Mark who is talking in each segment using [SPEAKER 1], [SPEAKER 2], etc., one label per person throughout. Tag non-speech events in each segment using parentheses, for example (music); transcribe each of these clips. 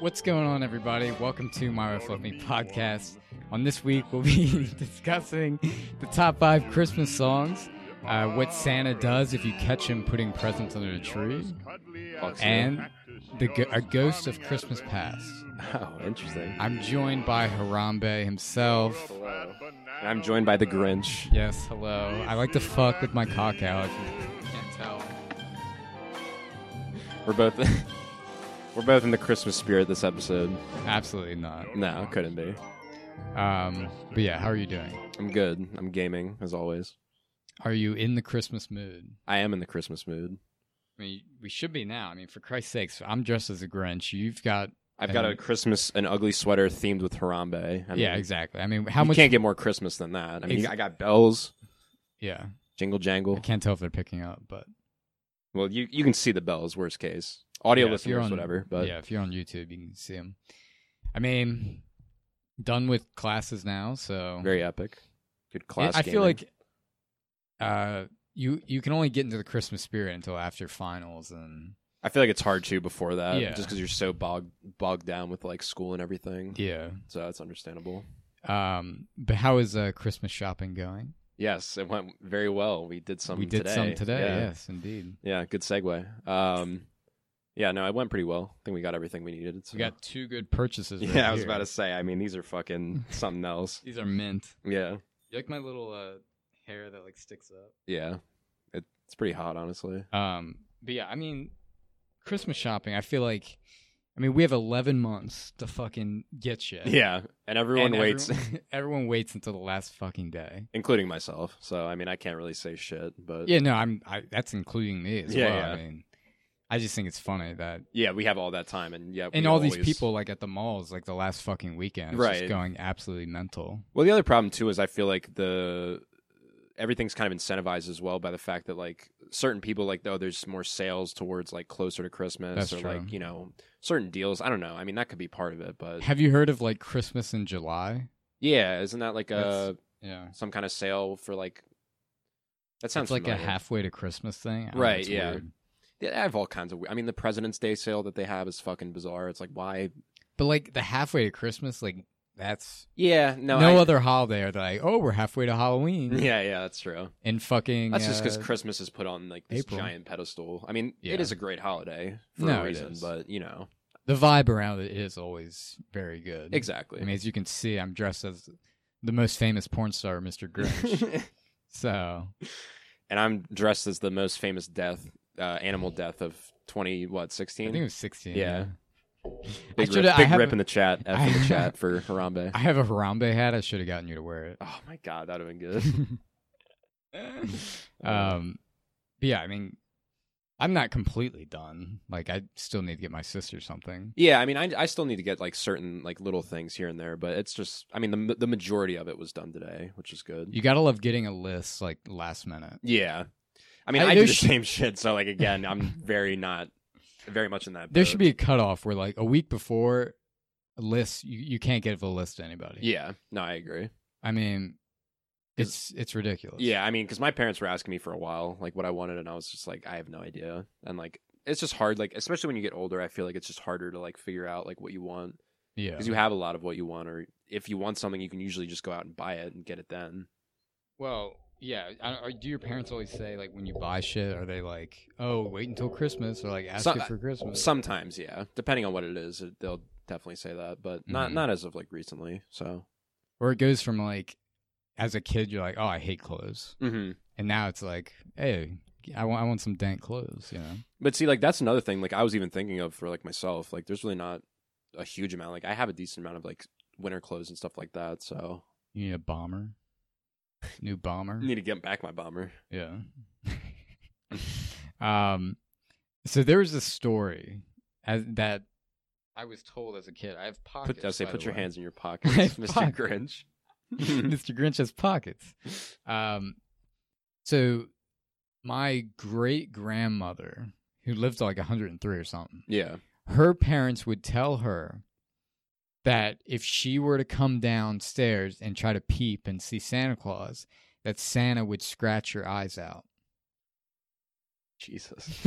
[SPEAKER 1] What's going on, everybody? Welcome to My Wife Left Me podcast. On this week, we'll be (laughs) discussing the top five Christmas songs, uh, what Santa does if you catch him putting presents under the tree, and the go- a ghost of Christmas past.
[SPEAKER 2] Oh, interesting.
[SPEAKER 1] I'm joined by Harambe himself.
[SPEAKER 2] And I'm joined by the Grinch.
[SPEAKER 1] Yes, hello. I like to fuck with my cock out. If you can't tell.
[SPEAKER 2] We're both (laughs) we're both in the Christmas spirit this episode.
[SPEAKER 1] Absolutely not.
[SPEAKER 2] No, couldn't be.
[SPEAKER 1] Um, but yeah, how are you doing?
[SPEAKER 2] I'm good. I'm gaming as always.
[SPEAKER 1] Are you in the Christmas mood?
[SPEAKER 2] I am in the Christmas mood.
[SPEAKER 1] I mean, we should be now. I mean, for Christ's sakes, I'm dressed as a Grinch. You've got
[SPEAKER 2] I've got a
[SPEAKER 1] And-
[SPEAKER 2] Christmas an ugly sweater themed with Harambe. I mean,
[SPEAKER 1] yeah, exactly. I mean, how
[SPEAKER 2] you
[SPEAKER 1] much?
[SPEAKER 2] can't get more Christmas than that. I mean,
[SPEAKER 1] Ex-
[SPEAKER 2] I got bells,
[SPEAKER 1] yeah,
[SPEAKER 2] jingle
[SPEAKER 1] I
[SPEAKER 2] jangle.
[SPEAKER 1] can't tell if they're picking up, but
[SPEAKER 2] Well, you you can see the bells. Worst case, audio
[SPEAKER 1] Yeah, if you're
[SPEAKER 2] listeners,
[SPEAKER 1] on-
[SPEAKER 2] whatever. But
[SPEAKER 1] yeah, if you're on YouTube, you can see them. I mean, done with classes now, so
[SPEAKER 2] very epic. Good class.
[SPEAKER 1] I feel
[SPEAKER 2] gaming.
[SPEAKER 1] like uh, you you can only get into the Christmas spirit until after finals, and
[SPEAKER 2] I feel like it's hard to before that,
[SPEAKER 1] Yeah.
[SPEAKER 2] just because you're so bogged bogged down with like school and everything.
[SPEAKER 1] yeah.
[SPEAKER 2] So that's understandable.
[SPEAKER 1] Um, but how is uh, Christmas shopping going?
[SPEAKER 2] Yes, it went very well. We did some.
[SPEAKER 1] we did
[SPEAKER 2] today.
[SPEAKER 1] some today.
[SPEAKER 2] Yeah.
[SPEAKER 1] Yes, indeed.
[SPEAKER 2] Yeah, Good segue. Um, yeah. No, it went pretty well. I think we got everything we needed. So.
[SPEAKER 1] We got two good purchases.
[SPEAKER 2] (laughs) Yeah,
[SPEAKER 1] right
[SPEAKER 2] I was
[SPEAKER 1] here.
[SPEAKER 2] about to say. I mean, these
[SPEAKER 1] (laughs)
[SPEAKER 2] are fucking something else.
[SPEAKER 1] These are mint.
[SPEAKER 2] Yeah.
[SPEAKER 1] You like my little uh, hair that like sticks up.
[SPEAKER 2] Yeah. It, it's pretty hot, honestly.
[SPEAKER 1] Um, but yeah, I mean, Christmas shopping. I feel like, I mean, we have eleven months to fucking get shit.
[SPEAKER 2] Yeah, and everyone
[SPEAKER 1] And
[SPEAKER 2] waits,
[SPEAKER 1] Everyone, (laughs) everyone waits until the last fucking day.
[SPEAKER 2] (laughs) including myself. So I mean, I can't really say shit, but
[SPEAKER 1] Yeah, no, I'm. I, that's including me as
[SPEAKER 2] Yeah,
[SPEAKER 1] well.
[SPEAKER 2] yeah.
[SPEAKER 1] I mean, I just think it's funny that
[SPEAKER 2] yeah, we have all that time, and yeah,
[SPEAKER 1] and
[SPEAKER 2] we
[SPEAKER 1] all these
[SPEAKER 2] always-
[SPEAKER 1] people like at the malls like the last fucking weekend, it's
[SPEAKER 2] Right.
[SPEAKER 1] Just going absolutely mental.
[SPEAKER 2] Well, the other problem too is I feel like the everything's kind of incentivized as well by the fact that like certain people like though there's more sales towards like closer to Christmas
[SPEAKER 1] That's
[SPEAKER 2] or
[SPEAKER 1] true.
[SPEAKER 2] like you know certain deals. I don't know. I mean that could be part of it, but
[SPEAKER 1] Have you heard of like Christmas in July?
[SPEAKER 2] yeah, isn't that like a
[SPEAKER 1] Yeah,
[SPEAKER 2] some kind of sale for like? That sounds
[SPEAKER 1] it's like a
[SPEAKER 2] familiar.
[SPEAKER 1] halfway to Christmas thing. I don't know,
[SPEAKER 2] Right,
[SPEAKER 1] it's
[SPEAKER 2] yeah.
[SPEAKER 1] weird.
[SPEAKER 2] Yeah, I have all kinds of. I mean, the President's Day sale that they have is fucking bizarre. It's like why?
[SPEAKER 1] But like the halfway to Christmas, like that's
[SPEAKER 2] Yeah, no,
[SPEAKER 1] no,
[SPEAKER 2] I-
[SPEAKER 1] other holiday are they like, oh, we're halfway to Halloween.
[SPEAKER 2] (laughs) Yeah, yeah, that's true.
[SPEAKER 1] And fucking.
[SPEAKER 2] That's just 'cause just
[SPEAKER 1] uh,
[SPEAKER 2] because Christmas is put on like this
[SPEAKER 1] April.
[SPEAKER 2] giant pedestal. I mean,
[SPEAKER 1] Yeah.
[SPEAKER 2] it is a great holiday for
[SPEAKER 1] No,
[SPEAKER 2] a
[SPEAKER 1] it
[SPEAKER 2] reason,
[SPEAKER 1] is.
[SPEAKER 2] but you know,
[SPEAKER 1] the vibe around it is always very good.
[SPEAKER 2] exactly.
[SPEAKER 1] I mean, as you can see, I'm dressed as the most famous porn star, Mr.
[SPEAKER 2] (laughs)
[SPEAKER 1] Grinch. so,
[SPEAKER 2] and I'm dressed as the most famous death, uh, animal death of 20, what,
[SPEAKER 1] I
[SPEAKER 2] 16?
[SPEAKER 1] think it was 16.
[SPEAKER 2] Yeah.
[SPEAKER 1] I
[SPEAKER 2] big
[SPEAKER 1] should
[SPEAKER 2] rip, big
[SPEAKER 1] have,
[SPEAKER 2] rip in the chat, F in
[SPEAKER 1] I-
[SPEAKER 2] the
[SPEAKER 1] (laughs)
[SPEAKER 2] chat for Harambe.
[SPEAKER 1] I have a Harambe hat. I should have gotten you to wear it.
[SPEAKER 2] oh my God, that would have been good. (laughs)
[SPEAKER 1] (laughs) um, but yeah, I mean, I'm not completely done. Like, I still need to get my sister something.
[SPEAKER 2] yeah, I mean, I, I still need to get like certain like little things here and there, but it's just, I mean, the, the majority of it was done today, which is good.
[SPEAKER 1] You gotta love getting a list like last minute.
[SPEAKER 2] yeah. I mean,
[SPEAKER 1] I-
[SPEAKER 2] I, do the
[SPEAKER 1] there should-
[SPEAKER 2] same (laughs) shit. So, like, again, I'm very not, very much in that.
[SPEAKER 1] There
[SPEAKER 2] boat.
[SPEAKER 1] should be a cutoff where like a week before a list you, you can't give a list to anybody.
[SPEAKER 2] Yeah. No, I agree.
[SPEAKER 1] I mean it's it's ridiculous.
[SPEAKER 2] Yeah, I mean, because my parents were asking me for a while, like what I wanted, and I was just like, I have no idea. And like, it's just hard, like especially when you get older. I feel like it's just harder to like figure out like what you want
[SPEAKER 1] Yeah.
[SPEAKER 2] because you have a lot of what you want, or if you want something, you can usually just go out and buy it and get it then.
[SPEAKER 1] Well, yeah. I, don't- or do your parents always say like when you buy shit, are they like, oh, wait until Christmas or like ask
[SPEAKER 2] Some-
[SPEAKER 1] it for Christmas?
[SPEAKER 2] Sometimes, yeah, depending on what it is, it, they'll definitely say that, but not
[SPEAKER 1] Mhm.
[SPEAKER 2] not as of like recently. So,
[SPEAKER 1] or it goes from like as a kid you're like, oh, I hate clothes,
[SPEAKER 2] mm-hmm.
[SPEAKER 1] and now it's like, hey, I want I want some dank clothes, you know?
[SPEAKER 2] but see, like that's another thing. Like I was even thinking of for like myself, like there's really not a huge amount. Like I have a decent amount of like winter clothes and stuff like that, so
[SPEAKER 1] You need a bomber, new bomber.
[SPEAKER 2] I need to get back my bomber.
[SPEAKER 1] Yeah. (laughs) um, so there was a story as, that I was told as a kid. I have pockets.
[SPEAKER 2] Put, I say,
[SPEAKER 1] by
[SPEAKER 2] put
[SPEAKER 1] the
[SPEAKER 2] your
[SPEAKER 1] way. (laughs)
[SPEAKER 2] hands (laughs) in your pockets, Mr.
[SPEAKER 1] Fuck.
[SPEAKER 2] (laughs) Grinch.
[SPEAKER 1] Mr. Grinch has pockets. Um, so my great grandmother, who lived to like 103 or something,
[SPEAKER 2] yeah.
[SPEAKER 1] her parents would tell her that if she were to come downstairs and try to peep and see Santa Claus, that Santa would scratch her eyes out.
[SPEAKER 2] Jesus.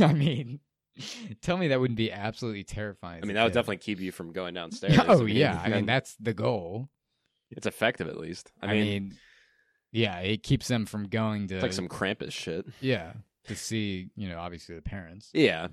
[SPEAKER 1] (laughs) I mean, Tell me that wouldn't be absolutely terrifying.
[SPEAKER 2] I
[SPEAKER 1] as
[SPEAKER 2] mean,
[SPEAKER 1] a
[SPEAKER 2] that would
[SPEAKER 1] kid. (laughs)
[SPEAKER 2] definitely keep you from (laughs) going downstairs. I
[SPEAKER 1] Oh
[SPEAKER 2] mean,
[SPEAKER 1] yeah, I mean
[SPEAKER 2] and
[SPEAKER 1] that's the goal.
[SPEAKER 2] it's effective at least. I
[SPEAKER 1] I
[SPEAKER 2] mean,
[SPEAKER 1] mean, yeah, it keeps them from going to
[SPEAKER 2] it's like some Krampus shit.
[SPEAKER 1] yeah to see you know obviously the parents.
[SPEAKER 2] Yeah.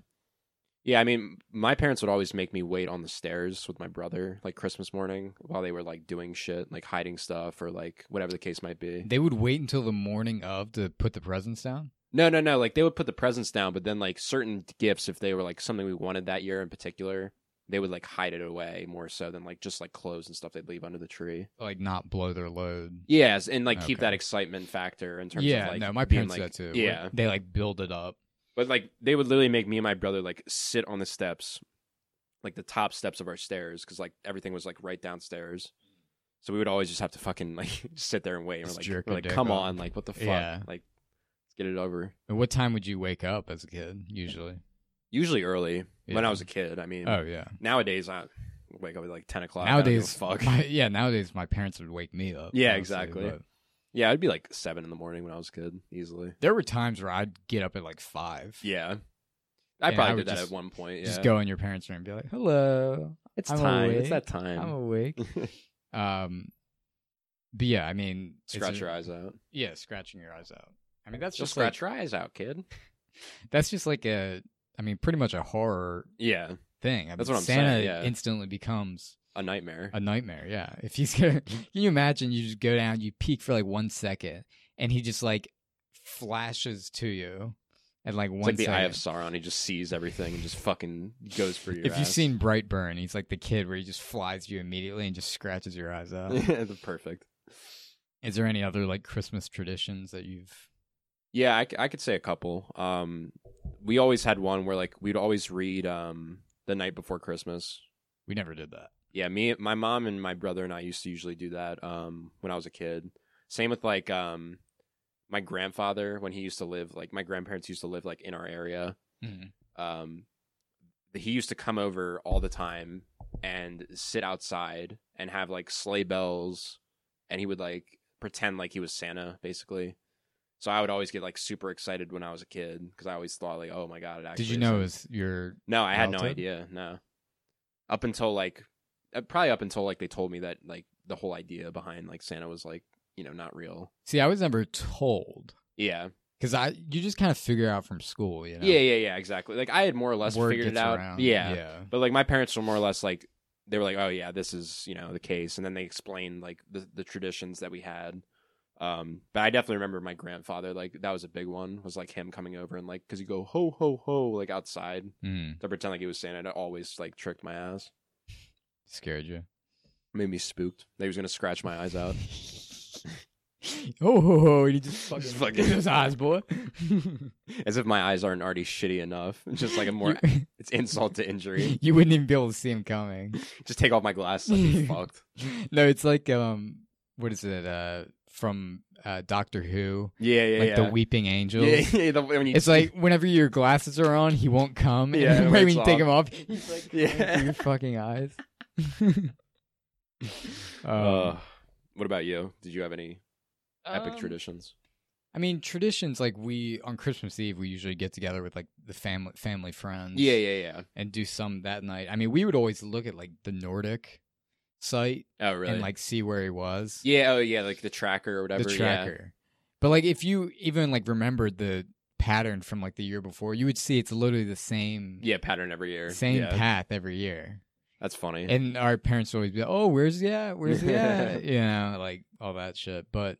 [SPEAKER 2] Yeah, I mean, my parents would always make me wait on the stairs with my brother, like Christmas morning, while they were like doing shit, like hiding stuff or like whatever the case might be.
[SPEAKER 1] They would wait until the morning of to put the presents down.
[SPEAKER 2] No, no, no. Like they would put the presents down, but then like certain gifts, if they were like something we wanted that year in particular, they would like hide it away more so than like just like clothes and stuff they'd leave under the tree.
[SPEAKER 1] Like not blow their load.
[SPEAKER 2] Yes, and like keep
[SPEAKER 1] Okay.
[SPEAKER 2] that excitement factor in terms
[SPEAKER 1] Yeah,
[SPEAKER 2] of like
[SPEAKER 1] no, my
[SPEAKER 2] being,
[SPEAKER 1] parents
[SPEAKER 2] like,
[SPEAKER 1] do that too.
[SPEAKER 2] Yeah,
[SPEAKER 1] they like build it up.
[SPEAKER 2] But like they would literally make me and my brother like sit on the steps, like the top steps of our stairs, because like everything was like right downstairs. So we would always just have to fucking (laughs) like sit there and wait. And
[SPEAKER 1] Just
[SPEAKER 2] we're like,
[SPEAKER 1] jerk
[SPEAKER 2] we're
[SPEAKER 1] your
[SPEAKER 2] like,
[SPEAKER 1] dick
[SPEAKER 2] come
[SPEAKER 1] off."
[SPEAKER 2] on, like what the fuck?
[SPEAKER 1] Yeah.
[SPEAKER 2] Like let's get it over.
[SPEAKER 1] And what time would you wake up as a kid usually?
[SPEAKER 2] Usually early when I
[SPEAKER 1] Yeah.
[SPEAKER 2] was a kid. I mean,
[SPEAKER 1] Oh yeah.
[SPEAKER 2] nowadays I wake up at like ten o'clock. I don't give a
[SPEAKER 1] nowadays,
[SPEAKER 2] fuck.
[SPEAKER 1] my- yeah, nowadays my parents would wake me up.
[SPEAKER 2] Yeah,
[SPEAKER 1] honestly,
[SPEAKER 2] exactly.
[SPEAKER 1] but
[SPEAKER 2] (laughs) yeah, I'd be like seven in the morning when I was a kid easily.
[SPEAKER 1] There were times where I'd get up at like five.
[SPEAKER 2] Yeah,
[SPEAKER 1] Yeah,
[SPEAKER 2] I
[SPEAKER 1] I
[SPEAKER 2] probably
[SPEAKER 1] would
[SPEAKER 2] did that
[SPEAKER 1] just-
[SPEAKER 2] at one point. Yeah.
[SPEAKER 1] Just go in your parents' room and be like, "Hello,
[SPEAKER 2] It's
[SPEAKER 1] I'm
[SPEAKER 2] time.
[SPEAKER 1] awake.
[SPEAKER 2] It's that
[SPEAKER 1] I'm
[SPEAKER 2] (laughs) time.
[SPEAKER 1] awake." um, but yeah, I mean, it's
[SPEAKER 2] scratch
[SPEAKER 1] a-
[SPEAKER 2] your eyes out.
[SPEAKER 1] Yeah, scratching your eyes out. I mean, that's just
[SPEAKER 2] Just scratch your eyes out, kid.
[SPEAKER 1] like that's just like a. I mean, pretty much a horror
[SPEAKER 2] Yeah,
[SPEAKER 1] thing. I
[SPEAKER 2] That's
[SPEAKER 1] mean,
[SPEAKER 2] what I'm saying,
[SPEAKER 1] Santa
[SPEAKER 2] yeah.
[SPEAKER 1] instantly becomes
[SPEAKER 2] a nightmare.
[SPEAKER 1] a nightmare. Yeah, if he's gonna, (laughs) can you imagine? You just go down, you peek for like one second, and he just like flashes to you, at like one
[SPEAKER 2] It's like the Eye
[SPEAKER 1] second.
[SPEAKER 2] of Sauron. He just sees everything and just fucking
[SPEAKER 1] (laughs)
[SPEAKER 2] goes for your.
[SPEAKER 1] if you've
[SPEAKER 2] ass. (laughs)
[SPEAKER 1] seen Brightburn, he's like the kid where he just flies you immediately and just scratches your eyes
[SPEAKER 2] (laughs)
[SPEAKER 1] out.
[SPEAKER 2] the perfect.
[SPEAKER 1] Is there any other like Christmas traditions that you've?
[SPEAKER 2] Yeah, I, c- I could say a couple. Um, we always had one where like we'd always read um the night before Christmas.
[SPEAKER 1] We never did that.
[SPEAKER 2] Yeah, me, my mom, and my brother and I used to usually do that um when I was a kid. Same with like um my grandfather when he used to live like my grandparents used to live like in our area.
[SPEAKER 1] Mhm.
[SPEAKER 2] um, he used to come over all the time and sit outside and have like sleigh bells, and he would like pretend like he was Santa, basically. So I would always get like super excited when I was a kid because I always thought like, oh my god, it actually.
[SPEAKER 1] Did you
[SPEAKER 2] is
[SPEAKER 1] know
[SPEAKER 2] him.
[SPEAKER 1] it was your?
[SPEAKER 2] No, I had no
[SPEAKER 1] relative?
[SPEAKER 2] idea. No, up until like, uh, probably up until like they told me that like the whole idea behind like Santa was like you know not real.
[SPEAKER 1] See, I was never told
[SPEAKER 2] Yeah,
[SPEAKER 1] because I you just kind of figure out from school, you know.
[SPEAKER 2] yeah, yeah, yeah, exactly. Like I had more or less
[SPEAKER 1] Word
[SPEAKER 2] figured it
[SPEAKER 1] gets
[SPEAKER 2] out.
[SPEAKER 1] around.
[SPEAKER 2] Yeah,
[SPEAKER 1] yeah.
[SPEAKER 2] But like my parents were more or less like they were like, "Oh yeah, this is you know the case," and then they explained like the the traditions that we had. Um, but I definitely remember my grandfather like that was a big one was like him coming over and like because you go ho ho ho like outside
[SPEAKER 1] Mm,
[SPEAKER 2] to pretend like he was Santa. And it always like tricked my ass,
[SPEAKER 1] scared you.
[SPEAKER 2] made me spooked. That he was gonna scratch my eyes out. (laughs)
[SPEAKER 1] (laughs) oh, ho, ho, and he just fucking,
[SPEAKER 2] Just fucking-
[SPEAKER 1] fucking (laughs) his eyes, boy.
[SPEAKER 2] As if my eyes aren't already shitty enough. (laughs) It's just like
[SPEAKER 1] (laughs)
[SPEAKER 2] a more
[SPEAKER 1] you,
[SPEAKER 2] it's insult to injury.
[SPEAKER 1] you wouldn't even be able to see him coming.
[SPEAKER 2] Just take off my glasses, I'd
[SPEAKER 1] (laughs)
[SPEAKER 2] be fucked.
[SPEAKER 1] No, it's like um, what is it? Uh, from uh Doctor Who,
[SPEAKER 2] Yeah, yeah,
[SPEAKER 1] like
[SPEAKER 2] yeah.
[SPEAKER 1] the Weeping Angel.
[SPEAKER 2] yeah, (laughs) yeah, the- when you-
[SPEAKER 1] It's like whenever your glasses are on, he won't come. (laughs)
[SPEAKER 2] Yeah,
[SPEAKER 1] and
[SPEAKER 2] it
[SPEAKER 1] when
[SPEAKER 2] wakes
[SPEAKER 1] you take
[SPEAKER 2] off.
[SPEAKER 1] them off, he's like
[SPEAKER 2] Yeah.
[SPEAKER 1] yeah. your fucking eyes.
[SPEAKER 2] Uh,
[SPEAKER 1] (laughs) Um,
[SPEAKER 2] what about you? Did you have any Uh, epic
[SPEAKER 1] um,
[SPEAKER 2] traditions?
[SPEAKER 1] I mean, traditions like we on Christmas Eve we usually get together with like the family family friends.
[SPEAKER 2] Yeah, yeah, yeah.
[SPEAKER 1] and do some that night. I mean, we would always look at like the Nordic site
[SPEAKER 2] Oh, really?
[SPEAKER 1] and like see where he was.
[SPEAKER 2] yeah, oh yeah, like the tracker or whatever.
[SPEAKER 1] the tracker. But like if you even like remembered the pattern from like the year before, you would see it's literally the same
[SPEAKER 2] Yeah, yeah pattern every year.
[SPEAKER 1] same
[SPEAKER 2] yeah,
[SPEAKER 1] path every year.
[SPEAKER 2] That's funny.
[SPEAKER 1] And our parents would always be like, "Oh, where's he at? Where's he
[SPEAKER 2] (laughs)
[SPEAKER 1] at?" you know, like all that shit. But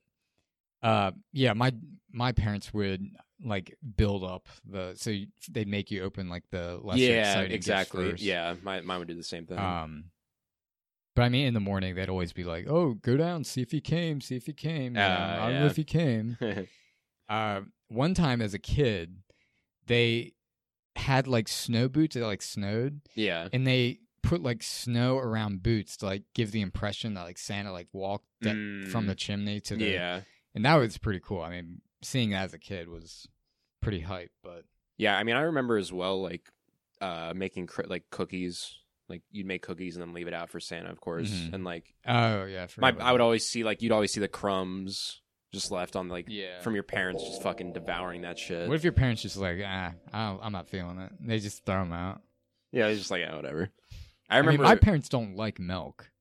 [SPEAKER 1] uh, yeah, my my parents would like build up the so you, they'd make you open like the lesser
[SPEAKER 2] yeah,
[SPEAKER 1] exciting gifts
[SPEAKER 2] exactly.
[SPEAKER 1] first.
[SPEAKER 2] Yeah, my, mine would do the same thing.
[SPEAKER 1] Um, but I mean, in the morning, they'd always be like, "Oh, go down, see if he came, see if he came. you know,
[SPEAKER 2] Ah,
[SPEAKER 1] I don't know
[SPEAKER 2] yeah.
[SPEAKER 1] if he came." Uh, one time as a kid, they had like snow boots that like snowed,
[SPEAKER 2] (laughs) yeah.
[SPEAKER 1] and they put like snow around boots to like give the impression that like Santa like walked that from the
[SPEAKER 2] Mm,
[SPEAKER 1] chimney to the
[SPEAKER 2] yeah,
[SPEAKER 1] and that was pretty cool. I mean, seeing that as a kid was pretty hype, but
[SPEAKER 2] yeah. I mean, I remember as well, like uh making cr- like cookies. Like you'd make cookies and then leave it out for Santa, of course.
[SPEAKER 1] Mhm.
[SPEAKER 2] And like
[SPEAKER 1] oh yeah, I forgot
[SPEAKER 2] my,
[SPEAKER 1] about
[SPEAKER 2] I would
[SPEAKER 1] that.
[SPEAKER 2] always see like you'd always see the crumbs just left on like
[SPEAKER 1] Yeah.
[SPEAKER 2] from your parents just fucking devouring that shit.
[SPEAKER 1] What if your parents just like, ah, I don't, I'm not feeling it? They just throw them out.
[SPEAKER 2] yeah, it's just like yeah, whatever. I
[SPEAKER 1] mean,
[SPEAKER 2] remember.
[SPEAKER 1] my parents don't like milk,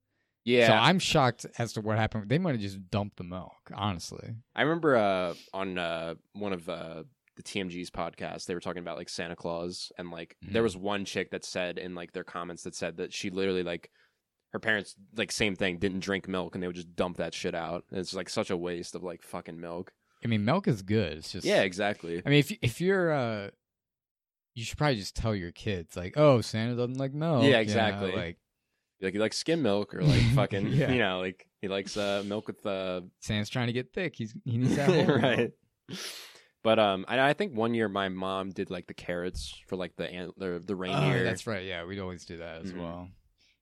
[SPEAKER 2] yeah,
[SPEAKER 1] so I'm shocked as to what happened. They might have just dumped the milk, honestly.
[SPEAKER 2] I remember uh, on uh, one of uh, the TMG's podcasts, they were talking about like Santa Claus, and like
[SPEAKER 1] Mhm.
[SPEAKER 2] there was one chick that said in like their comments that said that she literally like her parents like same thing didn't drink milk, and they would just dump that shit out. And it's like such a waste of like fucking milk.
[SPEAKER 1] I mean, milk is good. It's just (laughs)
[SPEAKER 2] Yeah, exactly.
[SPEAKER 1] I mean, if if you're, uh, you should probably just tell your kids like, oh, Santa doesn't like milk. you know,
[SPEAKER 2] exactly.
[SPEAKER 1] like
[SPEAKER 2] Like he likes skim milk or like fucking
[SPEAKER 1] (laughs) Yeah.
[SPEAKER 2] you know like he likes uh, milk with uh,
[SPEAKER 1] Santa's trying to get thick. He's he needs
[SPEAKER 2] (laughs)
[SPEAKER 1] that whole milk.
[SPEAKER 2] right. But um, and I think one year my mom did like the carrots for like the ant- the, the reindeer.
[SPEAKER 1] Oh, that's right. Yeah, we'd always do that as
[SPEAKER 2] Mhm.
[SPEAKER 1] well.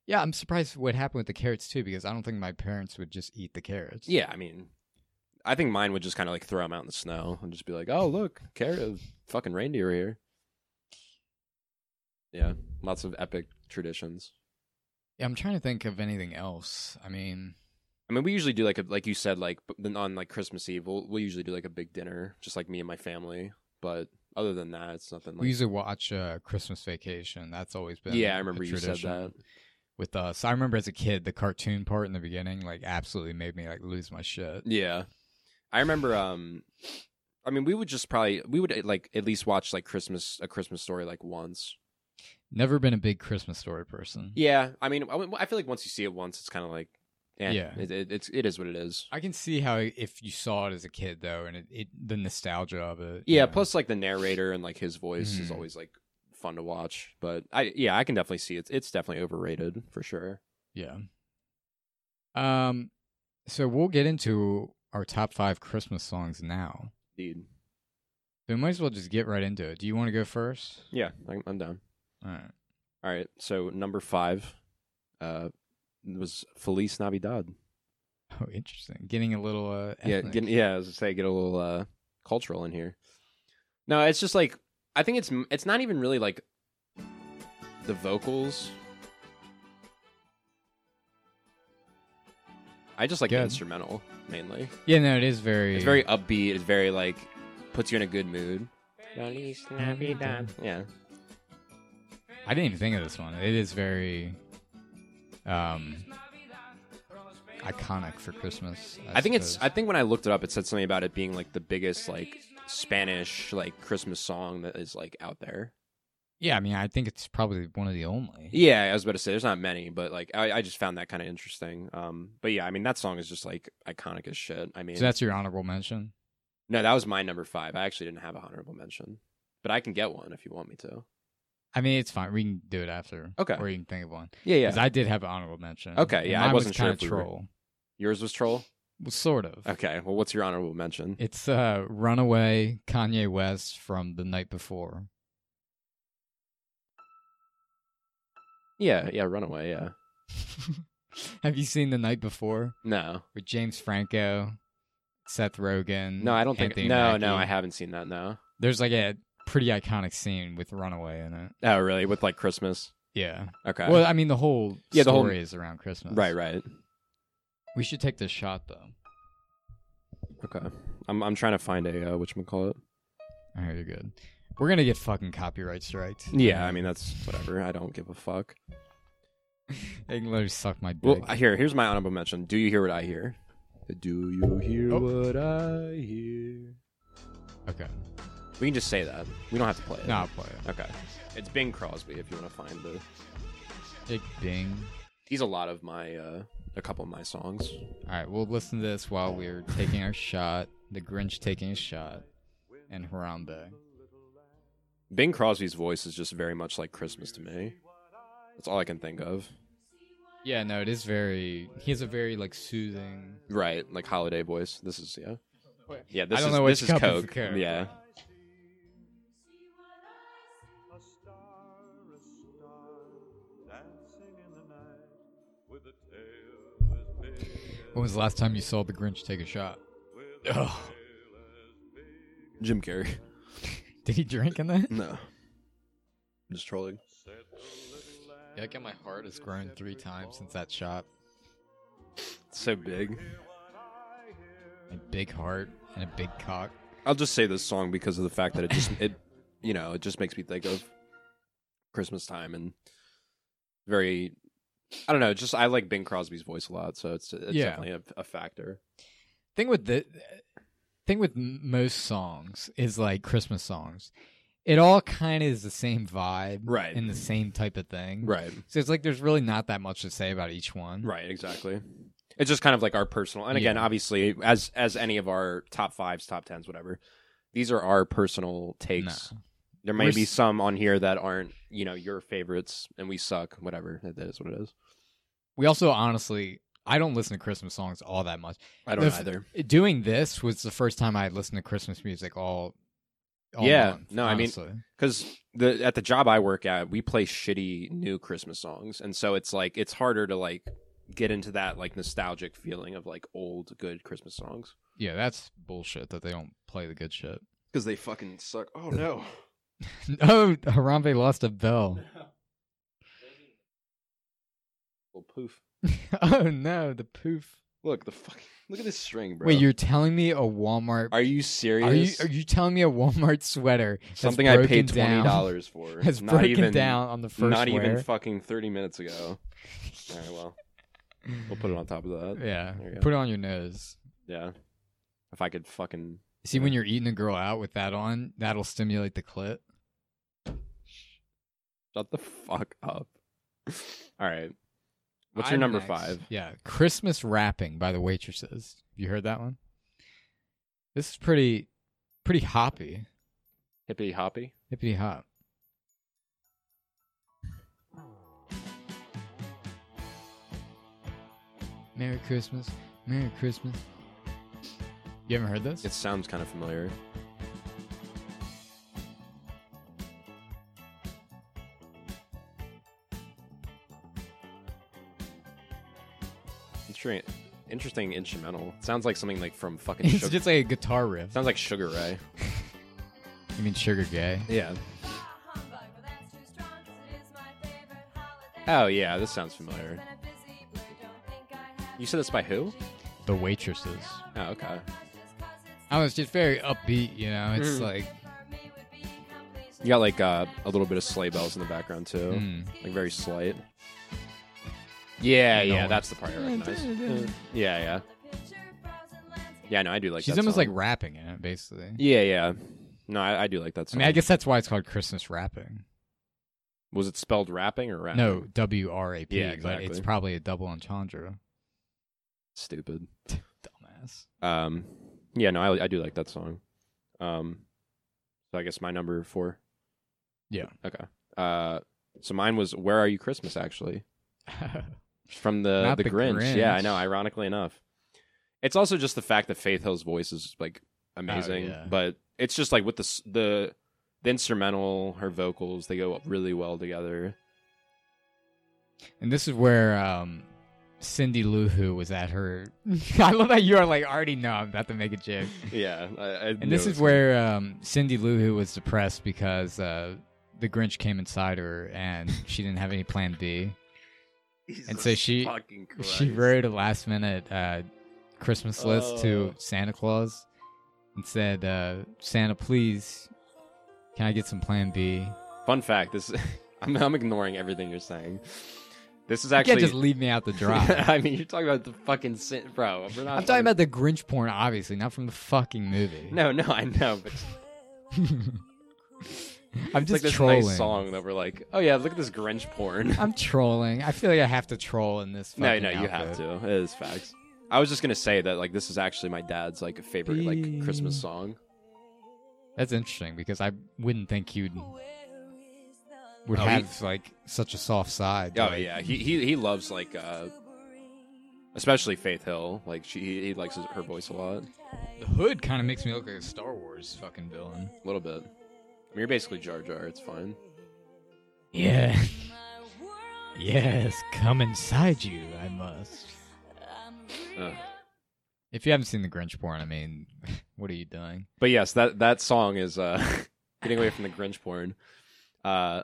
[SPEAKER 1] Yeah, I'm surprised what happened with the carrots too, because I don't think my parents would just eat the carrots.
[SPEAKER 2] Yeah, I mean, I think mine would just kind of like throw them out in the snow and just be like, "Oh, look, carrot, fucking reindeer here." Yeah, lots of epic traditions.
[SPEAKER 1] Yeah, I'm trying to think of anything else. I mean,
[SPEAKER 2] I mean, we usually do like a like you said like b- then on like Christmas Eve, we'll we'll usually do like a big dinner, just like me and my family. But other than that, it's nothing.
[SPEAKER 1] we
[SPEAKER 2] Like,
[SPEAKER 1] usually watch uh, Christmas Vacation. That's always been
[SPEAKER 2] yeah, I
[SPEAKER 1] a
[SPEAKER 2] remember you said
[SPEAKER 1] tradition
[SPEAKER 2] that.
[SPEAKER 1] with us. I remember as a kid, the cartoon part in the beginning like absolutely made me like lose my shit.
[SPEAKER 2] Yeah, I remember. Um, I mean, we would just probably we would eh, like at least watch like Christmas a Christmas story like once.
[SPEAKER 1] Never been a big Christmas story person.
[SPEAKER 2] Yeah, I mean, I I feel like once you see it once, it's kind of like, eh,
[SPEAKER 1] Yeah.
[SPEAKER 2] yeah, it, it, it's it is what it is.
[SPEAKER 1] I can see how if you saw it as a kid though, and it, it the nostalgia of it. you
[SPEAKER 2] Yeah, Mm-hmm.
[SPEAKER 1] know.
[SPEAKER 2] plus like the narrator and like his voice is
[SPEAKER 1] Mhm.
[SPEAKER 2] always like fun to watch. But I yeah, I can definitely see it's it's definitely overrated for sure.
[SPEAKER 1] Yeah. Um, so we'll get into our top five Christmas songs now.
[SPEAKER 2] Indeed.
[SPEAKER 1] We might as well just get right into it. Do you want to go first?
[SPEAKER 2] Yeah, I'm, I'm down.
[SPEAKER 1] All right.
[SPEAKER 2] All right, so number five, uh, was Feliz Navidad.
[SPEAKER 1] Oh, interesting. Getting a little uh,
[SPEAKER 2] Yeah,
[SPEAKER 1] ethnic.
[SPEAKER 2] get, yeah. I was gonna say get a little uh, cultural in here. No, it's just like I think it's it's not even really like the vocals. I just like the
[SPEAKER 1] Good.
[SPEAKER 2] instrumental mainly.
[SPEAKER 1] Yeah, no, it is very.
[SPEAKER 2] It's very upbeat. It's very like puts you in a good mood. Yeah,
[SPEAKER 1] I didn't even think of this one. It is very, um, iconic for Christmas. I,
[SPEAKER 2] I think it's. I
[SPEAKER 1] suppose.
[SPEAKER 2] think when I looked it up, it said something about it being like the biggest like Spanish like Christmas song that is like out there.
[SPEAKER 1] yeah, I mean, I think it's probably one of the only.
[SPEAKER 2] Yeah, I was about to say there's not many, but like I, I just found that kind of interesting. Um, but yeah, I mean that song is just like iconic as shit. I mean,
[SPEAKER 1] So that's your honorable mention.
[SPEAKER 2] no, that was my number five. I actually didn't have a honorable mention, but I can get one if you want me to.
[SPEAKER 1] I mean, it's fine. We can do it after.
[SPEAKER 2] Okay.
[SPEAKER 1] Or you can think of one.
[SPEAKER 2] Yeah, yeah.
[SPEAKER 1] Because I did have an honorable mention.
[SPEAKER 2] Okay,
[SPEAKER 1] And
[SPEAKER 2] yeah, I
[SPEAKER 1] mine
[SPEAKER 2] wasn't
[SPEAKER 1] was
[SPEAKER 2] sure
[SPEAKER 1] kind
[SPEAKER 2] if
[SPEAKER 1] of
[SPEAKER 2] we were-
[SPEAKER 1] troll.
[SPEAKER 2] Yours was troll.
[SPEAKER 1] Well, sort of.
[SPEAKER 2] Okay, well, what's your honorable mention?
[SPEAKER 1] It's uh, "Runaway" Kanye West from the night before. (laughs)
[SPEAKER 2] Yeah, yeah, Runaway. Yeah,
[SPEAKER 1] Have you seen the night before
[SPEAKER 2] no,
[SPEAKER 1] with James Franco, Seth Rogen?
[SPEAKER 2] no, I don't think.
[SPEAKER 1] Mm, Anthony
[SPEAKER 2] no,
[SPEAKER 1] Mackie?
[SPEAKER 2] no, I haven't seen that. No.
[SPEAKER 1] There's like a pretty iconic scene with "Runaway" in it.
[SPEAKER 2] Oh, really? With like Christmas?
[SPEAKER 1] Yeah.
[SPEAKER 2] Okay.
[SPEAKER 1] Well, I mean, the whole
[SPEAKER 2] Yeah, the whole-
[SPEAKER 1] story is around Christmas.
[SPEAKER 2] right, right.
[SPEAKER 1] We should take this shot though.
[SPEAKER 2] Okay. I'm I'm trying to find a uh, which call it.
[SPEAKER 1] All right, you're good. We're gonna get fucking copyright striked.
[SPEAKER 2] Yeah, I mean that's whatever. I don't give a fuck.
[SPEAKER 1] (laughs) they can literally suck my dick.
[SPEAKER 2] Well, here, here's my honorable mention. Do you hear what I hear? Do you hear
[SPEAKER 1] Oh.
[SPEAKER 2] what I hear?
[SPEAKER 1] okay.
[SPEAKER 2] We can just say that. We don't have to play it.
[SPEAKER 1] No, I'll play it.
[SPEAKER 2] Okay. It's Bing Crosby if you want to find the.
[SPEAKER 1] Dick Bing.
[SPEAKER 2] He's a lot of my, uh, a couple of my songs.
[SPEAKER 1] All right, we'll listen to this while we're taking our shot. The Grinch taking a shot, and Harambe.
[SPEAKER 2] Bing Crosby's voice is just very much like Christmas to me. That's all I can think of.
[SPEAKER 1] Yeah, no, it is very. He has a very like soothing.
[SPEAKER 2] Right, like holiday voice. This is yeah. Yeah, this
[SPEAKER 1] I don't
[SPEAKER 2] is
[SPEAKER 1] know
[SPEAKER 2] this
[SPEAKER 1] which
[SPEAKER 2] is
[SPEAKER 1] cup is
[SPEAKER 2] Coke.
[SPEAKER 1] the Coke.
[SPEAKER 2] Yeah.
[SPEAKER 3] A star, a star, dancing in the night with a tail as big
[SPEAKER 1] When was the last time you saw the Grinch take a shot? Ugh.
[SPEAKER 2] Jim Carrey. (laughs)
[SPEAKER 1] Did he drink in that?
[SPEAKER 2] No. Just trolling.
[SPEAKER 1] Yeah, I get my heart has grown three times since that shot.
[SPEAKER 2] So big.
[SPEAKER 3] I hear
[SPEAKER 1] a big heart and a big cock.
[SPEAKER 2] I'll just say this song because of the fact that it just it (laughs) you know, it just makes me think of Christmas time and very I don't know, just I like Bing Crosby's voice a lot, so it's, it's
[SPEAKER 1] Yeah.
[SPEAKER 2] definitely a, a factor.
[SPEAKER 1] thing with the thing with m- most songs is like Christmas songs. It all kind of is the same vibe,
[SPEAKER 2] Right.
[SPEAKER 1] And the same type of thing,
[SPEAKER 2] Right.
[SPEAKER 1] So it's like there's really not that much to say about each one,
[SPEAKER 2] Right, exactly. It's just kind of like our personal and again,
[SPEAKER 1] Yeah.
[SPEAKER 2] obviously as as any of our top fives, top tens, whatever, these are our personal takes.
[SPEAKER 1] No.
[SPEAKER 2] There may
[SPEAKER 1] We're
[SPEAKER 2] be
[SPEAKER 1] s-
[SPEAKER 2] some on here that aren't, you know, your favorites and we suck, whatever. That is what it is.
[SPEAKER 1] We also honestly, I don't listen to Christmas songs all that much.
[SPEAKER 2] I don't
[SPEAKER 1] The f-
[SPEAKER 2] either.
[SPEAKER 1] Doing this was the first time I had listened to Christmas music all. all
[SPEAKER 2] Yeah.
[SPEAKER 1] month,
[SPEAKER 2] No, I mean,
[SPEAKER 1] honestly.
[SPEAKER 2] because the at the job I work at, we play shitty new Christmas songs, and so it's like it's harder to like get into that like nostalgic feeling of like old good Christmas songs
[SPEAKER 1] yeah, that's bullshit that they don't play the good shit. (laughs)
[SPEAKER 2] because they fucking suck. Oh (laughs) no,
[SPEAKER 1] oh, Harambe lost a bell. (laughs)
[SPEAKER 2] little poof!
[SPEAKER 1] oh no, the poof.
[SPEAKER 2] Look the fucking look at this string, bro.
[SPEAKER 1] Wait, you're telling me a Walmart?
[SPEAKER 2] are
[SPEAKER 1] Are
[SPEAKER 2] you
[SPEAKER 1] you
[SPEAKER 2] serious?
[SPEAKER 1] are you telling me a Walmart sweater? that's
[SPEAKER 2] Something I
[SPEAKER 1] broken
[SPEAKER 2] paid twenty
[SPEAKER 1] down-
[SPEAKER 2] dollars for.
[SPEAKER 1] (laughs) Has
[SPEAKER 2] not
[SPEAKER 1] broken
[SPEAKER 2] even
[SPEAKER 1] down on the first
[SPEAKER 2] not even
[SPEAKER 1] wear?
[SPEAKER 2] fucking thirty minutes
[SPEAKER 1] (laughs)
[SPEAKER 2] ago. All right, well, we'll put it on top of
[SPEAKER 1] (laughs)
[SPEAKER 2] that.
[SPEAKER 1] yeah,
[SPEAKER 2] There you go.
[SPEAKER 1] put it on your nose.
[SPEAKER 2] yeah. If I could fucking
[SPEAKER 1] See, when you're eating a girl out with that on, that'll stimulate the clit.
[SPEAKER 2] shut the fuck up. All right. What's your number five?
[SPEAKER 1] Yeah, Christmas Wrapping by the Waitresses. You heard that one? This is pretty, pretty hoppy,
[SPEAKER 2] Hippity hoppy.
[SPEAKER 1] hippity hop. Merry Christmas, Merry Christmas. You haven't heard this? (laughs)
[SPEAKER 2] It sounds kind of familiar. Interesting, interesting instrumental. Sounds like something like from
[SPEAKER 1] (laughs)
[SPEAKER 2] fucking.
[SPEAKER 1] It's
[SPEAKER 2] Sugar,
[SPEAKER 1] just like a guitar riff.
[SPEAKER 2] sounds like Sugar Ray.
[SPEAKER 1] You mean Sugar Gay?
[SPEAKER 2] Yeah.
[SPEAKER 4] Oh yeah, this sounds familiar.
[SPEAKER 2] You said it's by who?
[SPEAKER 1] The waitresses.
[SPEAKER 2] Oh, okay.
[SPEAKER 1] I was just very upbeat, you know. It's
[SPEAKER 2] Mm.
[SPEAKER 1] like
[SPEAKER 2] You got like uh, a little bit of sleigh bells in the background too,
[SPEAKER 1] Mm.
[SPEAKER 2] like very slight. Yeah,
[SPEAKER 1] I know
[SPEAKER 2] yeah,
[SPEAKER 1] it.
[SPEAKER 2] that's the part I recognize.
[SPEAKER 1] Yeah.
[SPEAKER 2] Yeah, yeah, yeah. No, I do like.
[SPEAKER 1] she's
[SPEAKER 2] that
[SPEAKER 1] almost
[SPEAKER 2] song.
[SPEAKER 1] like rapping in it, basically.
[SPEAKER 2] Yeah, yeah. No, I, I do like that
[SPEAKER 1] I
[SPEAKER 2] song.
[SPEAKER 1] mean, I guess that's why it's called Christmas rapping.
[SPEAKER 2] was it spelled rapping or rap?
[SPEAKER 1] No, W R A P,
[SPEAKER 2] Yeah,
[SPEAKER 1] but it's
[SPEAKER 2] exactly.
[SPEAKER 1] probably a double entendre.
[SPEAKER 2] stupid.
[SPEAKER 1] Dumbass.
[SPEAKER 2] Um, yeah, no, I, I do like that song. Um, so I guess my number four.
[SPEAKER 1] Yeah.
[SPEAKER 2] Okay. Uh, so mine was "Where Are You Christmas?" Actually,
[SPEAKER 1] (laughs)
[SPEAKER 2] from the
[SPEAKER 1] Not
[SPEAKER 2] the,
[SPEAKER 1] the
[SPEAKER 2] Grinch. Yeah, I
[SPEAKER 1] Grinch.
[SPEAKER 2] know. Ironically enough, it's also just the fact that Faith Hill's voice is like amazing,
[SPEAKER 1] yeah.
[SPEAKER 2] but it's just like with the s- the the instrumental, her vocals, they go really well together.
[SPEAKER 1] and this is where um, Cindy Lou Who was at her. (laughs) I love that you are like, I already know I'm about to make a joke. (laughs)
[SPEAKER 2] Yeah, I, I
[SPEAKER 1] And this is where um, Cindy Lou Who was depressed because uh, the Grinch came inside her and she didn't have any plan B.
[SPEAKER 2] (laughs)
[SPEAKER 1] (laughs) and so she- (laughs) She wrote a last minute uh, Christmas list to
[SPEAKER 2] Oh.
[SPEAKER 1] Santa Claus and said, uh, Santa, please, can I get some plan B?
[SPEAKER 2] Fun fact: This, (laughs) I'm, I'm ignoring everything you're saying. This is
[SPEAKER 1] You
[SPEAKER 2] actually.
[SPEAKER 1] can't just leave me out the
[SPEAKER 2] (laughs)
[SPEAKER 1] dry.
[SPEAKER 2] I mean, you're talking about the fucking sin, bro. We're not.
[SPEAKER 1] I'm talking about the Grinch porn, obviously, not from the fucking movie.
[SPEAKER 2] No, no, I know, but
[SPEAKER 1] (laughs) I'm
[SPEAKER 2] it's
[SPEAKER 1] just
[SPEAKER 2] like this
[SPEAKER 1] trolling.
[SPEAKER 2] nice song that we're like, oh yeah, look at this Grinch porn.
[SPEAKER 1] I'm trolling. I feel like I have to troll in this.
[SPEAKER 2] (laughs) no,
[SPEAKER 1] fucking
[SPEAKER 2] no, you have
[SPEAKER 1] outfit.
[SPEAKER 2] to. It is facts. I was just gonna say that like this is actually my dad's like favorite like Christmas song.
[SPEAKER 1] That's interesting because I wouldn't think you'd would
[SPEAKER 2] Oh, he-
[SPEAKER 1] have like such a soft side.
[SPEAKER 2] Oh
[SPEAKER 1] like-
[SPEAKER 2] yeah, he he, he loves like uh, especially Faith Hill. Like she he, he likes his, her voice a lot,
[SPEAKER 1] The hood kind of makes me look like a Star Wars fucking villain.
[SPEAKER 2] a little bit. I mean, you're basically Jar Jar. It's fine. (laughs)
[SPEAKER 1] Yeah. (laughs) yes, come inside you, I must.
[SPEAKER 2] Ugh.
[SPEAKER 1] If you haven't seen the Grinch porn, I mean, (laughs) what are you doing?
[SPEAKER 2] But yes, that that song is uh, (laughs) getting away from the Grinch porn. Uh,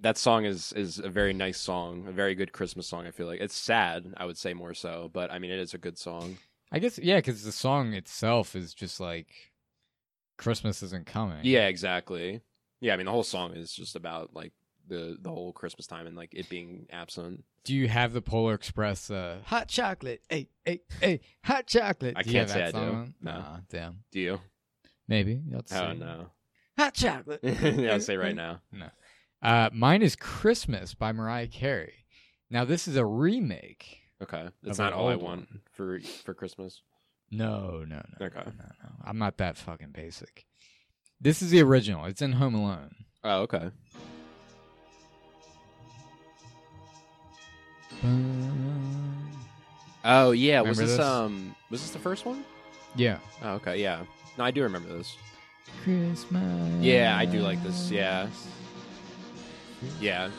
[SPEAKER 2] that song is is a very nice song, a very good Christmas song. I feel like it's sad. I would say more so, but I mean it is a good song.
[SPEAKER 1] I guess yeah, because the song itself is just like Christmas isn't coming.
[SPEAKER 2] Yeah, exactly. Yeah, I mean the whole song is just about like the the whole Christmas time and like it being absent.
[SPEAKER 1] Do you have the Polar Express? Uh, hot chocolate. Hey, hey, hey! Hot chocolate.
[SPEAKER 2] I
[SPEAKER 1] Do you have
[SPEAKER 2] can't say
[SPEAKER 1] that
[SPEAKER 2] I do.
[SPEAKER 1] song?
[SPEAKER 2] No.
[SPEAKER 1] Aw, damn.
[SPEAKER 2] Do you?
[SPEAKER 1] Maybe. Let's
[SPEAKER 2] Oh
[SPEAKER 1] see.
[SPEAKER 2] no.
[SPEAKER 1] (laughs) Hot chocolate.
[SPEAKER 2] (laughs) yeah, I'll
[SPEAKER 1] (laughs)
[SPEAKER 2] say
[SPEAKER 1] Mm-hmm.
[SPEAKER 2] right now.
[SPEAKER 1] Uh, mine is Christmas by Mariah Carey. Now this is a remake.
[SPEAKER 2] Okay. That's
[SPEAKER 1] Of an
[SPEAKER 2] not all I
[SPEAKER 1] old
[SPEAKER 2] want for for Christmas.
[SPEAKER 1] No, no, no.
[SPEAKER 2] Okay.
[SPEAKER 1] No, no. I'm not that fucking basic. This is the original. It's in Home Alone.
[SPEAKER 2] Oh, okay. Oh yeah. was
[SPEAKER 1] Remember
[SPEAKER 2] this,
[SPEAKER 1] this?
[SPEAKER 2] um was this the first one?
[SPEAKER 1] Yeah.
[SPEAKER 2] Oh, okay, yeah. No, I do remember this.
[SPEAKER 1] Christmas.
[SPEAKER 2] Yeah, I do like this, yeah. Yeah.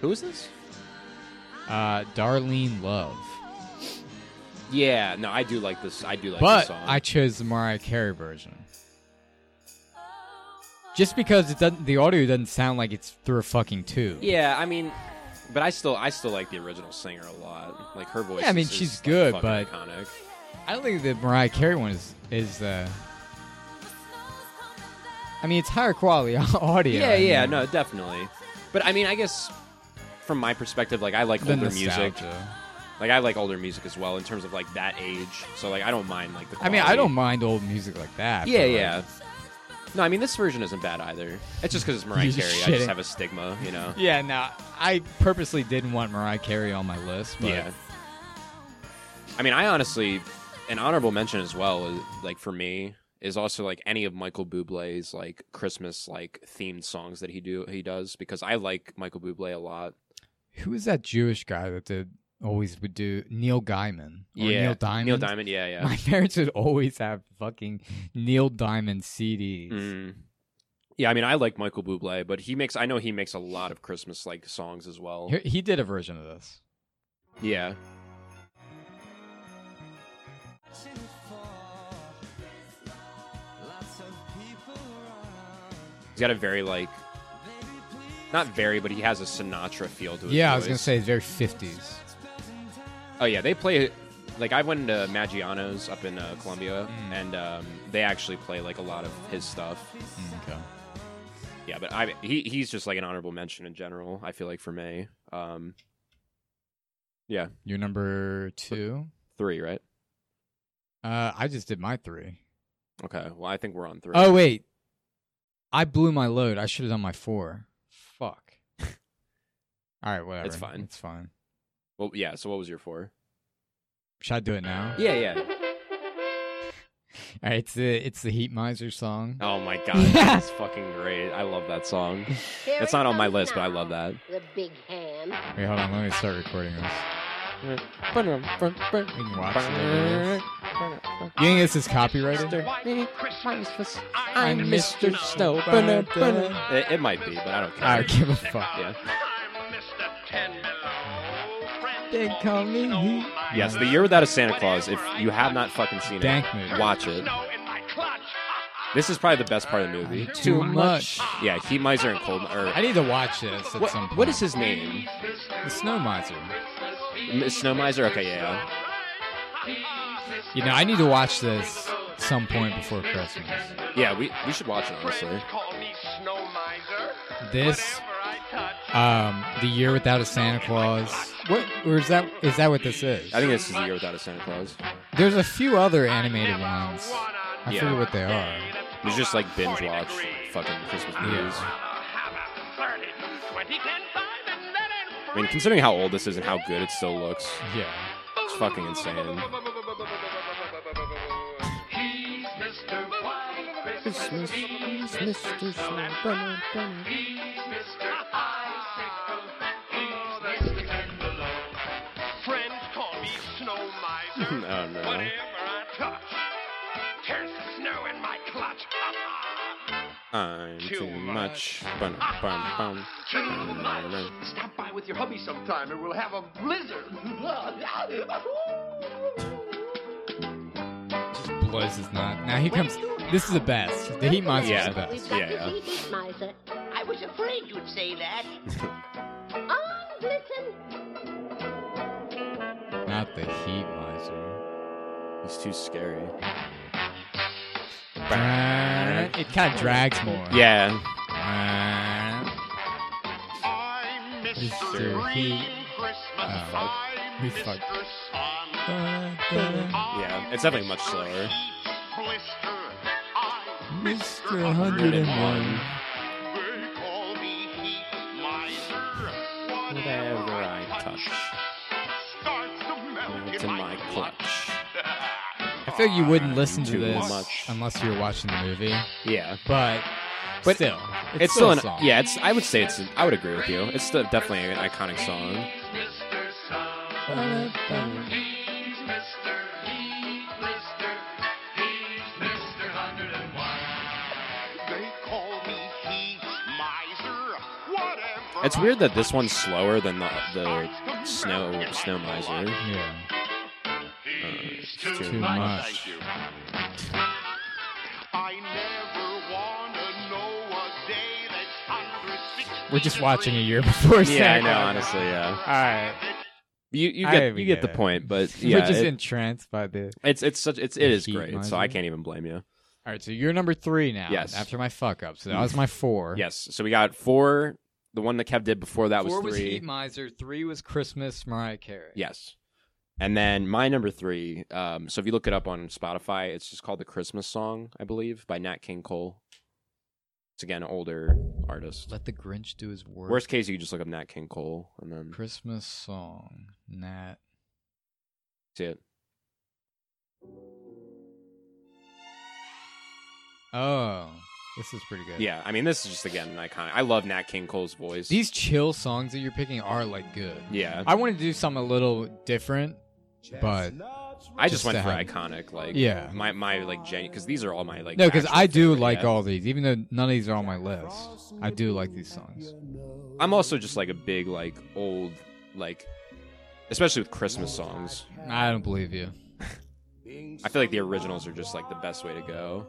[SPEAKER 2] Who is this?
[SPEAKER 1] Uh, Darlene Love.
[SPEAKER 2] Yeah, no, I do like this. I do like this
[SPEAKER 1] but
[SPEAKER 2] song.
[SPEAKER 1] I chose the Mariah Carey version. Just because it doesn't, the audio doesn't sound like it's through a fucking tube.
[SPEAKER 2] Yeah, I mean, but I still I still like the original singer a lot. Like her voice.
[SPEAKER 1] Yeah, I mean,
[SPEAKER 2] is- is,
[SPEAKER 1] she's
[SPEAKER 2] like,
[SPEAKER 1] good,
[SPEAKER 2] fucking
[SPEAKER 1] but-
[SPEAKER 2] iconic.
[SPEAKER 1] I don't think the Mariah Carey one is is. Uh, I mean, it's higher quality (laughs) audio.
[SPEAKER 2] Yeah, yeah,
[SPEAKER 1] I mean,
[SPEAKER 2] no, definitely. But I mean, I guess from my perspective, like I like
[SPEAKER 1] the
[SPEAKER 2] older music.
[SPEAKER 1] nostalgia.
[SPEAKER 2] Like I like older music as well in terms of like that age. So like I don't mind like the.
[SPEAKER 1] I mean, I
[SPEAKER 2] quality.
[SPEAKER 1] don't mind old music like that.
[SPEAKER 2] Yeah,
[SPEAKER 1] but, like,
[SPEAKER 2] yeah. No, I mean this version isn't bad either. It's just because it's Mariah
[SPEAKER 1] You're
[SPEAKER 2] Carey.
[SPEAKER 1] just
[SPEAKER 2] I just
[SPEAKER 1] shitting.
[SPEAKER 2] have a stigma, you
[SPEAKER 1] (laughs)
[SPEAKER 2] know.
[SPEAKER 1] Yeah, no, I purposely didn't want Mariah Carey on my list, but
[SPEAKER 2] yeah. I mean, I honestly, an honorable mention as well, is, like for me, is also like any of Michael Bublé's like Christmas like themed songs that he do he does because I like Michael Bublé a lot.
[SPEAKER 1] who is that Jewish guy that did always would do Neil Gaiman or Neil Diamond?
[SPEAKER 2] Neil Diamond, yeah,
[SPEAKER 1] (laughs)
[SPEAKER 2] yeah.
[SPEAKER 1] My parents would always have fucking Neil Diamond CDs.
[SPEAKER 2] Mm. Yeah, I mean, I like Michael Bublé, but he makes I know he makes a lot of Christmas like songs as well.
[SPEAKER 1] He, he did a version of this.
[SPEAKER 2] Yeah. He's got a very like not very, but he has a Sinatra feel to it.
[SPEAKER 1] Yeah, I was gonna say it's very fifties.
[SPEAKER 2] Oh yeah, they play like I went to Maggiano's up in uh, Columbia,
[SPEAKER 1] Mm.
[SPEAKER 2] and um, they actually play like a lot of his stuff.
[SPEAKER 1] Mm, Okay.
[SPEAKER 2] Yeah, but I he he's just like an honorable mention in general. I feel like for me, um,
[SPEAKER 1] You're number two.
[SPEAKER 2] three, right?
[SPEAKER 1] Uh, I just did my three.
[SPEAKER 2] Okay, well I think we're on three.
[SPEAKER 1] Oh wait, I blew my load. I should have done my four. Fuck. (laughs) All right, whatever.
[SPEAKER 2] It's fine.
[SPEAKER 1] It's fine.
[SPEAKER 2] well, yeah. So what was your four?
[SPEAKER 1] Should I do it now?
[SPEAKER 2] Yeah, yeah.
[SPEAKER 1] All right, it's the it's the Heat Miser song. (laughs)
[SPEAKER 2] Oh my god, that's fucking great. I love that song.
[SPEAKER 4] Here
[SPEAKER 2] It's
[SPEAKER 4] it
[SPEAKER 2] not on my
[SPEAKER 4] comes
[SPEAKER 2] list, but I
[SPEAKER 4] now,
[SPEAKER 2] love that.
[SPEAKER 4] The big ham.
[SPEAKER 1] Wait, hold on. Let me start recording this.
[SPEAKER 2] You
[SPEAKER 1] can watch it later. You think this is copyrighted?
[SPEAKER 2] I'm Mr. Snow.
[SPEAKER 1] Ba-da-ba-da.
[SPEAKER 2] It, it might be, but I don't care.
[SPEAKER 1] I don't give a fuck.
[SPEAKER 2] Yeah.
[SPEAKER 1] They call me Heat.
[SPEAKER 2] Yes, the year without a Santa Claus. If you have not fucking seen
[SPEAKER 1] Dank
[SPEAKER 2] it,
[SPEAKER 1] movie.
[SPEAKER 2] watch it. This is probably the best part of the movie.
[SPEAKER 1] Too much.
[SPEAKER 2] Yeah, Heat Miser and Cold. Or,
[SPEAKER 1] I need to watch this at
[SPEAKER 2] what,
[SPEAKER 1] some point.
[SPEAKER 2] what is his name?
[SPEAKER 1] The Snow Miser.
[SPEAKER 2] M- Snow Miser. Okay, yeah, yeah.
[SPEAKER 1] You know, I need to watch this some point before Christmas.
[SPEAKER 2] Yeah, we we should watch it honestly.
[SPEAKER 1] This, um, the year without a Santa Claus. What or is that? Is that what this is?
[SPEAKER 2] I think this is the year without a Santa Claus.
[SPEAKER 1] there's a few other animated ones. I
[SPEAKER 2] Yeah.
[SPEAKER 1] forget what they are.
[SPEAKER 2] We should just like binge watch fucking Christmas movies. I mean, considering how old this is and how good it still looks,
[SPEAKER 1] Yeah.
[SPEAKER 2] it's fucking insane. (laughs) oh no.
[SPEAKER 5] (laughs)
[SPEAKER 2] I'm too much. Bum, bum, bum. Oh,
[SPEAKER 5] Stop by with your hubby sometime and we'll have a blizzard. (laughs)
[SPEAKER 1] Just blows his knot. Now here comes. This is the best. The Heat Miser
[SPEAKER 2] Yeah.
[SPEAKER 1] is the best.
[SPEAKER 4] We've got
[SPEAKER 2] Yeah, yeah.
[SPEAKER 4] the heat miser.
[SPEAKER 5] I was afraid you'd say that.
[SPEAKER 4] On, listen.
[SPEAKER 1] Now Not the heat miser.
[SPEAKER 2] He's too scary.
[SPEAKER 1] It kind of drags more.
[SPEAKER 2] Yeah.
[SPEAKER 5] I'm
[SPEAKER 1] Mr. Heat. Oh.
[SPEAKER 5] I'm
[SPEAKER 1] We fucked.
[SPEAKER 5] Sun.
[SPEAKER 2] Yeah, it's definitely much slower.
[SPEAKER 1] Mr. 101.
[SPEAKER 2] Whatever I touch, melts in my clutch.
[SPEAKER 1] I feel you wouldn't listen to
[SPEAKER 2] Too
[SPEAKER 1] this
[SPEAKER 2] much.
[SPEAKER 1] unless you were watching the movie,
[SPEAKER 2] Yeah,
[SPEAKER 1] but,
[SPEAKER 2] But
[SPEAKER 1] still, it's,
[SPEAKER 2] it's, still,
[SPEAKER 1] a
[SPEAKER 2] an
[SPEAKER 1] song.
[SPEAKER 2] yeah. It's I would say it's. I would agree with you. It's still definitely an iconic song. It's weird that this one's slower than the the snow snow miser. Uh,
[SPEAKER 1] Yeah.
[SPEAKER 2] it's
[SPEAKER 1] Too
[SPEAKER 2] too much.
[SPEAKER 1] much. We're just watching a year (laughs) before.
[SPEAKER 2] Yeah, I
[SPEAKER 1] Santa
[SPEAKER 2] know.
[SPEAKER 1] Claus.
[SPEAKER 2] Honestly, yeah.
[SPEAKER 1] All right.
[SPEAKER 2] You you
[SPEAKER 1] I
[SPEAKER 2] get
[SPEAKER 1] even
[SPEAKER 2] you get
[SPEAKER 1] get
[SPEAKER 2] the
[SPEAKER 1] it.
[SPEAKER 2] point, (laughs) but yeah,
[SPEAKER 1] We're just
[SPEAKER 2] it-
[SPEAKER 1] entranced by the.
[SPEAKER 2] it's it's such it's it is
[SPEAKER 1] Heat
[SPEAKER 2] great. So I
[SPEAKER 1] miser.
[SPEAKER 2] can't even blame you.
[SPEAKER 1] All right, so you're number three now.
[SPEAKER 2] Yes. Mm.
[SPEAKER 1] After my fuck up, so that was my four.
[SPEAKER 2] Yes. So we got four. The one that Kev did before that
[SPEAKER 1] four
[SPEAKER 2] was
[SPEAKER 1] was
[SPEAKER 2] three.
[SPEAKER 1] Heat Miser. Three was Christmas. Mariah Carey.
[SPEAKER 2] Yes. And then my number three. Um, so if you look it up on Spotify, it's just called the Christmas Song, I believe, by Nat King Cole. It's again an older artist.
[SPEAKER 1] Let the Grinch do his work.
[SPEAKER 2] Worst case, you can just look up Nat King Cole and then
[SPEAKER 1] Christmas song. Nat.
[SPEAKER 2] see it.
[SPEAKER 1] Oh, this is pretty good.
[SPEAKER 2] Yeah, I mean, this is just again an iconic. I love Nat King Cole's voice.
[SPEAKER 1] These chill songs that you're picking are like good.
[SPEAKER 2] yeah,
[SPEAKER 1] I wanted to do something a little different, but
[SPEAKER 2] I just,
[SPEAKER 1] just
[SPEAKER 2] went
[SPEAKER 1] to
[SPEAKER 2] for
[SPEAKER 1] have-
[SPEAKER 2] iconic, like
[SPEAKER 1] Yeah.
[SPEAKER 2] my my like genuine because these are all my like
[SPEAKER 1] no, because
[SPEAKER 2] actual
[SPEAKER 1] I do
[SPEAKER 2] favorite,
[SPEAKER 1] like
[SPEAKER 2] yeah.
[SPEAKER 1] all these, even though none of these are on my list. I do like these songs.
[SPEAKER 2] I'm also just like a big like old like, especially with Christmas songs.
[SPEAKER 1] I don't believe you.
[SPEAKER 2] I feel like the originals are just like the best way to go.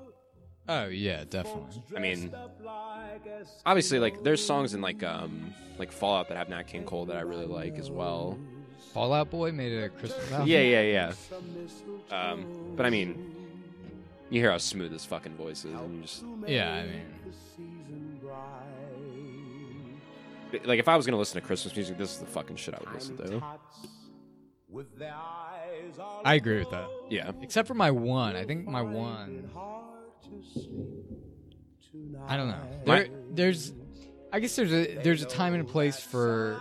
[SPEAKER 1] Oh yeah, definitely.
[SPEAKER 2] I mean, obviously, like there's songs in like um like Fallout that have Nat King Cole that I really like as well.
[SPEAKER 1] Fallout Boy made it a Christmas album.
[SPEAKER 2] Yeah, yeah, yeah. Um, but I mean, you hear how smooth this fucking voice is, and you just
[SPEAKER 1] Yeah, I mean,
[SPEAKER 2] like if I was gonna listen to Christmas music, this is the fucking shit I would listen to.
[SPEAKER 1] I agree with that.
[SPEAKER 2] Yeah,
[SPEAKER 1] Except for my one. I think my one. I don't know.
[SPEAKER 2] My-
[SPEAKER 1] There, there's, I guess there's a there's a time and a place for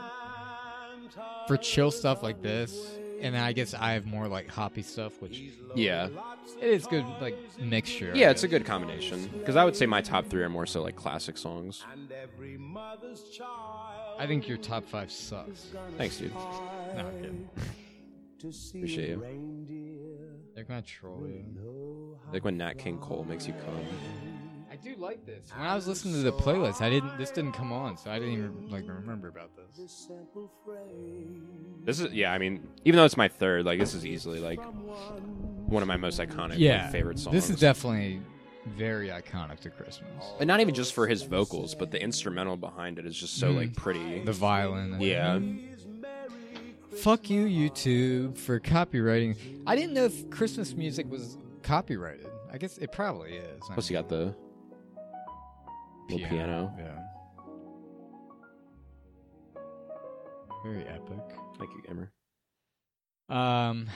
[SPEAKER 1] for chill stuff like this, and then I guess I have more like hoppy stuff, which
[SPEAKER 2] yeah,
[SPEAKER 1] it is good like mixture. I
[SPEAKER 2] yeah. It's a
[SPEAKER 1] guess.
[SPEAKER 2] good combination because I would say my top three are more so like classic songs.
[SPEAKER 1] I think your top five sucks.
[SPEAKER 2] Thanks, dude.
[SPEAKER 1] No, I'm kidding.
[SPEAKER 2] Appreciate you.
[SPEAKER 1] They're gonna troll you.
[SPEAKER 2] Like when Nat King Cole makes you come.
[SPEAKER 1] I do like this. When I was listening to the playlist, I didn't. This didn't come on, so I didn't even like remember about this.
[SPEAKER 2] This is yeah. I mean, even though it's my third, like this is easily like one of my most iconic like,
[SPEAKER 1] Yeah,
[SPEAKER 2] favorite songs.
[SPEAKER 1] This is definitely very iconic to Christmas.
[SPEAKER 2] and not even just for his vocals, but the instrumental behind it is just so like pretty.
[SPEAKER 1] The violin.
[SPEAKER 2] yeah,
[SPEAKER 1] Fuck you, YouTube, for copywriting. I didn't know if Christmas music was copyrighted. I guess it probably is. I
[SPEAKER 2] plus you
[SPEAKER 1] mean,
[SPEAKER 2] got the little piano.
[SPEAKER 1] Yeah. Very epic.
[SPEAKER 2] Thank you, Emmer.
[SPEAKER 1] Um,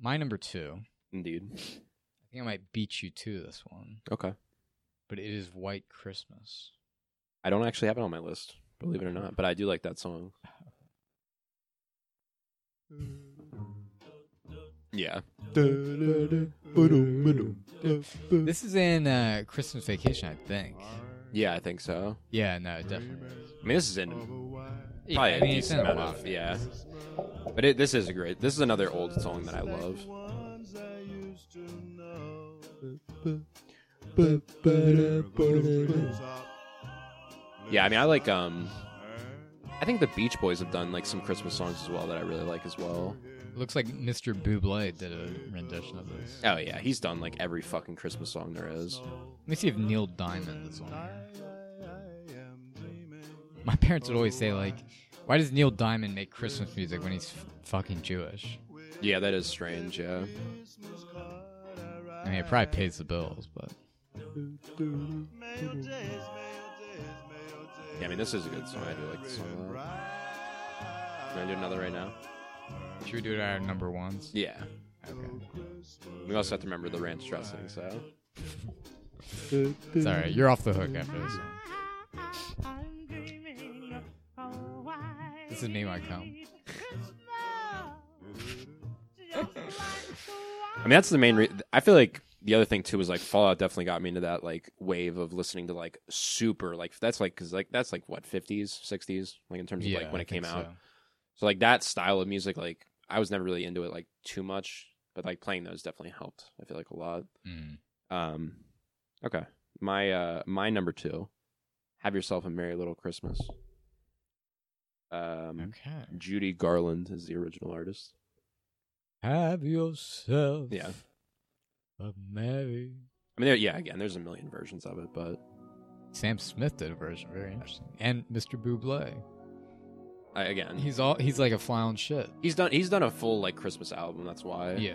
[SPEAKER 1] my number two.
[SPEAKER 2] Indeed.
[SPEAKER 1] I think I might beat you to this one,
[SPEAKER 2] Okay.
[SPEAKER 1] but it is White Christmas.
[SPEAKER 2] I don't actually have it on my list, believe it or not, but I do like that song. Yeah.
[SPEAKER 1] This is in uh, Christmas Vacation, I think.
[SPEAKER 2] Yeah, I think so.
[SPEAKER 1] Yeah, no, it definitely. is.
[SPEAKER 2] I mean, this is in
[SPEAKER 1] Yeah,
[SPEAKER 2] probably
[SPEAKER 1] I
[SPEAKER 2] a
[SPEAKER 1] mean, it's
[SPEAKER 2] decent
[SPEAKER 1] in a
[SPEAKER 2] amount
[SPEAKER 1] lot
[SPEAKER 2] of, yeah. But it, this is a great. This is another old song that I love. Yeah, I mean, I like. Um, I think the Beach Boys have done like some Christmas songs as well that I really like as well.
[SPEAKER 1] Looks like Mr. Buble did a rendition of this.
[SPEAKER 2] Oh yeah, he's done like every fucking Christmas song there is.
[SPEAKER 1] Let me see if Neil Diamond is on here. My parents would always say, like, why does Neil Diamond make Christmas music when he's f- fucking Jewish?
[SPEAKER 2] Yeah, that is strange. Yeah.
[SPEAKER 1] I mean, it probably pays the bills, but
[SPEAKER 2] Yeah, I mean, this is a good song. I do like this song a lot. Can I do another right now?
[SPEAKER 1] should we do it at our number ones?
[SPEAKER 2] Yeah.
[SPEAKER 1] Okay.
[SPEAKER 2] We also have to remember the ranch dressing, so.
[SPEAKER 1] It's all right. You're off the hook after this. one. This is me, my come.
[SPEAKER 2] I mean, that's the main. Re- I feel like the other thing too was like Fallout definitely got me into that like wave of listening to like super like that's like because like that's like what fifties sixties like in terms of like when
[SPEAKER 1] I
[SPEAKER 2] it came
[SPEAKER 1] think
[SPEAKER 2] out.
[SPEAKER 1] so.
[SPEAKER 2] So like that style of music, like I was never really into it like too much, but like playing those definitely helped. I feel like a lot.
[SPEAKER 1] Mm.
[SPEAKER 2] Um, okay, my uh my number two, have yourself a merry little Christmas. Um,
[SPEAKER 1] Okay.
[SPEAKER 2] Judy Garland is the original artist.
[SPEAKER 1] Have yourself
[SPEAKER 2] Yeah.
[SPEAKER 1] a merry.
[SPEAKER 2] I mean, there, yeah, again, there's a million versions of it, but
[SPEAKER 1] Sam Smith did a version, very interesting, and Mr. Buble.
[SPEAKER 2] I, again, he's
[SPEAKER 1] He's all he's like a fly on shit.
[SPEAKER 2] he's done he's done a full like Christmas album. That's why.
[SPEAKER 1] Yeah.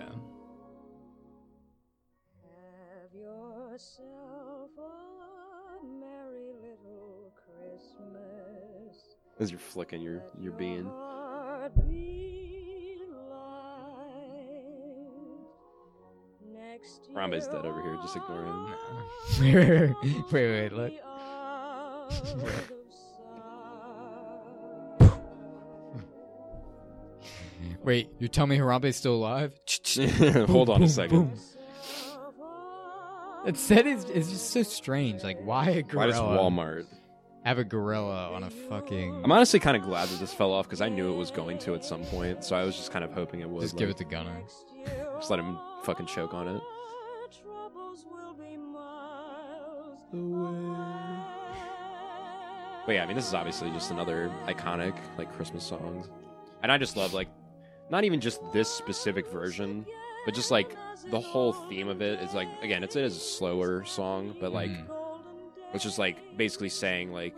[SPEAKER 6] Have yourself a merry little Christmas.
[SPEAKER 2] as you're flicking your
[SPEAKER 6] Let
[SPEAKER 2] your bean. (laughs)
[SPEAKER 6] heart be light. Next
[SPEAKER 2] Rambe's dead over here, just ignore him.
[SPEAKER 1] wait, (laughs) wait, wait, look.
[SPEAKER 6] look.
[SPEAKER 1] Wait, you're telling me Harambe's still
[SPEAKER 2] (laughs)
[SPEAKER 1] alive?
[SPEAKER 2] Hold on
[SPEAKER 1] boom,
[SPEAKER 2] a second.
[SPEAKER 1] boom. It said it's, it's just so strange. Like, why a
[SPEAKER 2] Why
[SPEAKER 1] gorilla?
[SPEAKER 2] does Walmart?
[SPEAKER 1] have a gorilla on a fucking?
[SPEAKER 2] I'm honestly kind of glad that this fell off because I knew it was going to at some point, so I was just kind of hoping it would.
[SPEAKER 1] just give it
[SPEAKER 2] like,
[SPEAKER 1] to Gunner.
[SPEAKER 2] just let him fucking choke on it. But yeah, I mean, this is obviously just another iconic like Christmas songs, and I just love like not even just this specific version, but just like the whole theme of it is like again, it's it is a slower song, but like
[SPEAKER 1] Mhm.
[SPEAKER 2] it's just like basically saying like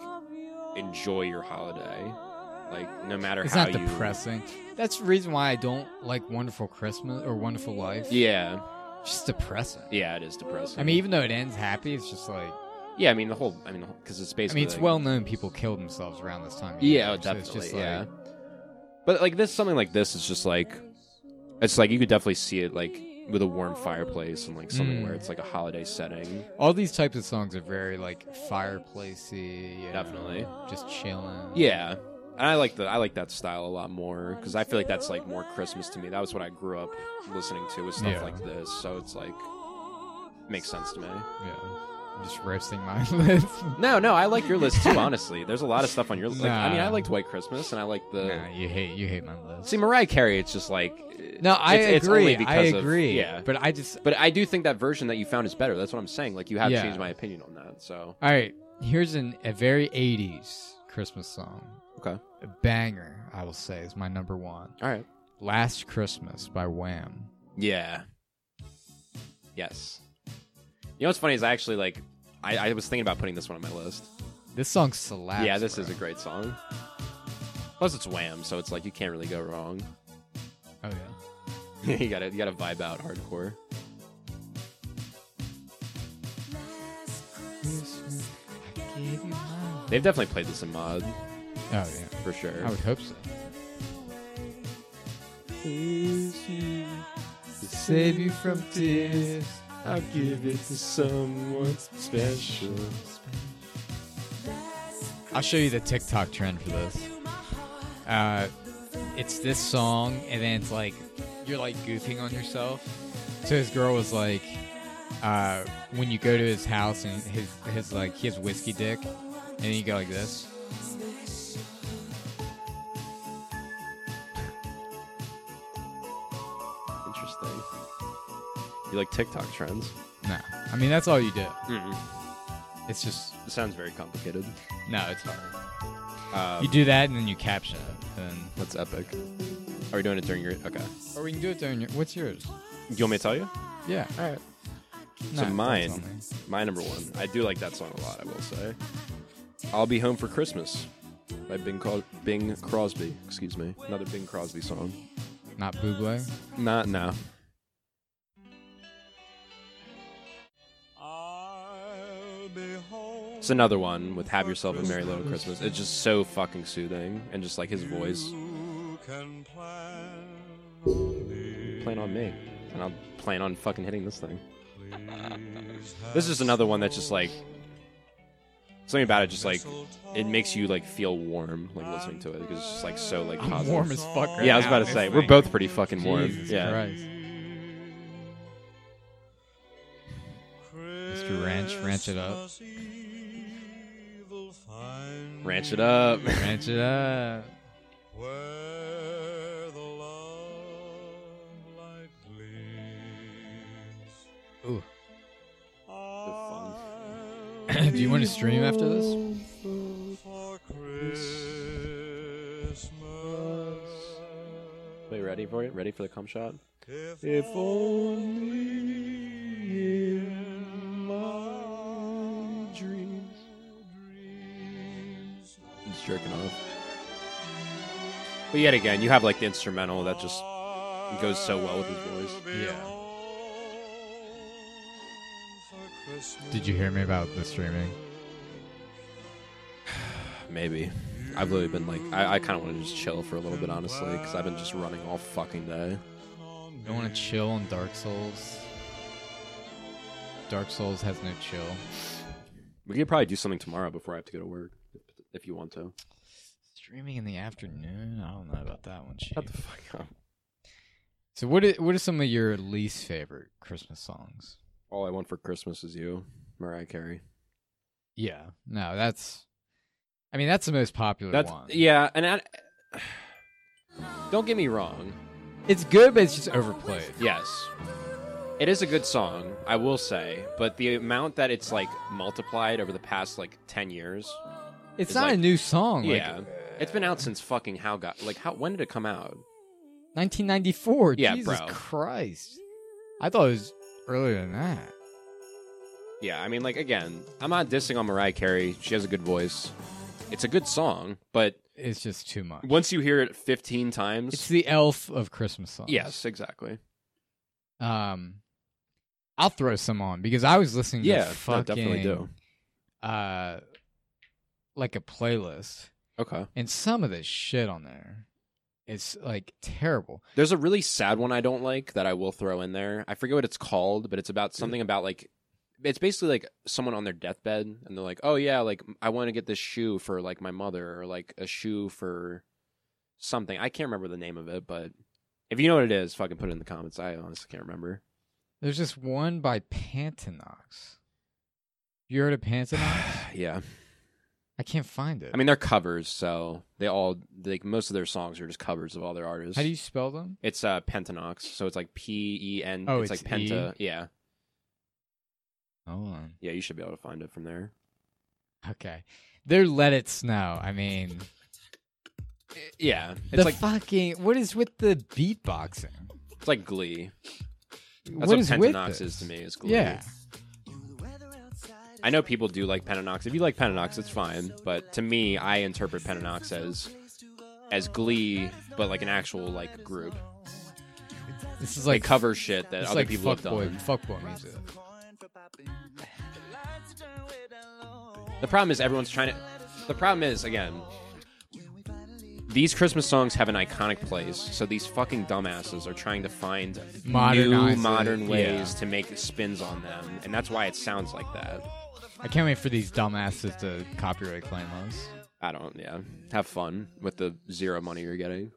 [SPEAKER 2] enjoy your holiday, like no matter
[SPEAKER 1] It's
[SPEAKER 2] how
[SPEAKER 1] not
[SPEAKER 2] you.
[SPEAKER 1] depressing. That's the reason why I don't like Wonderful Christmas or Wonderful Life.
[SPEAKER 2] Yeah,
[SPEAKER 1] It's just depressing.
[SPEAKER 2] yeah, it is depressing.
[SPEAKER 1] I mean, even though it ends happy, it's just like
[SPEAKER 2] yeah, I mean the whole, I mean, because it's
[SPEAKER 1] I
[SPEAKER 2] basically.
[SPEAKER 1] mean, it's
[SPEAKER 2] like-
[SPEAKER 1] well known people kill themselves around this time. of
[SPEAKER 2] Yeah,
[SPEAKER 1] year,
[SPEAKER 2] oh,
[SPEAKER 1] so
[SPEAKER 2] definitely.
[SPEAKER 1] it's just like,
[SPEAKER 2] yeah, but like this, something like this is just like, it's like you could definitely see it like with a warm fireplace and like something
[SPEAKER 1] Mm.
[SPEAKER 2] where it's like a holiday setting.
[SPEAKER 1] All these types of songs are very like fireplacey. you know,
[SPEAKER 2] Definitely.
[SPEAKER 1] just chilling.
[SPEAKER 2] Yeah, and I like the I like that style a lot more because I feel like that's like more Christmas to me. That was what I grew up listening to was stuff
[SPEAKER 1] Yeah.
[SPEAKER 2] like this. So it's like makes sense to me.
[SPEAKER 1] yeah. I'm just roasting my (laughs) list.
[SPEAKER 2] No, no, I like your
[SPEAKER 1] (laughs)
[SPEAKER 2] list too. Honestly, there's a lot of stuff on your list. Like, I mean,
[SPEAKER 1] Nah.
[SPEAKER 2] I liked White Christmas and I like the.
[SPEAKER 1] nah, you hate you hate my list.
[SPEAKER 2] See, Mariah Carey, it's just like
[SPEAKER 1] no, I
[SPEAKER 2] it's- it's
[SPEAKER 1] agree.
[SPEAKER 2] only
[SPEAKER 1] I
[SPEAKER 2] because of-
[SPEAKER 1] agree.
[SPEAKER 2] yeah,
[SPEAKER 1] but I just
[SPEAKER 2] But I do think that version that you found is better. That's what I'm saying. Like you have
[SPEAKER 1] Yeah.
[SPEAKER 2] changed my opinion on that. So
[SPEAKER 1] all right. Here's an a very '80s Christmas song.
[SPEAKER 2] okay,
[SPEAKER 1] A banger, I will say, is my number one.
[SPEAKER 2] all right.
[SPEAKER 1] "Last Christmas" by Wham.
[SPEAKER 2] Yeah. Yes. You know what's funny is I actually like I, I was thinking about putting this one on my list.
[SPEAKER 1] This song slaps.
[SPEAKER 2] yeah, this
[SPEAKER 1] bro.
[SPEAKER 2] is a great song. Plus it's Wham, so it's like you can't really go wrong. (laughs)
[SPEAKER 1] Oh yeah.
[SPEAKER 2] you gotta you gotta vibe out hardcore. They've definitely played this in mod
[SPEAKER 1] Oh yeah.
[SPEAKER 2] for sure.
[SPEAKER 1] I would hope so. save you from tears.
[SPEAKER 2] I'll give it to someone special.
[SPEAKER 1] I'll show you the TikTok trend for this. Uh, it's this song, and then it's like you're like goofing on yourself. So his girl was like, uh, when you go to his house and his his like he has whiskey dick, and you go like this.
[SPEAKER 2] Interesting. You like TikTok trends?
[SPEAKER 1] No, I mean that's all you do.
[SPEAKER 2] Mm-hmm.
[SPEAKER 1] It's just
[SPEAKER 2] It sounds very complicated.
[SPEAKER 1] no, it's hard.
[SPEAKER 2] Um,
[SPEAKER 1] You do that, and then you caption it. And
[SPEAKER 2] That's epic. Are we doing it during your? Okay.
[SPEAKER 1] or we can do it during your. What's yours?
[SPEAKER 2] Do you want me to tell you?
[SPEAKER 1] Yeah.
[SPEAKER 2] All right.
[SPEAKER 1] No,
[SPEAKER 2] So
[SPEAKER 1] don't
[SPEAKER 2] mine,
[SPEAKER 1] tell me.
[SPEAKER 2] my number one. I do like that song a lot. I will say. I'll be home for Christmas by Bing, Cros- Bing Crosby. Excuse me. Another Bing Crosby song.
[SPEAKER 1] Not Buble.
[SPEAKER 2] Not no.
[SPEAKER 3] I'll be home.
[SPEAKER 2] It's another one with "Have Yourself a Merry Little Christmas." It's just so fucking soothing, and just like his voice
[SPEAKER 3] You can plan on me.
[SPEAKER 2] playing on me, and I'm plan on fucking hitting this thing. This is another one that's just like something about it. Just like it makes you like feel warm, like listening to it, because it's just like so like
[SPEAKER 1] I'm
[SPEAKER 2] positive.
[SPEAKER 1] warm as fuck. Right
[SPEAKER 2] yeah, I was
[SPEAKER 1] now
[SPEAKER 2] about
[SPEAKER 1] in
[SPEAKER 2] to
[SPEAKER 1] this
[SPEAKER 2] say
[SPEAKER 1] thing.
[SPEAKER 2] we're both pretty fucking warm.
[SPEAKER 1] Jesus
[SPEAKER 2] yeah,
[SPEAKER 1] Christ. Mr. Ranch, ranch it up.
[SPEAKER 2] ranch it up.
[SPEAKER 1] Ranch it up.
[SPEAKER 3] Where the love light gleams.
[SPEAKER 1] Ooh.
[SPEAKER 3] I'll
[SPEAKER 1] (coughs) Do you want to stream after this?
[SPEAKER 3] for Christmas.
[SPEAKER 2] Wait, ready for it? Ready for the cum shot?
[SPEAKER 3] If
[SPEAKER 2] If
[SPEAKER 3] only in my
[SPEAKER 2] dreams.
[SPEAKER 3] dreams
[SPEAKER 2] It's jerking off. But yet again, you have like the instrumental that just goes so well with his voice.
[SPEAKER 1] Yeah.
[SPEAKER 3] for Christmas.
[SPEAKER 1] Did you hear me about the streaming?
[SPEAKER 2] Maybe. I've really been like, I, I kind of want to just chill for a little bit, honestly, because I've been just running all fucking day.
[SPEAKER 1] I
[SPEAKER 2] E.
[SPEAKER 1] want to chill on Dark Souls. Dark Souls has no chill.
[SPEAKER 2] We could probably do something tomorrow before I have to go to work, if you want to.
[SPEAKER 1] Streaming in the afternoon? I don't know about that one.
[SPEAKER 2] Shut
[SPEAKER 1] Chief.
[SPEAKER 2] the fuck up.
[SPEAKER 1] So what? Are, what are some of your least favorite Christmas songs?
[SPEAKER 2] All I want for Christmas is you, Mariah Carey.
[SPEAKER 1] Yeah. No, that's. I mean, that's the most popular
[SPEAKER 2] That's
[SPEAKER 1] one.
[SPEAKER 2] yeah, and I, don't get me wrong.
[SPEAKER 1] It's good, but it's just overplayed.
[SPEAKER 2] Yes. It is a good song, I will say, but the amount that it's like multiplied over the past like 10 years.
[SPEAKER 1] It's,
[SPEAKER 2] It's
[SPEAKER 1] not a
[SPEAKER 2] like-
[SPEAKER 1] new song. like,
[SPEAKER 2] yeah. it's been out since fucking how got like how when did it come out?
[SPEAKER 1] 1994.
[SPEAKER 2] Yeah,
[SPEAKER 1] Jesus
[SPEAKER 2] bro.
[SPEAKER 1] Christ. I thought it was earlier than that.
[SPEAKER 2] Yeah, I mean like again, I'm not dissing on Mariah Carey. She has a good voice. It's a good song, but
[SPEAKER 1] It's just too much.
[SPEAKER 2] once you hear it 15 times,
[SPEAKER 1] It's the elf of Christmas songs.
[SPEAKER 2] yes, exactly.
[SPEAKER 1] Um, I'll throw some on because I was listening
[SPEAKER 2] Yeah,
[SPEAKER 1] to
[SPEAKER 2] no,
[SPEAKER 1] fucking
[SPEAKER 2] definitely do.
[SPEAKER 1] uh, like a playlist,
[SPEAKER 2] Okay.
[SPEAKER 1] and some of this shit on there is like terrible.
[SPEAKER 2] There's a really sad one I don't like that I will throw in there. I forget what it's called, but it's about something about like it's basically like someone on their deathbed and they're like, "Oh yeah, like I want to get this shoe for like my mother or like a shoe for something." I can't remember the name of it, but if you know what it is, fucking put it in the comments. I honestly can't remember. (sighs)
[SPEAKER 1] There's just one by Pantanox. You heard of
[SPEAKER 2] (sighs)
[SPEAKER 1] Pantanox?
[SPEAKER 2] yeah.
[SPEAKER 1] I can't find it.
[SPEAKER 2] I mean, they're covers, so they all like most of their songs are just covers of all their artists.
[SPEAKER 1] how do you spell them?
[SPEAKER 2] It's uh Pentanox, so it's like P E N
[SPEAKER 1] Oh,
[SPEAKER 2] it's,
[SPEAKER 1] it's
[SPEAKER 2] like Penta. Yeah.
[SPEAKER 1] Hold on.
[SPEAKER 2] Yeah, you should be able to find it from there.
[SPEAKER 1] Okay, they're Let It Snow. I mean,
[SPEAKER 2] Uh, Yeah. (laughs) It's
[SPEAKER 1] the
[SPEAKER 2] like
[SPEAKER 1] fucking what is with the beatboxing?
[SPEAKER 2] It's like Glee. That's
[SPEAKER 1] What
[SPEAKER 2] what,
[SPEAKER 1] is with
[SPEAKER 2] Pentanox is
[SPEAKER 1] this?
[SPEAKER 2] to me. Is Glee.
[SPEAKER 1] Yeah,
[SPEAKER 2] I know people do like Pentanox. If you like Pentanox, it's fine. But to me, I interpret Pentanox as as Glee, but like an actual like group.
[SPEAKER 1] this is
[SPEAKER 2] They
[SPEAKER 1] like
[SPEAKER 2] cover shit that
[SPEAKER 1] It's
[SPEAKER 2] other
[SPEAKER 1] like
[SPEAKER 2] people have
[SPEAKER 1] fuckboy,
[SPEAKER 2] done.
[SPEAKER 1] fuckboy music.
[SPEAKER 2] The problem is everyone's trying to. The problem is again. These Christmas songs have an iconic place, so these fucking dumbasses are trying to find
[SPEAKER 1] Modernize
[SPEAKER 2] new
[SPEAKER 1] it,
[SPEAKER 2] modern ways
[SPEAKER 1] yeah.
[SPEAKER 2] to make spins on them, and that's why it sounds like that.
[SPEAKER 1] I can't wait for these dumbasses to copyright claim us.
[SPEAKER 2] I don't. Yeah, have fun with the zero money you're getting.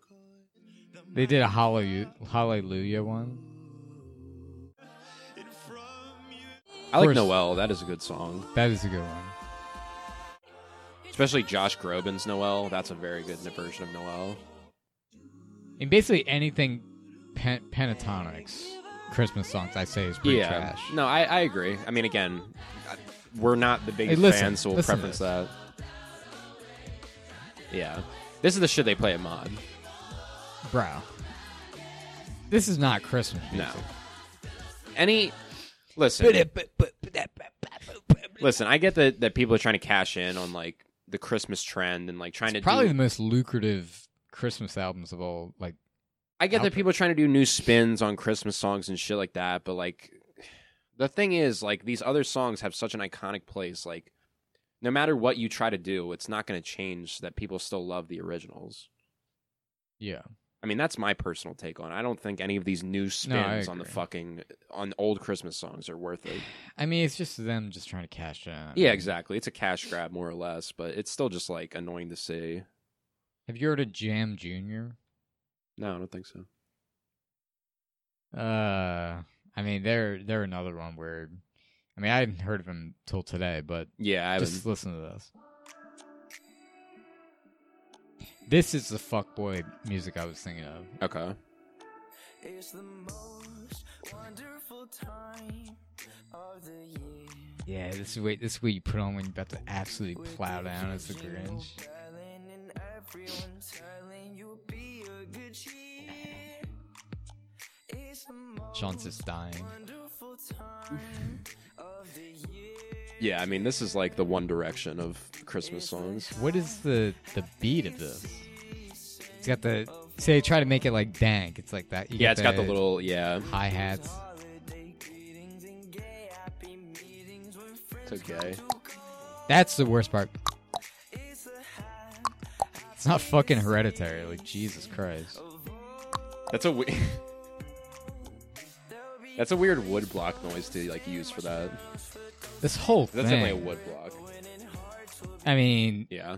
[SPEAKER 1] They did a Hallelu- Hallelujah one.
[SPEAKER 2] I like
[SPEAKER 1] course.
[SPEAKER 2] Noel. That is a good song,
[SPEAKER 1] That is a good one.
[SPEAKER 2] especially Josh Groban's Noel. That's a very good version of Noel.
[SPEAKER 1] And basically anything pen- pentatonics Christmas songs I say is pretty
[SPEAKER 2] yeah,
[SPEAKER 1] trash.
[SPEAKER 2] no, I, I agree. I mean, again, I- we're not the biggest
[SPEAKER 1] listen,
[SPEAKER 2] fans, so we'll
[SPEAKER 1] listen to
[SPEAKER 2] preference
[SPEAKER 1] this.
[SPEAKER 2] that. Yeah, this is the shit they play at mod.
[SPEAKER 1] Bro. This is not Christmas
[SPEAKER 2] No,
[SPEAKER 1] music.
[SPEAKER 2] any. Listen, listen. I get that that people are trying to cash in on like the Christmas trend and like trying to
[SPEAKER 1] Probably
[SPEAKER 2] do,
[SPEAKER 1] the most lucrative Christmas albums of all like
[SPEAKER 2] I get that
[SPEAKER 1] Albert.
[SPEAKER 2] people are trying to do new spins on Christmas songs and shit like that, but like the thing is, like these other songs have such an iconic place. Like, no matter what you try to do, it's not going to change that people still love the originals.
[SPEAKER 1] Yeah.
[SPEAKER 2] I mean, that's my personal take on. it. I don't think any of these new
[SPEAKER 1] I
[SPEAKER 2] spins on the
[SPEAKER 1] agree.
[SPEAKER 2] fucking on old Christmas songs are worth it.
[SPEAKER 1] I mean, it's just them just trying to cash in.
[SPEAKER 2] Yeah, exactly. It's a cash grab, more or less, but it's still just like annoying to see.
[SPEAKER 1] Have you heard of Jam Junior?
[SPEAKER 2] No, I don't think so.
[SPEAKER 1] Uh, I mean, they're they're another one where, I mean, I hadn't heard of them till today, but
[SPEAKER 2] Yeah, I
[SPEAKER 1] just
[SPEAKER 2] haven't.
[SPEAKER 1] listen to this. This is the fuckboy music I was thinking of.
[SPEAKER 2] Okay.
[SPEAKER 7] It's the most wonderful time of the year.
[SPEAKER 1] Yeah, this is wait, this is what you put on when you're about to absolutely plow down as the Grinch.
[SPEAKER 7] Belling and everyone telling you be a good cheer. It's the most
[SPEAKER 1] Sean's just dying.
[SPEAKER 7] wonderful time of the year.
[SPEAKER 2] Yeah, I mean, this is like the One Direction of Christmas songs.
[SPEAKER 1] What is the the beat of this? It's got the say. Try to make it like dank. It's like that. You
[SPEAKER 2] Yeah, it's got the little yeah.
[SPEAKER 1] hi hats.
[SPEAKER 2] It's okay.
[SPEAKER 1] That's the worst part. It's not fucking hereditary. Like Jesus Christ.
[SPEAKER 2] That's a we- (laughs) that's a weird wood block noise to like use for that.
[SPEAKER 1] This whole
[SPEAKER 2] That's
[SPEAKER 1] thing.
[SPEAKER 2] definitely a wood block.
[SPEAKER 1] I mean, (laughs)
[SPEAKER 2] Yeah,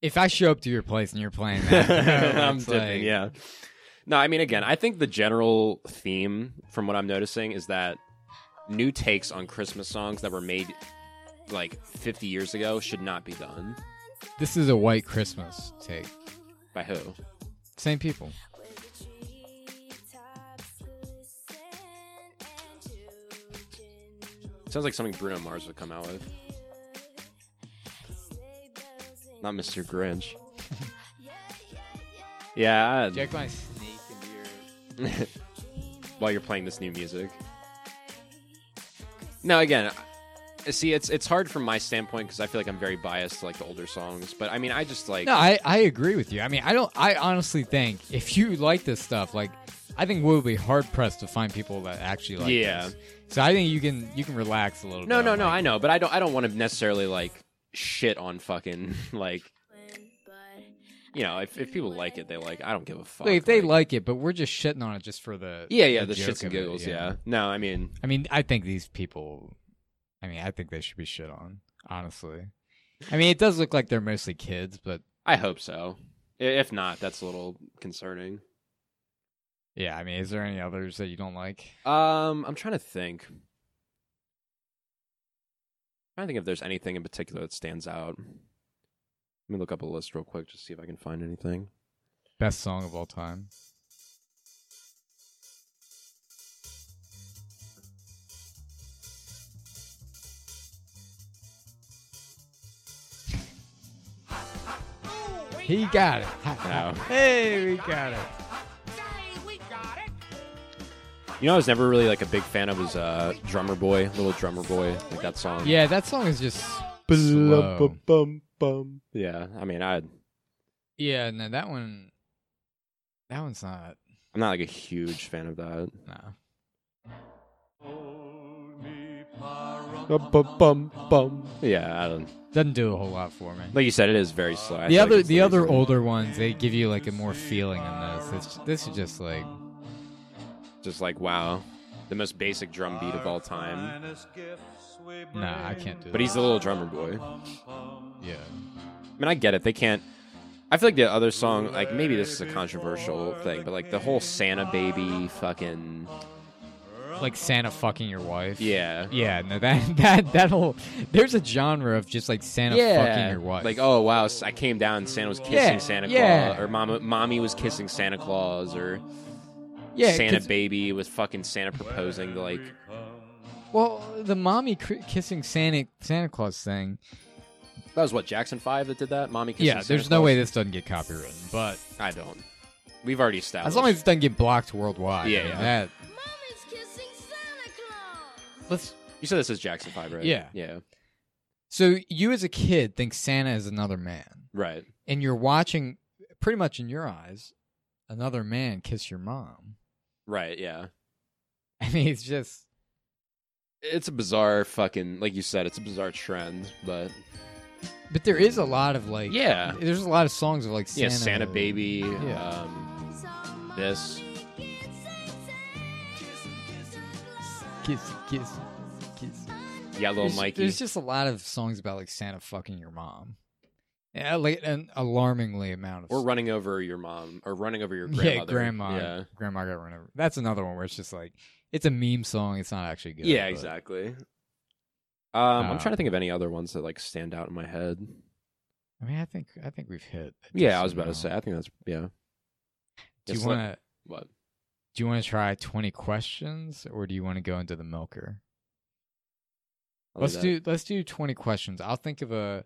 [SPEAKER 1] if I show up to your place and you're playing that, you know,
[SPEAKER 2] (laughs) I'm
[SPEAKER 1] it's
[SPEAKER 2] dipping.
[SPEAKER 1] like-
[SPEAKER 2] yeah. No, I mean, again, I think the general theme from what I'm noticing is that new takes on Christmas songs that were made like 50 years ago should not be done
[SPEAKER 1] This is a white Christmas take.
[SPEAKER 2] by who?
[SPEAKER 1] Same people.
[SPEAKER 2] Sounds like something Bruno Mars would come out with. Not Mr. Grinch. (laughs) yeah. I-
[SPEAKER 1] Jack my snake into your.
[SPEAKER 2] (laughs) while you're playing this new music. Now again, I- see it's it's hard from my standpoint because I feel like I'm very biased to like the older songs, but I mean I just like
[SPEAKER 1] No, I, I agree with you. I mean, I don't. I honestly think if you like this stuff, like I think we'll be hard pressed to find people that actually like.
[SPEAKER 2] Yeah.
[SPEAKER 1] this. So I think you can you can relax a little.
[SPEAKER 2] no
[SPEAKER 1] bit.
[SPEAKER 2] no
[SPEAKER 1] on,
[SPEAKER 2] no
[SPEAKER 1] like-
[SPEAKER 2] I know, but I don't I don't want to necessarily like shit on fucking (laughs) like you know if, if people like it they like I don't give a fuck.
[SPEAKER 1] Like, if they like it, but we're just shitting on it just for the
[SPEAKER 2] yeah yeah the
[SPEAKER 1] joke
[SPEAKER 2] shits and
[SPEAKER 1] of it,
[SPEAKER 2] giggles yeah. no I mean
[SPEAKER 1] I mean, I think these people. I mean, I think they should be shit on. Honestly, I mean, it does look like they're mostly kids, but
[SPEAKER 2] I hope so. I- If not, that's a little concerning.
[SPEAKER 1] yeah. I mean, is there any others that you don't like?
[SPEAKER 2] Um, I'm trying to think. I'm trying to think if there's anything in particular that stands out. Let me look up a list real quick just see if I can find anything.
[SPEAKER 1] Best song of all time. He got it.
[SPEAKER 2] No.
[SPEAKER 1] (laughs) Hey, we got it.
[SPEAKER 2] You know, I was never really like a big fan of his uh, drummer boy, little drummer boy, like that song.
[SPEAKER 1] Yeah, that song is just slow.
[SPEAKER 2] yeah. I mean, I I'm
[SPEAKER 1] Yeah, no, that one. That one's not.
[SPEAKER 2] not like a huge fan of that.
[SPEAKER 1] No.
[SPEAKER 2] Yeah, I don't.
[SPEAKER 1] Doesn't do a whole lot for me.
[SPEAKER 2] Like you said, it is very slow. I
[SPEAKER 1] the
[SPEAKER 2] feel like
[SPEAKER 1] other
[SPEAKER 2] it's
[SPEAKER 1] the other
[SPEAKER 2] reason.
[SPEAKER 1] older ones, they give you like a more feeling than this. It's, this is just like
[SPEAKER 2] just like wow, the most basic drum beat of all time.
[SPEAKER 1] nah, I can't do.
[SPEAKER 2] But he's the little drummer boy.
[SPEAKER 1] yeah.
[SPEAKER 2] I mean, I get it. They can't. I feel like the other song, like maybe this is a controversial thing, but like the whole Santa baby fucking
[SPEAKER 1] Like Santa fucking your wife.
[SPEAKER 2] yeah,
[SPEAKER 1] Yeah, no, that (laughs) that that whole there's a genre of just like Santa fucking your wife.
[SPEAKER 2] Like oh wow, s- I came down, and Santa was kissing
[SPEAKER 1] Yeah,
[SPEAKER 2] Santa Claus,
[SPEAKER 1] yeah.
[SPEAKER 2] or mama, mommy was kissing Santa Claus, or
[SPEAKER 1] yeah,
[SPEAKER 2] Santa
[SPEAKER 1] 'cause-
[SPEAKER 2] baby was fucking Santa proposing to like
[SPEAKER 1] Well, the mommy cr- kissing Santa Santa Claus thing.
[SPEAKER 2] that was what Jackson Five that did that. Mommy kissing
[SPEAKER 1] Yeah,
[SPEAKER 2] Santa
[SPEAKER 1] there's no
[SPEAKER 2] Claus?
[SPEAKER 1] way this doesn't get copywritten, but
[SPEAKER 2] I don't. We've already established
[SPEAKER 1] as long as it doesn't get blocked worldwide.
[SPEAKER 2] Yeah,
[SPEAKER 1] I mean,
[SPEAKER 2] yeah.
[SPEAKER 1] that
[SPEAKER 4] Mommy's kissing Santa Claus.
[SPEAKER 1] let's.
[SPEAKER 2] you said this is Jackson Five, right?
[SPEAKER 1] Yeah.
[SPEAKER 2] yeah,
[SPEAKER 1] So you as a kid think Santa is another man.
[SPEAKER 2] right.
[SPEAKER 1] and you're watching pretty much in your eyes another man kiss your mom. (laughs)
[SPEAKER 2] Right, yeah.
[SPEAKER 1] I mean, it's just
[SPEAKER 2] It's a bizarre fucking like you said, it's a bizarre trend, but
[SPEAKER 1] but there is a lot of like
[SPEAKER 2] Yeah.
[SPEAKER 1] there's a lot of songs of like Santa,
[SPEAKER 2] yeah, Santa Baby,
[SPEAKER 1] Yeah.
[SPEAKER 2] um this
[SPEAKER 1] kiss kiss kiss.
[SPEAKER 2] Yellow
[SPEAKER 1] there's,
[SPEAKER 2] Mikey.
[SPEAKER 1] there's just a lot of songs about like Santa fucking your mom. Yeah, like an alarmingly amount of
[SPEAKER 2] or running over your mom or running over your grandmother.
[SPEAKER 1] (laughs) yeah, grandma,
[SPEAKER 2] Yeah.
[SPEAKER 1] grandma got run over. That's another one where it's just like it's a meme song. It's not actually good.
[SPEAKER 2] yeah,
[SPEAKER 1] but-
[SPEAKER 2] exactly. Um, I'm
[SPEAKER 1] Um,
[SPEAKER 2] trying to think of any other ones that like stand out in my head.
[SPEAKER 1] I mean, I think I think we've hit. a
[SPEAKER 2] Yeah, I was
[SPEAKER 1] decent
[SPEAKER 2] about to say.
[SPEAKER 1] amount.
[SPEAKER 2] I think that's yeah.
[SPEAKER 1] Do you
[SPEAKER 2] It's like-
[SPEAKER 1] want to
[SPEAKER 2] What?
[SPEAKER 1] do you want to try twenty questions or do you want to go into the milker?
[SPEAKER 2] I'll
[SPEAKER 1] let's
[SPEAKER 2] that.
[SPEAKER 1] do let's do twenty questions. I'll think of a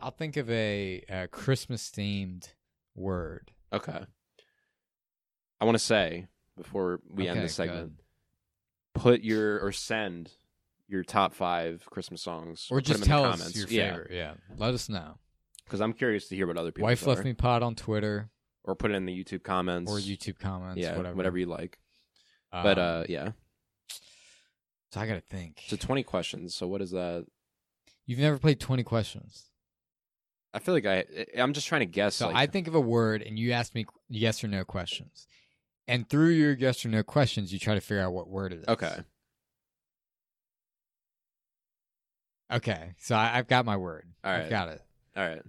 [SPEAKER 1] I'll think of a, uh Christmas themed word.
[SPEAKER 2] Okay. I want to say before we end
[SPEAKER 1] Okay,
[SPEAKER 2] the segment, put your or send your top five Christmas songs,
[SPEAKER 1] Or
[SPEAKER 2] put
[SPEAKER 1] just
[SPEAKER 2] them in the
[SPEAKER 1] tell us
[SPEAKER 2] comments.
[SPEAKER 1] your
[SPEAKER 2] yeah,
[SPEAKER 1] favorite. Yeah. Let us know.
[SPEAKER 2] because I'm curious to hear what other people.
[SPEAKER 1] Wife left
[SPEAKER 2] are.
[SPEAKER 1] me pod on Twitter
[SPEAKER 2] or put it in the YouTube comments
[SPEAKER 1] or YouTube comments,
[SPEAKER 2] yeah,
[SPEAKER 1] whatever.
[SPEAKER 2] you like. But
[SPEAKER 1] Um,
[SPEAKER 2] uh, yeah,
[SPEAKER 1] so I gotta think.
[SPEAKER 2] so 20 questions. So what is that?
[SPEAKER 1] You've never played twenty questions.
[SPEAKER 2] I feel like I I- I'm just trying to guess.
[SPEAKER 1] So
[SPEAKER 2] like,
[SPEAKER 1] I think of a word, and you ask me yes or no questions, and through your yes or no questions, you try to figure out what word it is.
[SPEAKER 2] okay,
[SPEAKER 1] Okay. So I, I've got my word.
[SPEAKER 2] All
[SPEAKER 1] I've
[SPEAKER 2] right. um,
[SPEAKER 1] got it.
[SPEAKER 2] all right.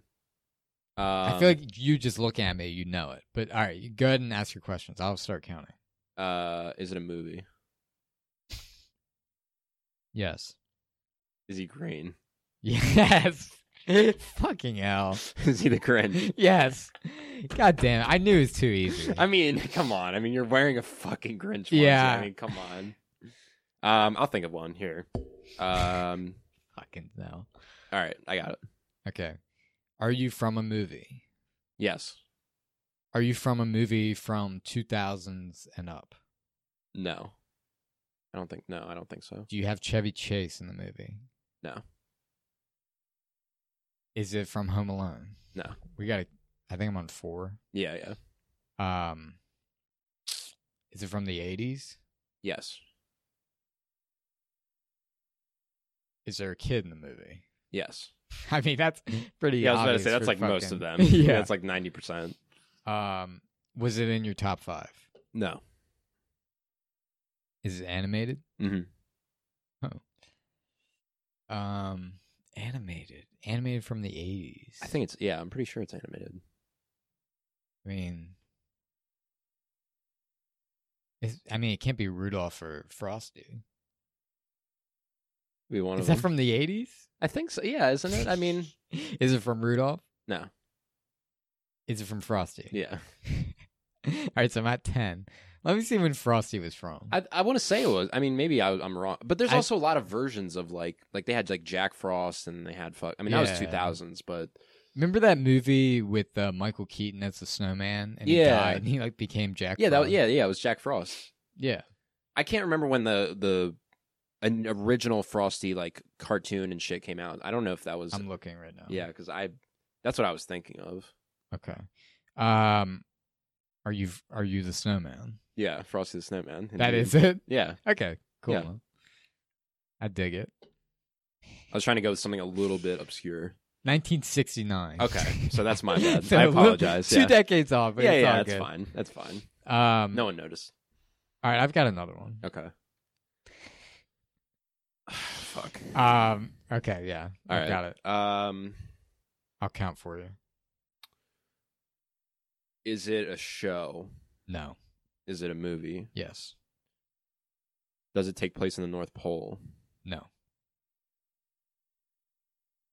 [SPEAKER 2] Um,
[SPEAKER 1] I feel like you just look at me, you know it. But all right, you go ahead and ask your questions. I'll start counting.
[SPEAKER 2] uh, is it a movie?
[SPEAKER 1] Yes. (laughs)
[SPEAKER 2] Is he green? (laughs)
[SPEAKER 1] Yes. Fucking hell.
[SPEAKER 2] is he the Grinch?
[SPEAKER 1] Yes. God damn it. I knew it was too easy.
[SPEAKER 2] I mean, (laughs) come on. I mean, you're wearing a fucking Grinch. Onesie.
[SPEAKER 1] Yeah.
[SPEAKER 2] I mean, come on. Um, I'll think of one here. Um,
[SPEAKER 1] fucking hell.
[SPEAKER 2] all right, I got it.
[SPEAKER 1] Okay. Are you from a movie?
[SPEAKER 2] Yes.
[SPEAKER 1] Are you from a movie from 2000s and up?
[SPEAKER 2] No. I don't think. No, I don't think so.
[SPEAKER 1] Do you have Chevy Chase in the movie?
[SPEAKER 2] No.
[SPEAKER 1] Is it from Home Alone?
[SPEAKER 2] No.
[SPEAKER 1] We got to I think I'm on 4.
[SPEAKER 2] Yeah. Yeah.
[SPEAKER 1] Um Is it from the 80s?
[SPEAKER 2] Yes.
[SPEAKER 1] Is there a kid in the movie? (laughs)
[SPEAKER 2] Yes.
[SPEAKER 1] I mean, that's pretty
[SPEAKER 2] Yeah, I was about to
[SPEAKER 1] obvious
[SPEAKER 2] say that's
[SPEAKER 1] for
[SPEAKER 2] like most of
[SPEAKER 1] (laughs)
[SPEAKER 2] them.
[SPEAKER 1] fucking-
[SPEAKER 2] yeah,
[SPEAKER 1] yeah.
[SPEAKER 2] it's like ninety percent.
[SPEAKER 1] um was it in your top 5?
[SPEAKER 2] No.
[SPEAKER 1] Is it animated?
[SPEAKER 2] Mhm.
[SPEAKER 1] Oh. Um, animated, animated from the eighties.
[SPEAKER 2] I think it's yeah. I'm pretty sure it's animated.
[SPEAKER 1] I mean, it's, I mean, it can't be Rudolph or Frosty.
[SPEAKER 2] We one
[SPEAKER 1] Is
[SPEAKER 2] of
[SPEAKER 1] that
[SPEAKER 2] them.
[SPEAKER 1] from the eighties?
[SPEAKER 2] I think so. Yeah, isn't it? I mean,
[SPEAKER 1] (laughs) Is it from Rudolph? (laughs)
[SPEAKER 2] no.
[SPEAKER 1] Is it from Frosty?
[SPEAKER 2] Yeah,
[SPEAKER 1] (laughs) All right, so I'm at ten. Let me see when Frosty was from.
[SPEAKER 2] I I want to say it was. I mean, maybe I, I'm wrong, but there's
[SPEAKER 1] I-
[SPEAKER 2] also a lot of versions of like like they had like Jack Frost and they had fuck. I mean, that was
[SPEAKER 1] Yeah.
[SPEAKER 2] two thousands, but
[SPEAKER 1] Remember that movie with uh, Michael Keaton as the snowman, and he
[SPEAKER 2] Yeah.
[SPEAKER 1] died, and he like became Jack.
[SPEAKER 2] yeah, that was,
[SPEAKER 1] Frost?
[SPEAKER 2] yeah yeah it was Jack Frost.
[SPEAKER 1] yeah.
[SPEAKER 2] I can't remember when the the an original Frosty like cartoon and shit came out. I don't know if that was
[SPEAKER 1] I'm looking right now.
[SPEAKER 2] yeah because I that's what I was thinking of.
[SPEAKER 1] Okay. Um, are you are you the snowman?
[SPEAKER 2] Yeah, Frosty the Snowman.
[SPEAKER 1] That
[SPEAKER 2] indeed.
[SPEAKER 1] is it.
[SPEAKER 2] Yeah,
[SPEAKER 1] Okay. Cool.
[SPEAKER 2] Yeah.
[SPEAKER 1] I dig it.
[SPEAKER 2] I was trying to go with something a little bit obscure.
[SPEAKER 1] 1969.
[SPEAKER 2] Okay, so
[SPEAKER 1] (laughs)
[SPEAKER 2] that's my bad.
[SPEAKER 1] So
[SPEAKER 2] I
[SPEAKER 1] a little-
[SPEAKER 2] apologize.
[SPEAKER 1] Two
[SPEAKER 2] yeah.
[SPEAKER 1] decades off. But
[SPEAKER 2] yeah,
[SPEAKER 1] it's
[SPEAKER 2] yeah,
[SPEAKER 1] all
[SPEAKER 2] that's
[SPEAKER 1] good.
[SPEAKER 2] fine. That's fine.
[SPEAKER 1] Um,
[SPEAKER 2] No one noticed.
[SPEAKER 1] All right, I've got another one.
[SPEAKER 2] Okay. (sighs) Fuck.
[SPEAKER 1] Um. Okay. Yeah.
[SPEAKER 2] All
[SPEAKER 1] I
[SPEAKER 2] right.
[SPEAKER 1] got it.
[SPEAKER 2] Um,
[SPEAKER 1] I'll count for you.
[SPEAKER 2] is it a show?
[SPEAKER 1] No.
[SPEAKER 2] Is it a movie?
[SPEAKER 1] Yes.
[SPEAKER 2] Does it take place in the North Pole?
[SPEAKER 1] No.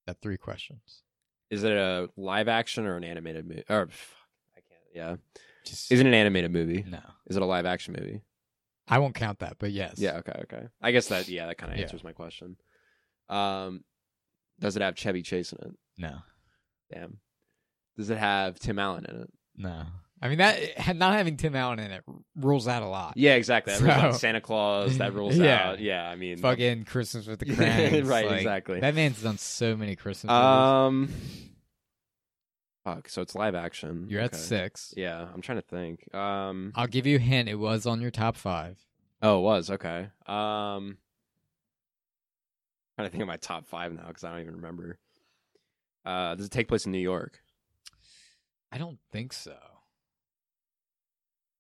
[SPEAKER 1] Got three questions.
[SPEAKER 2] Is it a live action or an animated movie? Or fuck, I can't. Yeah.
[SPEAKER 1] Just
[SPEAKER 2] Is it an animated movie?
[SPEAKER 1] no.
[SPEAKER 2] Is it a live action movie?
[SPEAKER 1] I won't count that, but yes.
[SPEAKER 2] Yeah. Okay. Okay. I guess that. Yeah. That kind of
[SPEAKER 1] Yeah.
[SPEAKER 2] answers my question. Um, does it have Chevy Chase in it?
[SPEAKER 1] No.
[SPEAKER 2] Damn. Does it have Tim Allen in it?
[SPEAKER 1] No. I mean that (laughs) not having Tim Allen in it rules out a lot.
[SPEAKER 2] Yeah, exactly. That rules out
[SPEAKER 1] So-
[SPEAKER 2] Santa Claus. That
[SPEAKER 1] (laughs)
[SPEAKER 2] rules
[SPEAKER 1] Yeah.
[SPEAKER 2] out. Yeah, I mean,
[SPEAKER 1] Fucking Christmas with the
[SPEAKER 2] (laughs) Yeah,
[SPEAKER 1] Cranks.
[SPEAKER 2] right,
[SPEAKER 1] like,
[SPEAKER 2] exactly.
[SPEAKER 1] That man's done so many Christmas movies.
[SPEAKER 2] Um, Fuck. So it's live action.
[SPEAKER 1] You're at
[SPEAKER 2] Okay.
[SPEAKER 1] six.
[SPEAKER 2] Yeah, I'm trying to think. Um.
[SPEAKER 1] I'll give you a hint. It was on your top five.
[SPEAKER 2] Oh, it was okay. Um, trying to think of my top five now because I don't even remember. Uh, does it take place in New York? (laughs)
[SPEAKER 1] I don't think so.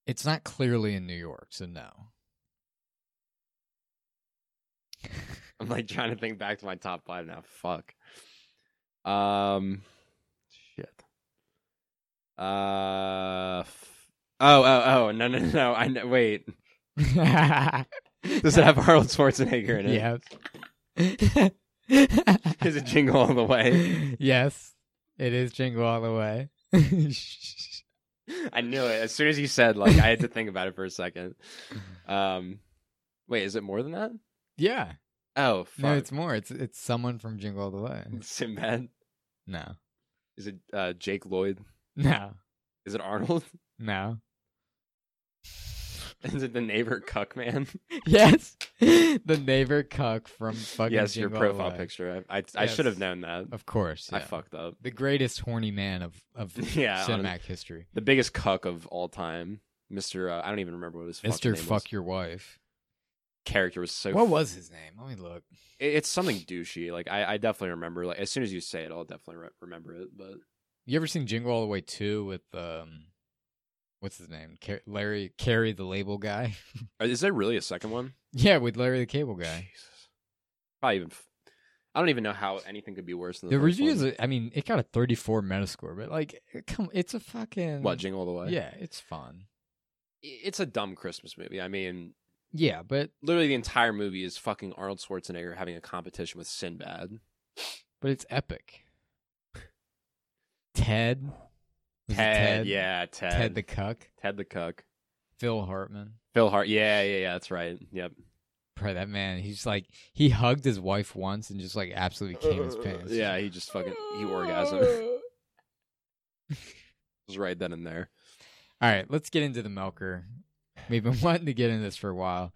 [SPEAKER 1] It's not clearly in New York, so no.
[SPEAKER 2] I'm like trying to think back to my top five now. Fuck. Um, shit. Uh, f- oh, oh, oh, no, no, no. I know. Wait, (laughs) does it have Arnold Schwarzenegger in it?
[SPEAKER 1] yes.
[SPEAKER 2] (laughs) Is it Jingle All the Way?
[SPEAKER 1] yes, it is Jingle All the Way. (laughs)
[SPEAKER 2] I knew it as soon as you said. Like, I had to think about it for
[SPEAKER 1] (laughs)
[SPEAKER 2] a second. Um, wait, is it more than that?
[SPEAKER 1] yeah.
[SPEAKER 2] Oh, fuck. Hmm.
[SPEAKER 1] No, it's more. It's it's someone from Jingle All the Way.
[SPEAKER 2] (laughs) Sinbad?
[SPEAKER 1] No.
[SPEAKER 2] Is it uh, Jake Lloyd?
[SPEAKER 1] No.
[SPEAKER 2] Is it Arnold? (laughs)
[SPEAKER 1] No. (laughs)
[SPEAKER 2] Is it the neighbor cuck man?
[SPEAKER 1] Yes. the neighbor cuck from (laughs) fucking
[SPEAKER 2] yes, your
[SPEAKER 1] Jingle All the
[SPEAKER 2] profile
[SPEAKER 1] Way.
[SPEAKER 2] picture. I I, I should
[SPEAKER 1] Yes.
[SPEAKER 2] have known that.
[SPEAKER 1] Of course.
[SPEAKER 2] I
[SPEAKER 1] yeah.
[SPEAKER 2] fucked up. (laughs)
[SPEAKER 1] The greatest horny man of, of
[SPEAKER 2] Yeah,
[SPEAKER 1] cinematic
[SPEAKER 2] honest-
[SPEAKER 1] history.
[SPEAKER 2] The biggest cuck of all time, Mister. Uh, I don't even remember what his fucking
[SPEAKER 1] Mr.
[SPEAKER 2] name
[SPEAKER 1] Fuck
[SPEAKER 2] was.
[SPEAKER 1] Your Wife.
[SPEAKER 2] character was so.
[SPEAKER 1] What was his name? Let me look.
[SPEAKER 2] It, it's something douchey. Like I, I definitely remember. Like as soon as you say it, I'll definitely re- remember it. But
[SPEAKER 1] You ever seen Jingle All the Way 2 with um what's his name? Car- Larry Carry the Label guy? (laughs)
[SPEAKER 2] Uh, is there really a second one?
[SPEAKER 1] yeah, with Larry the Cable guy.
[SPEAKER 2] Jesus. Probably even. F- I don't even know how anything could be worse than the,
[SPEAKER 1] The
[SPEAKER 2] first
[SPEAKER 1] reviews
[SPEAKER 2] One.
[SPEAKER 1] are- I mean, it got a 34 metascore, but like uh, come it's a fucking
[SPEAKER 2] what jingle all the way?
[SPEAKER 1] Yeah, it's fun.
[SPEAKER 2] I- it's a dumb Christmas movie. I mean,
[SPEAKER 1] Yeah, but
[SPEAKER 2] literally the entire movie is fucking Arnold Schwarzenegger having a competition with Sinbad.
[SPEAKER 1] but it's epic. Ted Was it
[SPEAKER 2] yeah, Ted,
[SPEAKER 1] Ted the Cuck,
[SPEAKER 2] Ted the cuck,
[SPEAKER 1] Phil Hartman.
[SPEAKER 2] Phil Hart, yeah, yeah, yeah, that's right. Yep,
[SPEAKER 1] Probably that man. He's like he hugged his wife once and just like absolutely came his pants.
[SPEAKER 2] yeah, he just fucking
[SPEAKER 1] (laughs)
[SPEAKER 2] he orgasmed. was right then and there.
[SPEAKER 1] All right, let's get into the milker. We've been (laughs) wanting to get into this for a while.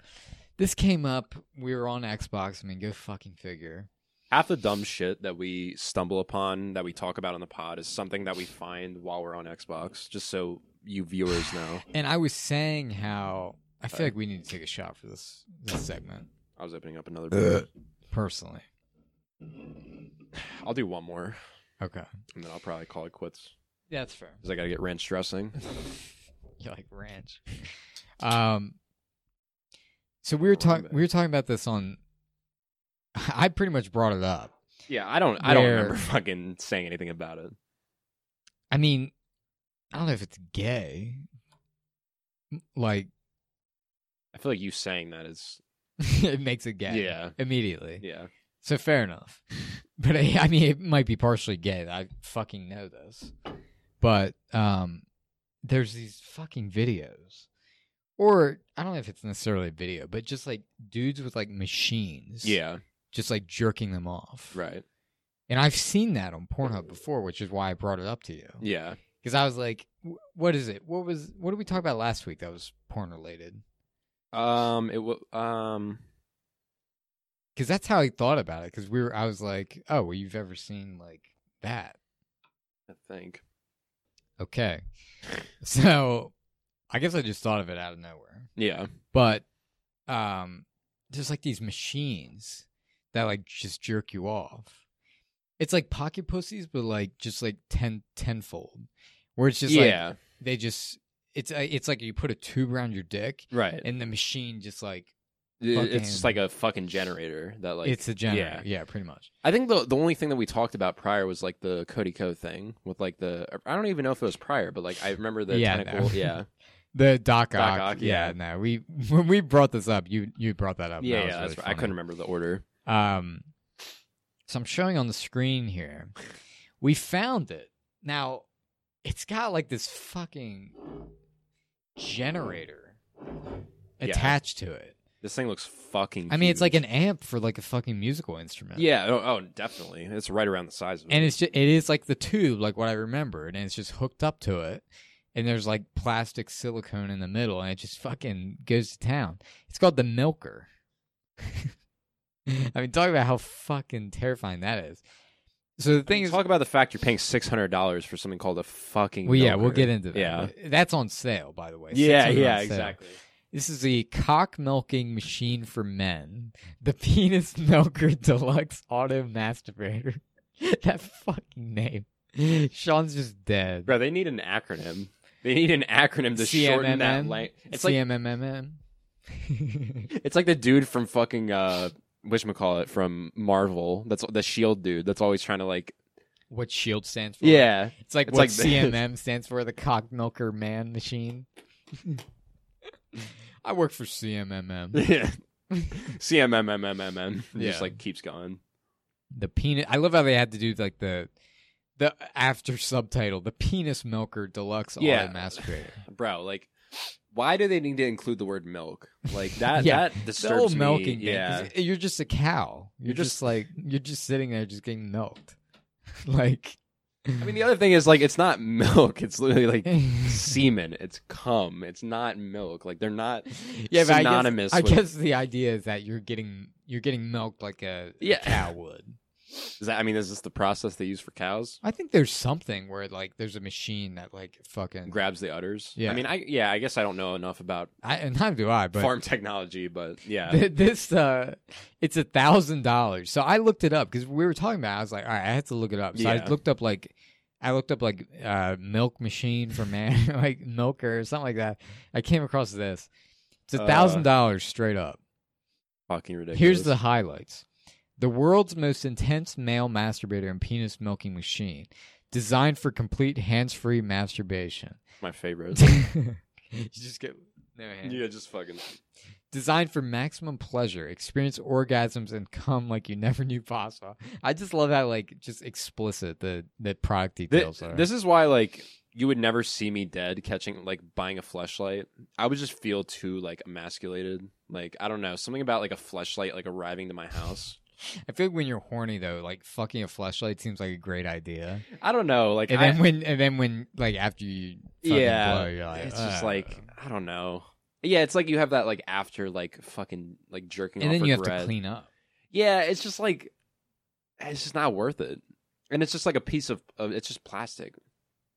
[SPEAKER 1] This came up. We were on Xbox. I mean, go fucking figure.
[SPEAKER 2] Half the dumb shit that we stumble upon that we talk about on the pod is something that we find while we're on Xbox. Just so you viewers know,
[SPEAKER 1] And I was saying how I feel like we need to take a shot for this this segment
[SPEAKER 2] I was opening up another. beer.
[SPEAKER 1] personally.
[SPEAKER 2] I'll do one more,
[SPEAKER 1] Okay,
[SPEAKER 2] and then I'll probably call it quits
[SPEAKER 1] that's fair. (laughs)
[SPEAKER 2] because I gotta get ranch dressing.
[SPEAKER 1] You like ranch? Um. So we were talking. We were talking about this on. I pretty much brought it up.
[SPEAKER 2] Yeah, I don't, I don't
[SPEAKER 1] Where-
[SPEAKER 2] remember (laughs) fucking saying anything about it.
[SPEAKER 1] I mean, I don't know if it's gay. Like (laughs)
[SPEAKER 2] I feel like you saying that is,
[SPEAKER 1] it makes it gay.
[SPEAKER 2] Yeah.
[SPEAKER 1] Immediately.
[SPEAKER 2] yeah.
[SPEAKER 1] So fair enough. (laughs) But I, I mean, it might be partially gay. I fucking know this. But um, there's these fucking videos, or I don't know if it's necessarily a video, but just like dudes with like machines,
[SPEAKER 2] Yeah,
[SPEAKER 1] just like jerking them off,
[SPEAKER 2] right.
[SPEAKER 1] And I've seen that on Pornhub before, which is why I brought it up to you
[SPEAKER 2] Yeah.
[SPEAKER 1] because I was like, "Wh- "What is it? What was? What did we talk about last week that was porn related?"
[SPEAKER 2] Um. It w- um.
[SPEAKER 1] Because that's how I thought about it. Because we were, I was like, "Oh, well, you've ever seen like that?"
[SPEAKER 2] I think.
[SPEAKER 1] Okay. (laughs) So I guess I just thought of it out of nowhere.
[SPEAKER 2] Yeah.
[SPEAKER 1] But um there's like these machines that like just jerk you off. It's like pocket pussies, but like just like ten tenfold. Where it's just like
[SPEAKER 2] yeah.
[SPEAKER 1] they just it's uh, it's like you put a tube around your dick
[SPEAKER 2] right.
[SPEAKER 1] and the machine just like,
[SPEAKER 2] It- it's just like
[SPEAKER 1] fucking-
[SPEAKER 2] a fucking generator that like
[SPEAKER 1] it's a generator.
[SPEAKER 2] Yeah.
[SPEAKER 1] Yeah, pretty much.
[SPEAKER 2] I think the the only thing that we talked about prior was like the Cody Co thing with like the I don't even know if it was prior, but like I remember the
[SPEAKER 1] Yeah,
[SPEAKER 2] tentacle.
[SPEAKER 1] no.
[SPEAKER 2] Yeah.
[SPEAKER 1] The Doc,
[SPEAKER 2] Doc
[SPEAKER 1] Ock,
[SPEAKER 2] Ock,
[SPEAKER 1] yeah.
[SPEAKER 2] yeah.
[SPEAKER 1] no. We (laughs) when we brought this up, you you brought (laughs) that up. That
[SPEAKER 2] yeah. Yeah.
[SPEAKER 1] was
[SPEAKER 2] That's
[SPEAKER 1] really
[SPEAKER 2] right. I
[SPEAKER 1] funny.
[SPEAKER 2] couldn't remember the order.
[SPEAKER 1] Um, so I'm showing on the screen here. We found it. Now, it's got like this fucking generator
[SPEAKER 2] Yeah.
[SPEAKER 1] attached to it.
[SPEAKER 2] This thing looks fucking.
[SPEAKER 1] I mean, it's like
[SPEAKER 2] huge.
[SPEAKER 1] an amp for like a fucking musical instrument.
[SPEAKER 2] Yeah. Oh, oh, definitely. It's right around the size of it.
[SPEAKER 1] And it's just, it is like the tube, like what I remembered, and it's just hooked up to it. And there's like plastic silicone in the middle, and it just fucking goes to town. It's called the (laughs) milker. I mean, talk about how fucking terrifying that is. So the thing is,
[SPEAKER 2] talk about the fact you're paying six hundred dollars for something called a fucking.
[SPEAKER 1] well, yeah,
[SPEAKER 2] milker.
[SPEAKER 1] we'll get into that.
[SPEAKER 2] Yeah.
[SPEAKER 1] that's on sale, by the way.
[SPEAKER 2] Yeah,
[SPEAKER 1] 600
[SPEAKER 2] yeah,
[SPEAKER 1] on sale.
[SPEAKER 2] exactly.
[SPEAKER 1] This is a cock milking machine for men. The Penis Milker Deluxe Auto Masturbator. (laughs) that fucking name. Sean's just dead.
[SPEAKER 2] Bro, they need an acronym. They need an acronym to shorten that length. It's like
[SPEAKER 1] CMMM.
[SPEAKER 2] It's like the dude from fucking uh whatchamacallit from Marvel. That's the shield E dude that's always trying to like
[SPEAKER 1] (laughs) what shield stands for?
[SPEAKER 2] (laughs) Yeah.
[SPEAKER 1] It's like
[SPEAKER 2] It's
[SPEAKER 1] what
[SPEAKER 2] like the-
[SPEAKER 1] CMM stands for, the cock milker man
[SPEAKER 2] (laughs)
[SPEAKER 1] machine. I work for CMMM.
[SPEAKER 2] Yeah. CMMMMMM. It
[SPEAKER 1] Yeah.
[SPEAKER 2] Just like keeps going.
[SPEAKER 1] The penis. I love how they had to do like the the after subtitle, the penis milker deluxe
[SPEAKER 2] Yeah.
[SPEAKER 1] auto masturbator.
[SPEAKER 2] Bro, like why do they need to include the word milk? Like
[SPEAKER 1] (laughs)
[SPEAKER 2] that
[SPEAKER 1] Yeah.
[SPEAKER 2] that
[SPEAKER 1] The
[SPEAKER 2] disturbs
[SPEAKER 1] whole
[SPEAKER 2] me.
[SPEAKER 1] milking thing,
[SPEAKER 2] Yeah.
[SPEAKER 1] 'cause You're just a cow. You're,
[SPEAKER 2] You're
[SPEAKER 1] just,
[SPEAKER 2] just-
[SPEAKER 1] like you're just sitting there, just getting milked. (laughs) like,
[SPEAKER 2] I mean the other thing is like it's not milk. It's literally like
[SPEAKER 1] (laughs)
[SPEAKER 2] semen. It's cum. It's not milk. Like they're not
[SPEAKER 1] yeah, but
[SPEAKER 2] synonymous
[SPEAKER 1] I guess,
[SPEAKER 2] with-
[SPEAKER 1] I guess the idea is that you're getting you're getting milked like a, a
[SPEAKER 2] Yeah.
[SPEAKER 1] cow would.
[SPEAKER 2] is that I mean, is this the process they use for cows?
[SPEAKER 1] I think there's something where like there's a machine that like fucking.
[SPEAKER 2] Grabs the udders.
[SPEAKER 1] Yeah.
[SPEAKER 2] I mean, I yeah, I guess I don't know enough about
[SPEAKER 1] I, and neither do I, but (laughs)
[SPEAKER 2] farm (laughs) technology, but yeah.
[SPEAKER 1] th- this uh, it's a thousand dollars. So I looked it up because we were talking about. It. I was like, all right, I had to look it up. So I
[SPEAKER 2] Yeah.
[SPEAKER 1] looked up like. I looked up like uh, milk machine for man, (laughs) like milker or something like that. I came across this. It's a
[SPEAKER 2] Uh,
[SPEAKER 1] thousand dollars straight up.
[SPEAKER 2] Fucking ridiculous.
[SPEAKER 1] Here's the highlights. The world's most intense male masturbator and penis milking machine, designed for complete hands-free
[SPEAKER 2] (laughs)
[SPEAKER 1] masturbation. (laughs)
[SPEAKER 2] my favorite.
[SPEAKER 1] you just get no hand.
[SPEAKER 2] yeah, just fucking.
[SPEAKER 1] Designed for maximum pleasure, experience orgasms and come like you never knew possible. I just love how like just explicit the the product details
[SPEAKER 2] This,
[SPEAKER 1] are.
[SPEAKER 2] this is why, like, you would never see me dead catching, like, buying a fleshlight. I would just feel too, like, emasculated. Like, I don't know, something about like a fleshlight, like, arriving to
[SPEAKER 1] (laughs)
[SPEAKER 2] my house.
[SPEAKER 1] I feel like when you're horny though, like fucking a flashlight seems like a great idea.
[SPEAKER 2] I don't know, like,
[SPEAKER 1] And
[SPEAKER 2] I,
[SPEAKER 1] then when and then when like after you fucking
[SPEAKER 2] yeah,
[SPEAKER 1] blow, you're like,
[SPEAKER 2] it's just
[SPEAKER 1] "Ugh."
[SPEAKER 2] like I don't know. Yeah, it's like you have that like after like fucking like jerking
[SPEAKER 1] and
[SPEAKER 2] off
[SPEAKER 1] then you have
[SPEAKER 2] regret.
[SPEAKER 1] to clean up.
[SPEAKER 2] Yeah, it's just like it's just not worth it, and it's just like a piece of, of it's just plastic.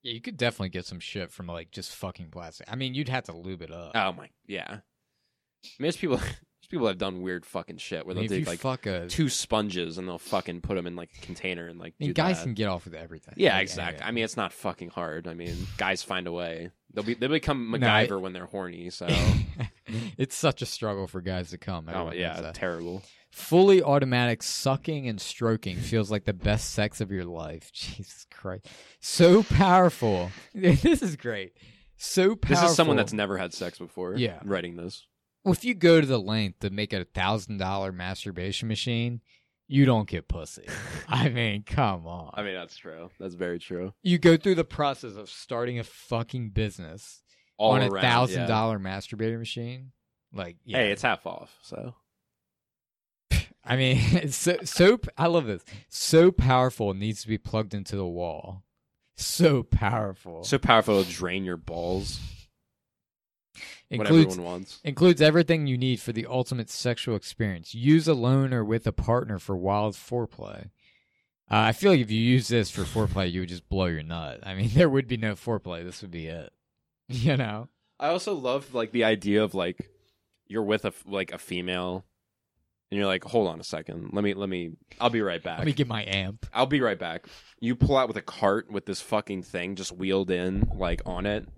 [SPEAKER 1] Yeah, you could definitely get some shit from like just fucking plastic. I mean, you'd have to lube it up.
[SPEAKER 2] Oh my, yeah. I mean, there's people, (laughs) there's people that have done weird fucking shit
[SPEAKER 1] I
[SPEAKER 2] where
[SPEAKER 1] mean,
[SPEAKER 2] they'll
[SPEAKER 1] if you
[SPEAKER 2] take like
[SPEAKER 1] fuck a, I
[SPEAKER 2] two sponges and they'll fucking put them in like a container and like
[SPEAKER 1] mean,
[SPEAKER 2] do
[SPEAKER 1] guys
[SPEAKER 2] that.
[SPEAKER 1] can get off with everything.
[SPEAKER 2] yeah,
[SPEAKER 1] Like,
[SPEAKER 2] exactly.
[SPEAKER 1] anyway.
[SPEAKER 2] I mean, it's not fucking hard. I mean, guys find a way. They'll be they become
[SPEAKER 1] No,
[SPEAKER 2] MacGyver when they're horny.
[SPEAKER 1] (laughs)
[SPEAKER 2] So,
[SPEAKER 1] it's such a struggle for guys to come.
[SPEAKER 2] oh
[SPEAKER 1] Everyone knows
[SPEAKER 2] yeah,
[SPEAKER 1] that.
[SPEAKER 2] terrible.
[SPEAKER 1] Fully automatic sucking and stroking feels like the best sex of your life. (laughs) Jesus Christ. So powerful. (laughs) this is great. So powerful.
[SPEAKER 2] This is someone that's never had sex before.
[SPEAKER 1] Yeah.
[SPEAKER 2] writing this.
[SPEAKER 1] Well, if you go to the length to make a thousand dollar masturbation machine, you don't get
[SPEAKER 2] (laughs)
[SPEAKER 1] pussy. I mean, come on.
[SPEAKER 2] I mean, that's true. That's very true.
[SPEAKER 1] you go through the process of starting a fucking business
[SPEAKER 2] All
[SPEAKER 1] on
[SPEAKER 2] around,
[SPEAKER 1] a thousand
[SPEAKER 2] yeah.
[SPEAKER 1] dollar masturbator machine. Like, yeah.
[SPEAKER 2] Hey, it's half off. So
[SPEAKER 1] I mean, (laughs) it's so so. I love this. So powerful it needs to be plugged into the wall. So powerful.
[SPEAKER 2] so powerful it'll drain your balls. what
[SPEAKER 1] includes
[SPEAKER 2] everyone wants.
[SPEAKER 1] includes everything you need for the ultimate sexual experience. Use alone or with a partner for wild foreplay. Uh, I feel like if you use this for foreplay, you would just blow your nut. I mean, (laughs) there would be no foreplay. This would be it. (laughs) You know.
[SPEAKER 2] I also love like the idea of like you're with a f- like a female, and you're like, hold on a second, let me let me, I'll be right back.
[SPEAKER 1] Let me get my amp.
[SPEAKER 2] I'll be right back. You pull out with a cart with this fucking thing just wheeled in like on it.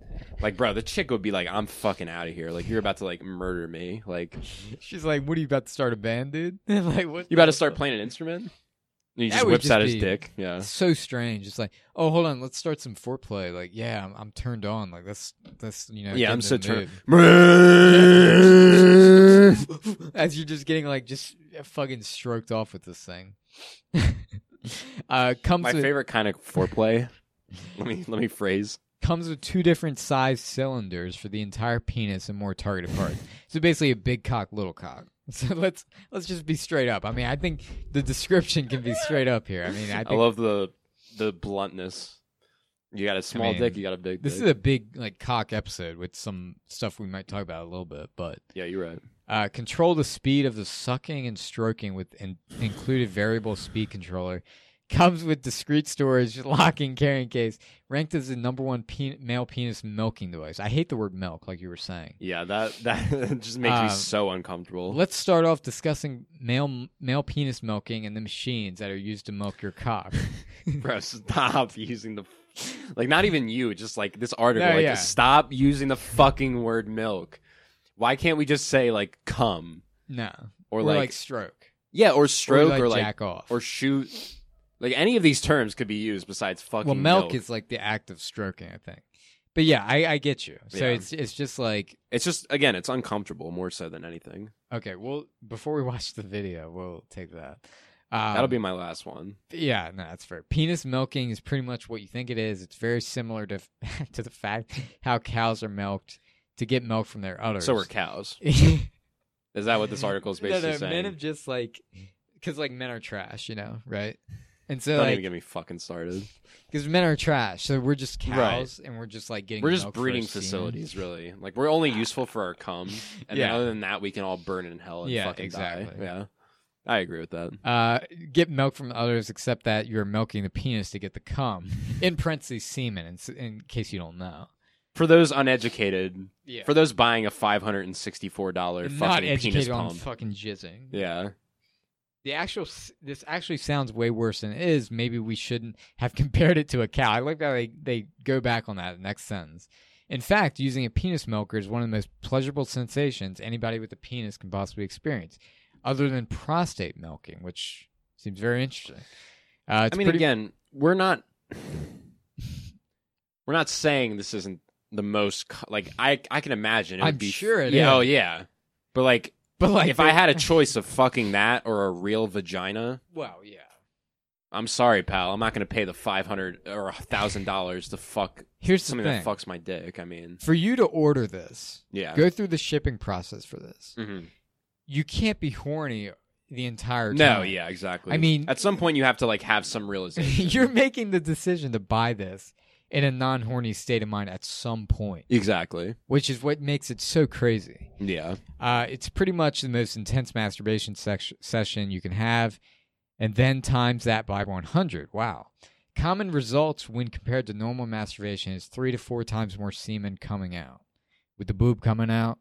[SPEAKER 2] Like, bro, the chick would be like, I'm fucking out of here. Like, you're about to like murder me. Like,
[SPEAKER 1] She's like, "What are you about to start a band, dude?" (laughs) like, what?
[SPEAKER 2] you about to start playing an instrument? And he
[SPEAKER 1] That
[SPEAKER 2] just
[SPEAKER 1] would
[SPEAKER 2] whips
[SPEAKER 1] just
[SPEAKER 2] out his
[SPEAKER 1] be-
[SPEAKER 2] dick. Yeah.
[SPEAKER 1] It's so strange. It's like, oh, hold on, let's start some foreplay. Like, yeah, I'm, I'm turned on. Like, that's that's you know.
[SPEAKER 2] Yeah, I'm so
[SPEAKER 1] get in the
[SPEAKER 2] turned.
[SPEAKER 1] mood. (laughs) As you're just getting like just uh, fucking stroked off with this thing. (laughs) uh, comes
[SPEAKER 2] My
[SPEAKER 1] with,
[SPEAKER 2] favorite kind of foreplay. (laughs) let me let me phrase.
[SPEAKER 1] comes with two different size cylinders for the entire penis and more targeted parts. so basically, a big cock, little cock. (laughs) So let's let's just be straight up. I mean, I think the description can be straight up here. I mean, I think
[SPEAKER 2] I love the the bluntness. You got a small
[SPEAKER 1] mean,
[SPEAKER 2] dick. You got a big.
[SPEAKER 1] This
[SPEAKER 2] dick.
[SPEAKER 1] is a big like cock episode with some stuff we might talk about a little bit, but
[SPEAKER 2] yeah, you're right.
[SPEAKER 1] uh, control the speed of the sucking and stroking with an included variable speed controller. Comes with discreet storage, (laughs) locking, carrying case. Ranked as the number one pe- male penis milking device. I hate the word milk, like you were saying.
[SPEAKER 2] Yeah, that (laughs) that just makes
[SPEAKER 1] Um,
[SPEAKER 2] me so uncomfortable.
[SPEAKER 1] Let's start off discussing male male penis milking and the machines that are used to milk your
[SPEAKER 2] (laughs)
[SPEAKER 1] cock.
[SPEAKER 2] Bro, stop (laughs) using the like not even you, just like this article.
[SPEAKER 1] No,
[SPEAKER 2] like
[SPEAKER 1] yeah.
[SPEAKER 2] just stop using the fucking word milk. Why can't we just say like cum
[SPEAKER 1] no,
[SPEAKER 2] or, like,
[SPEAKER 1] stroke,
[SPEAKER 2] yeah or stroke or like,
[SPEAKER 1] jack off,
[SPEAKER 2] or shoot? Like any of these terms could be used besides fucking
[SPEAKER 1] well, milk, is like the act of stroking, I think. But yeah, I, I get you. So
[SPEAKER 2] Yeah.
[SPEAKER 1] it's it's just like
[SPEAKER 2] It's just again, it's uncomfortable more so than anything.
[SPEAKER 1] okay. Well, before we (laughs) watch the video, we'll take that. Um,
[SPEAKER 2] That'll be my last one.
[SPEAKER 1] Yeah, no, that's fair. Penis milking is pretty much what you think it is. It's very similar to (laughs) to the fact how cows are milked to get milk from their udders. (laughs)
[SPEAKER 2] So we're cows. (laughs)
[SPEAKER 1] cows.
[SPEAKER 2] Is that what this article
[SPEAKER 1] (laughs)
[SPEAKER 2] is
[SPEAKER 1] No,
[SPEAKER 2] basically
[SPEAKER 1] no,
[SPEAKER 2] saying?
[SPEAKER 1] Men have just like, because like men are trash, you know, right? And so
[SPEAKER 2] Don't
[SPEAKER 1] like
[SPEAKER 2] even get me fucking started.
[SPEAKER 1] because men are trash, so we're just
[SPEAKER 2] Right.
[SPEAKER 1] cows, and we're just like getting.
[SPEAKER 2] We're just
[SPEAKER 1] milk for
[SPEAKER 2] breeding
[SPEAKER 1] our semen.
[SPEAKER 2] facilities, really. Like we're only useful for
[SPEAKER 1] (laughs)
[SPEAKER 2] our cum, and then
[SPEAKER 1] Yeah.
[SPEAKER 2] other than that, we can all burn in hell and
[SPEAKER 1] Yeah,
[SPEAKER 2] fucking
[SPEAKER 1] exactly.
[SPEAKER 2] die. Yeah, I agree with that.
[SPEAKER 1] Uh, get milk from others, except that you're milking the penis to get the cum. In parentheses, semen, in, s- in case you don't know.
[SPEAKER 2] For those uneducated,
[SPEAKER 1] Yeah.
[SPEAKER 2] for those buying a five hundred and sixty-four dollar
[SPEAKER 1] I'm not
[SPEAKER 2] fucking penis
[SPEAKER 1] educated on
[SPEAKER 2] pump,
[SPEAKER 1] fucking jizzing.
[SPEAKER 2] yeah,
[SPEAKER 1] The actual s- this actually sounds way worse than it is. Maybe we shouldn't have (laughs) compared it to a cow. I like how they they go back on that next sentence. In fact, using a penis milker is one of the most pleasurable sensations anybody with a penis can possibly experience, other than prostate milking, which seems very interesting. Uh, it's
[SPEAKER 2] I mean,
[SPEAKER 1] pretty-
[SPEAKER 2] again, we're not we're not saying this isn't the most co- like I I can imagine. It
[SPEAKER 1] I'm
[SPEAKER 2] would be,
[SPEAKER 1] sure it
[SPEAKER 2] it is. yeah,
[SPEAKER 1] is.
[SPEAKER 2] Oh yeah, but like,
[SPEAKER 1] (laughs) but like
[SPEAKER 2] if I
[SPEAKER 1] the-
[SPEAKER 2] had
[SPEAKER 1] (laughs)
[SPEAKER 2] a choice of fucking that or a real vagina,
[SPEAKER 1] well, yeah,
[SPEAKER 2] I'm sorry, pal. I'm not gonna pay the five hundred or thousand dollars to fuck
[SPEAKER 1] here's the
[SPEAKER 2] something
[SPEAKER 1] thing:
[SPEAKER 2] that fucks my dick. I mean,
[SPEAKER 1] for you to order this,
[SPEAKER 2] yeah.
[SPEAKER 1] go through the shipping process for this.
[SPEAKER 2] Mhm.
[SPEAKER 1] You can't be horny the entire time.
[SPEAKER 2] No, yeah, exactly.
[SPEAKER 1] I mean-
[SPEAKER 2] at some point you have to like have some realization.
[SPEAKER 1] (laughs) you're making the decision to buy this in a non horny state of mind at some point,
[SPEAKER 2] exactly.
[SPEAKER 1] which is what makes it so crazy.
[SPEAKER 2] Yeah.
[SPEAKER 1] Uh, it's pretty much the most intense masturbation sex- session you can have, and then times that by 100. Wow. Common results when compared to normal masturbation is three to four times more semen coming out. With the boob coming out.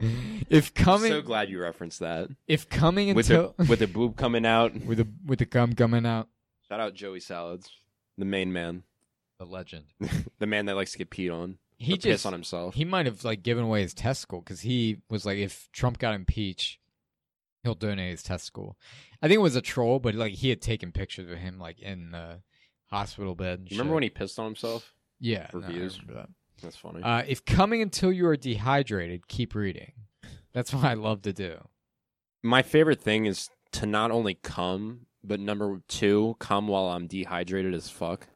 [SPEAKER 1] (laughs) if coming,
[SPEAKER 2] so glad you referenced that
[SPEAKER 1] if coming
[SPEAKER 2] with
[SPEAKER 1] until
[SPEAKER 2] the with the boob
[SPEAKER 1] (laughs)
[SPEAKER 2] coming out.
[SPEAKER 1] with the with the gum coming out.
[SPEAKER 2] Shout out Joey Salads, the main man,
[SPEAKER 1] The legend.
[SPEAKER 2] the man that likes to get peed on.
[SPEAKER 1] He
[SPEAKER 2] or
[SPEAKER 1] just
[SPEAKER 2] piss on himself.
[SPEAKER 1] he might have like given away his testicle because he was like, if Trump got impeached, he'll donate his testicle. I think it was a troll, but like he had taken pictures of him like in the hospital bed. And
[SPEAKER 2] You remember when he pissed on himself?
[SPEAKER 1] he yeah no, I
[SPEAKER 2] reviews?
[SPEAKER 1] remember that.
[SPEAKER 2] That's funny.
[SPEAKER 1] Uh, if coming until you are dehydrated, keep reading. That's what I love to do.
[SPEAKER 2] my favorite thing is to not only cum, but number two, cum while I'm dehydrated as fuck.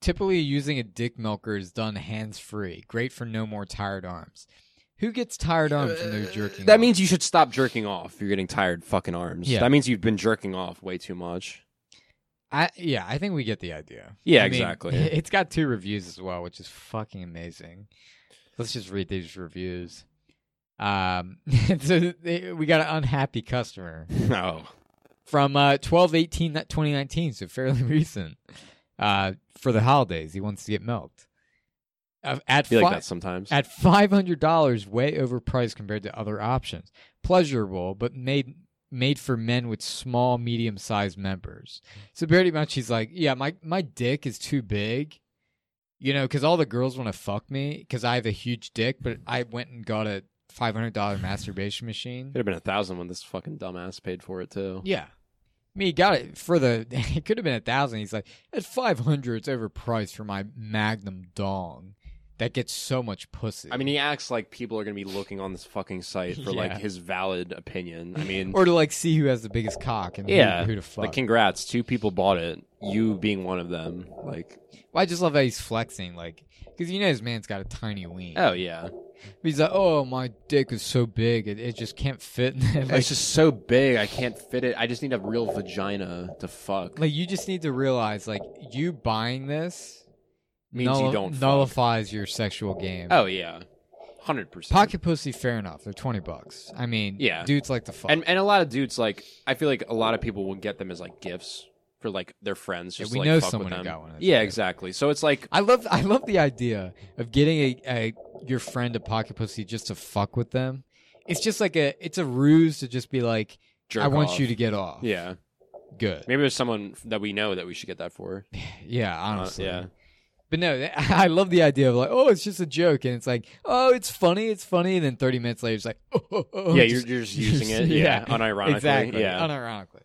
[SPEAKER 1] Typically, using a dick milker is done hands free. Great for no more tired arms. Who gets tired arms from their jerking?
[SPEAKER 2] That
[SPEAKER 1] off?
[SPEAKER 2] means you should stop jerking off. if You're getting tired fucking arms.
[SPEAKER 1] Yeah.
[SPEAKER 2] That means you've been jerking off way
[SPEAKER 1] (laughs)
[SPEAKER 2] too much.
[SPEAKER 1] I yeah, I think we get the idea. I
[SPEAKER 2] Yeah,
[SPEAKER 1] mean, (laughs)
[SPEAKER 2] exactly.
[SPEAKER 1] it's got two reviews as well, which is fucking amazing. Let's just read these reviews. Um, (laughs) so they, we got an unhappy customer
[SPEAKER 2] No.
[SPEAKER 1] from uh 12 18 not 2019 so fairly (laughs) recent uh for the holidays he wants to get milked uh, at
[SPEAKER 2] I feel like
[SPEAKER 1] fi-
[SPEAKER 2] that sometimes.
[SPEAKER 1] at $500 way overpriced compared to other options pleasurable but made made for men with small medium sized members so pretty much he's like yeah my my dick is too big you know because all the girls want to fuck me because i have a huge dick but i went and got a $500 masturbation machine
[SPEAKER 2] Could have been a thousand when this fucking dumbass paid for it too.
[SPEAKER 1] yeah. I mean, he got it for the. (laughs) It could have been a thousand. He's like, at five hundred, it's overpriced for my Magnum dong. That gets so much pussy.
[SPEAKER 2] I mean, he acts like people are gonna be looking on this fucking site for like
[SPEAKER 1] Yeah.
[SPEAKER 2] his valid opinion. I mean,
[SPEAKER 1] or to like see who has the biggest cock and who-
[SPEAKER 2] yeah,
[SPEAKER 1] who, to fuck.
[SPEAKER 2] like congrats, two people bought it. You being one of them. Like,
[SPEAKER 1] well, I just love how he's flexing, like, because you know his man's got a tiny ween.
[SPEAKER 2] oh yeah,
[SPEAKER 1] He's like, oh, my dick is so big, it, it just can't fit. in there." like,
[SPEAKER 2] it's just so big. I can't fit it. I just need a real vagina to fuck.
[SPEAKER 1] like you just need to realize, like, you buying this
[SPEAKER 2] Means you
[SPEAKER 1] nulli-
[SPEAKER 2] don't fuck.
[SPEAKER 1] nullifies your sexual game.
[SPEAKER 2] oh yeah, hundred percent.
[SPEAKER 1] Pocket pussy, fair enough. They're twenty bucks. I mean,
[SPEAKER 2] Yeah.
[SPEAKER 1] dudes like the fuck.
[SPEAKER 2] and and a lot of dudes like I feel like a lot of people will get them as like gifts for like their friends.
[SPEAKER 1] Yeah,
[SPEAKER 2] Just
[SPEAKER 1] we
[SPEAKER 2] to, like,
[SPEAKER 1] know
[SPEAKER 2] fuck with
[SPEAKER 1] someone who
[SPEAKER 2] them.
[SPEAKER 1] got one of those,
[SPEAKER 2] Yeah,
[SPEAKER 1] right?
[SPEAKER 2] exactly. So it's like
[SPEAKER 1] I love I love the idea of getting a, a your friend a pocket pussy just to fuck with them. It's just like a it's a ruse to just be like,
[SPEAKER 2] jerk
[SPEAKER 1] I want
[SPEAKER 2] off.
[SPEAKER 1] you to get off.
[SPEAKER 2] Yeah,
[SPEAKER 1] good.
[SPEAKER 2] maybe there's someone that we know that we should get that for.
[SPEAKER 1] (laughs) Yeah,
[SPEAKER 2] Uh,
[SPEAKER 1] honestly.
[SPEAKER 2] yeah.
[SPEAKER 1] But no, (laughs) th- I love the idea of like, oh, it's just a joke, and it's like, oh, it's funny, it's funny, and then thirty minutes later, it's like, (laughs) oh, oh, oh,
[SPEAKER 2] yeah, you're,
[SPEAKER 1] (laughs)
[SPEAKER 2] you're just using it. Yeah, unironically.
[SPEAKER 1] exactly,
[SPEAKER 2] Yeah,
[SPEAKER 1] unironically.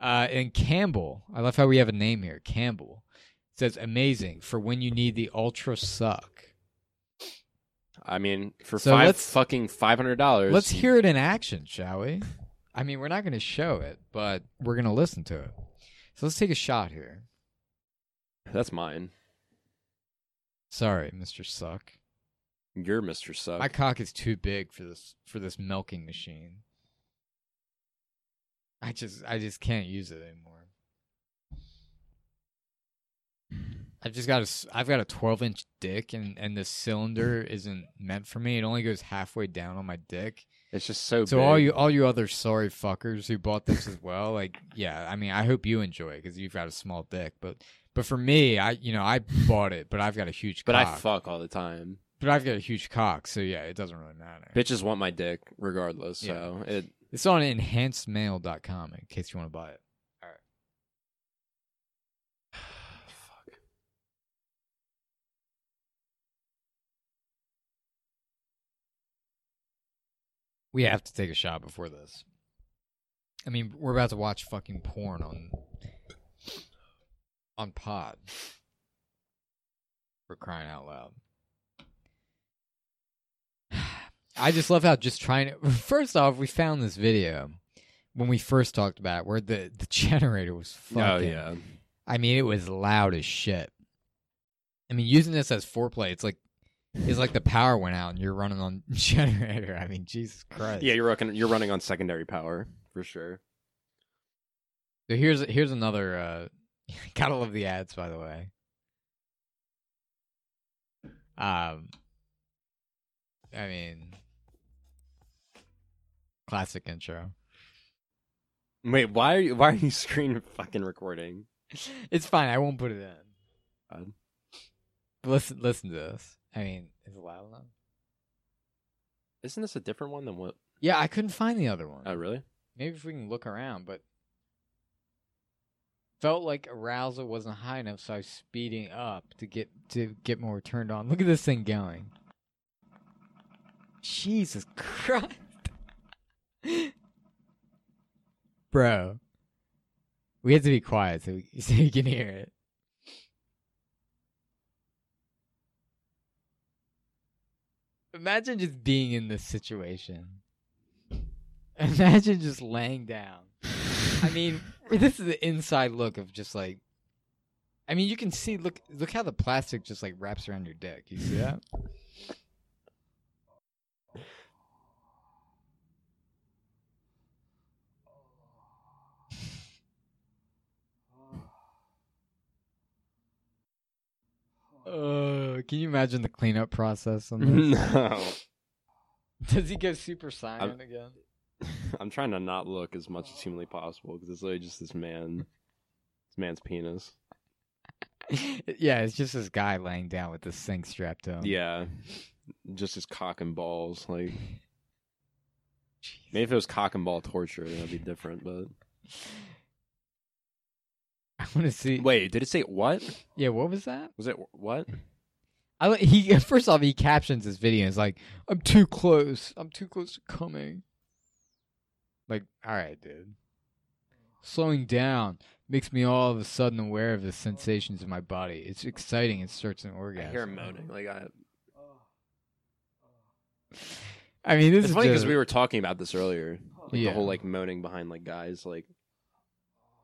[SPEAKER 1] Uh, and Campbell, I love how we have a name here. Campbell says, "Amazing for when you need the ultra suck."
[SPEAKER 2] I mean, for
[SPEAKER 1] So
[SPEAKER 2] 5
[SPEAKER 1] let's-
[SPEAKER 2] fucking five hundred dollars.
[SPEAKER 1] Let's hear it in action, shall we? I mean, we're not going to show it, but we're going to listen to it. So let's take a shot here.
[SPEAKER 2] That's mine.
[SPEAKER 1] Sorry, Mister Suck.
[SPEAKER 2] You're Mr. Suck.
[SPEAKER 1] My cock is too big for this for this milking machine. I just I just can't use it anymore. I've just got a s- I've got a 12 inch dick and and the cylinder isn't meant for me. It only goes halfway down on my dick.
[SPEAKER 2] it's just so.
[SPEAKER 1] So
[SPEAKER 2] big.
[SPEAKER 1] all you all you other sorry fuckers who bought this as well, like yeah, I mean I hope you enjoy it because you've got a small dick, but but for me, I you know I bought it, but I've got a huge
[SPEAKER 2] But
[SPEAKER 1] cock.
[SPEAKER 2] I fuck all the time.
[SPEAKER 1] but I've got a huge cock, so yeah, it doesn't really matter.
[SPEAKER 2] Bitches want my dick regardless. So it.
[SPEAKER 1] It's on enhancedmail.com in case you want to buy it. We have to take a shot before this. I mean, we're about to watch fucking porn on on pod. For crying out loud. (sighs) I just love how just trying to. First off, we found this video when we first talked about it, where the the (laughs) generator was
[SPEAKER 2] Oh
[SPEAKER 1] fucking.
[SPEAKER 2] yeah.
[SPEAKER 1] I mean, it was loud as shit. I mean, using this as foreplay, it's like it's like the power went out and you're running on (laughs) generator. I mean, Jesus Christ.
[SPEAKER 2] Yeah, you're running. You're running on secondary power for sure.
[SPEAKER 1] So here's here's another. Uh, (laughs) gotta love the ads, by the way. Um, I mean, classic intro. (laughs)
[SPEAKER 2] Wait, why are you? Why are you (laughs) screen fucking recording?
[SPEAKER 1] It's fine. I won't put it in.
[SPEAKER 2] God.
[SPEAKER 1] But listen, listen to this. I mean, is it loud enough?
[SPEAKER 2] Isn't this a different one than what?
[SPEAKER 1] Yeah, I couldn't find the other one.
[SPEAKER 2] Oh really?
[SPEAKER 1] Maybe if we can look around, but felt like arousal wasn't high enough, so I was speeding up to get to get more turned on. Look at this thing going. Jesus (laughs) Christ. Bro. We have to be quiet so, we, (laughs) so you can hear it. Imagine just being in this situation. Imagine just laying down. I mean, this is the inside look of just like. I mean, you can see. Look, look how the plastic just like wraps around your dick. You see that? Uh, can you imagine the cleanup process
[SPEAKER 2] (laughs)
[SPEAKER 1] on this?
[SPEAKER 2] (laughs) no.
[SPEAKER 1] (laughs) Does he go super silent again?
[SPEAKER 2] I'm trying to not look as much as humanly possible because it's literally just this man. This man's penis.
[SPEAKER 1] (laughs) yeah, it's just this guy laying down with this thing strapped to him.
[SPEAKER 2] Yeah. Just his cock and balls. Like maybe if it was cock and ball torture, that'd be different. But
[SPEAKER 1] (laughs) I want to see.
[SPEAKER 2] wait, did it say what?
[SPEAKER 1] Yeah, what was that?
[SPEAKER 2] Was it what?
[SPEAKER 1] I li- he (laughs) first off he captions his video. It's like I'm too close. I'm too close to coming. Like, all right, dude. Slowing down makes me all of a sudden aware of the sensations in my body. It's exciting. It starts an orgasm.
[SPEAKER 2] Like I,
[SPEAKER 1] I mean, this
[SPEAKER 2] it's
[SPEAKER 1] is
[SPEAKER 2] funny because
[SPEAKER 1] just-
[SPEAKER 2] we were talking about this earlier. Like
[SPEAKER 1] Yeah.
[SPEAKER 2] the whole like moaning behind like guys like.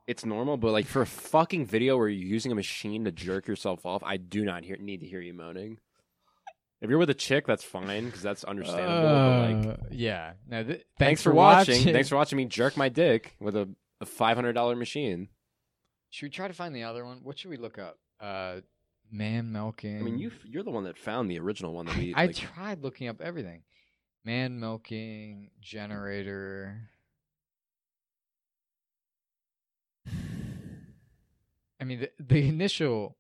[SPEAKER 2] It's normal, but like for a fucking video where you're using a machine to jerk yourself off, I do not hear need to hear you moaning. If you're with a chick, that's fine because that's understandable. but, like,
[SPEAKER 1] Uh, yeah. No, th- thanks,
[SPEAKER 2] thanks for watching. Thanks for watching me jerk my dick with a, a five hundred dollar machine.
[SPEAKER 1] Should we try to find the other one? What should we look up? Uh, Man milking.
[SPEAKER 2] I mean, you f- you're the one that found the original one that
[SPEAKER 1] Mm.
[SPEAKER 2] we.
[SPEAKER 1] (sighs) I
[SPEAKER 2] like,
[SPEAKER 1] tried looking up everything. Man milking, generator. I mean, the, the initial.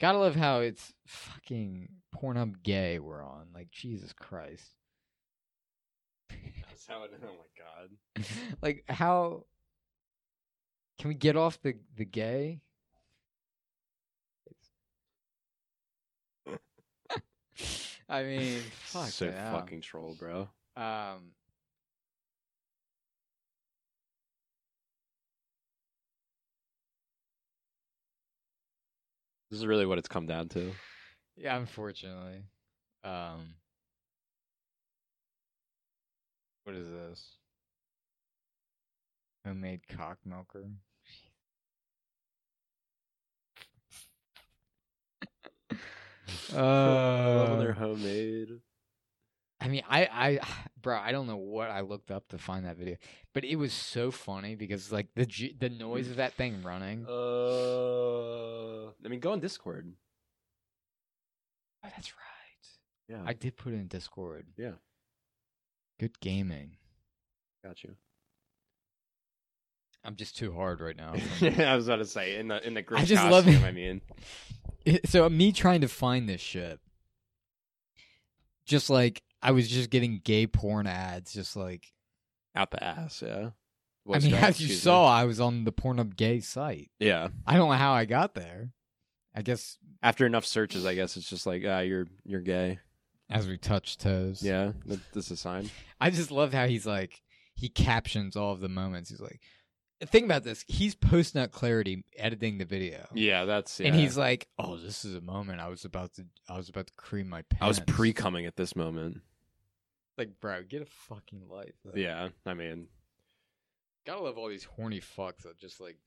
[SPEAKER 1] Gotta love how it's fucking Pornhub gay we're on. Like, Jesus Christ.
[SPEAKER 2] (laughs) That's how it. Oh my god.
[SPEAKER 1] (laughs) like, how. Can we get off the, the gay? (laughs) I (laughs)
[SPEAKER 2] (sighs)
[SPEAKER 1] mean, fuck.
[SPEAKER 2] so
[SPEAKER 1] yeah.
[SPEAKER 2] fucking troll, bro.
[SPEAKER 1] Um,
[SPEAKER 2] This is really what it's come down to.
[SPEAKER 1] yeah, unfortunately. Um, what is this? Homemade cock (laughs) milker.
[SPEAKER 2] Love when
[SPEAKER 1] uh,
[SPEAKER 2] they're homemade.
[SPEAKER 1] I mean, I, I, (sighs) bro, I don't know what I looked up to find that video, but it was so funny because like the j- the noise of that thing running.
[SPEAKER 2] Oh, Uh, I mean, go on Discord.
[SPEAKER 1] Oh, that's right.
[SPEAKER 2] Yeah,
[SPEAKER 1] I did put it in Discord.
[SPEAKER 2] Yeah.
[SPEAKER 1] Good gaming.
[SPEAKER 2] got you.
[SPEAKER 1] I'm just too hard right
[SPEAKER 2] (laughs)
[SPEAKER 1] now. (laughs)
[SPEAKER 2] I was about to say in the in the group
[SPEAKER 1] I just love it.
[SPEAKER 2] costume, I mean,
[SPEAKER 1] It- so me trying to find this shit, just like I was just getting gay porn ads, just like
[SPEAKER 2] out the ass. Yeah.
[SPEAKER 1] I
[SPEAKER 2] Voice
[SPEAKER 1] mean,
[SPEAKER 2] crack,
[SPEAKER 1] as you
[SPEAKER 2] excuse me.
[SPEAKER 1] saw, I was on the Pornhub gay site.
[SPEAKER 2] Yeah.
[SPEAKER 1] I don't know how I got there. I guess
[SPEAKER 2] After enough searches, I guess it's just like, ah, you're you're gay.
[SPEAKER 1] as we touched toes.
[SPEAKER 2] Yeah, that, that's a sign.
[SPEAKER 1] I just love how he's like he captions all of the moments. He's like, think about this. He's post nut clarity editing the video.
[SPEAKER 2] Yeah, that's.
[SPEAKER 1] And he's like, "Oh, this is a moment. I was about to, I was about to cream my pants.
[SPEAKER 2] I was pre coming at this moment.
[SPEAKER 1] like, bro, get a fucking life. though.
[SPEAKER 2] Yeah, I mean,
[SPEAKER 1] gotta love all these horny fucks that just like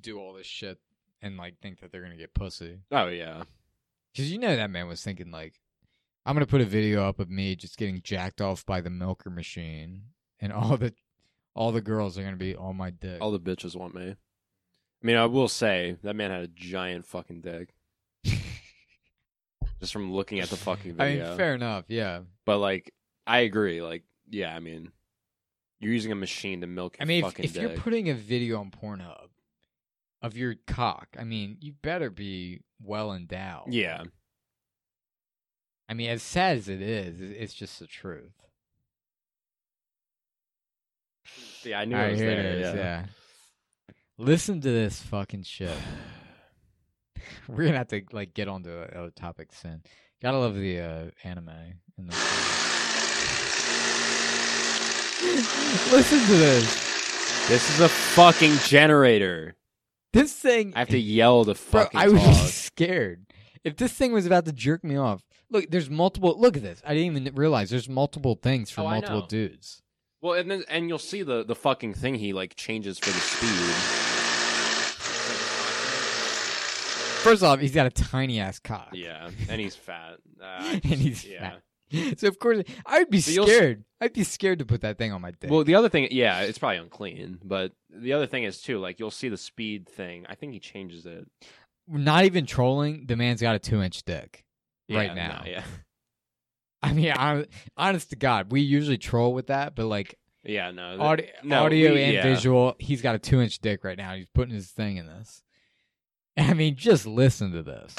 [SPEAKER 1] do all this shit and like think that they're gonna get pussy.
[SPEAKER 2] oh yeah,
[SPEAKER 1] Because you know that man was thinking like, I'm gonna put a video up of me just getting jacked off by the milker machine, and all the all the girls are gonna be on my dick.
[SPEAKER 2] all the bitches want me. I mean, I will say that man had a giant fucking dick. Just from looking (laughs) at the fucking
[SPEAKER 1] I mean,
[SPEAKER 2] video.
[SPEAKER 1] fair enough. Yeah.
[SPEAKER 2] But like, I agree. Like, yeah, I mean, you're using a machine to milk. Your
[SPEAKER 1] I mean, if,
[SPEAKER 2] fucking
[SPEAKER 1] if you're
[SPEAKER 2] dick.
[SPEAKER 1] putting a video on Pornhub of your cock, I mean, you better be well endowed.
[SPEAKER 2] yeah,
[SPEAKER 1] I mean, as sad as it is, it- it's just the truth.
[SPEAKER 2] yeah, I knew
[SPEAKER 1] All
[SPEAKER 2] I
[SPEAKER 1] right,
[SPEAKER 2] was
[SPEAKER 1] here
[SPEAKER 2] there.
[SPEAKER 1] it is.
[SPEAKER 2] yeah.
[SPEAKER 1] Yeah. Listen to this fucking
[SPEAKER 2] (sighs)
[SPEAKER 1] shit. We're gonna have to like get onto other topics soon. Gotta love the uh, anime. In
[SPEAKER 2] (sighs)
[SPEAKER 1] the Listen to this.
[SPEAKER 2] This is a fucking generator.
[SPEAKER 1] This thing.
[SPEAKER 2] I have
[SPEAKER 1] (laughs)
[SPEAKER 2] to yell
[SPEAKER 1] Bro,
[SPEAKER 2] to fucking
[SPEAKER 1] I would be (laughs)
[SPEAKER 2] talk.
[SPEAKER 1] scared if this thing was about to jerk me off. Look, there's multiple. Look at this. I didn't even realize there's multiple things for
[SPEAKER 2] Oh, I
[SPEAKER 1] multiple
[SPEAKER 2] know.
[SPEAKER 1] dudes.
[SPEAKER 2] (laughs) Well, and then and you'll see the the fucking thing he like changes for the speed.
[SPEAKER 1] First off, he's got a tiny ass cock.
[SPEAKER 2] Yeah, (laughs) and he's fat. Uh,
[SPEAKER 1] (laughs) and he's
[SPEAKER 2] yeah.
[SPEAKER 1] fat. (laughs) So of course, I'd be
[SPEAKER 2] But you'll s-
[SPEAKER 1] scared. I'd be scared to put that thing on my dick.
[SPEAKER 2] Well, the other thing, yeah, it's probably unclean, but the other thing is too, like you'll see the speed thing. I think he changes it
[SPEAKER 1] not even trolling. The man's got a two inch dick
[SPEAKER 2] Yeah,
[SPEAKER 1] right
[SPEAKER 2] no,
[SPEAKER 1] now.
[SPEAKER 2] yeah, (laughs)
[SPEAKER 1] I mean, hon- honest to God, we usually troll with that, but like
[SPEAKER 2] yeah, no, that-
[SPEAKER 1] audi-
[SPEAKER 2] no,
[SPEAKER 1] audio
[SPEAKER 2] we-
[SPEAKER 1] and
[SPEAKER 2] yeah.
[SPEAKER 1] visual, he's got a two inch dick right now. He's putting his thing in this. (laughs) I mean, just listen to this.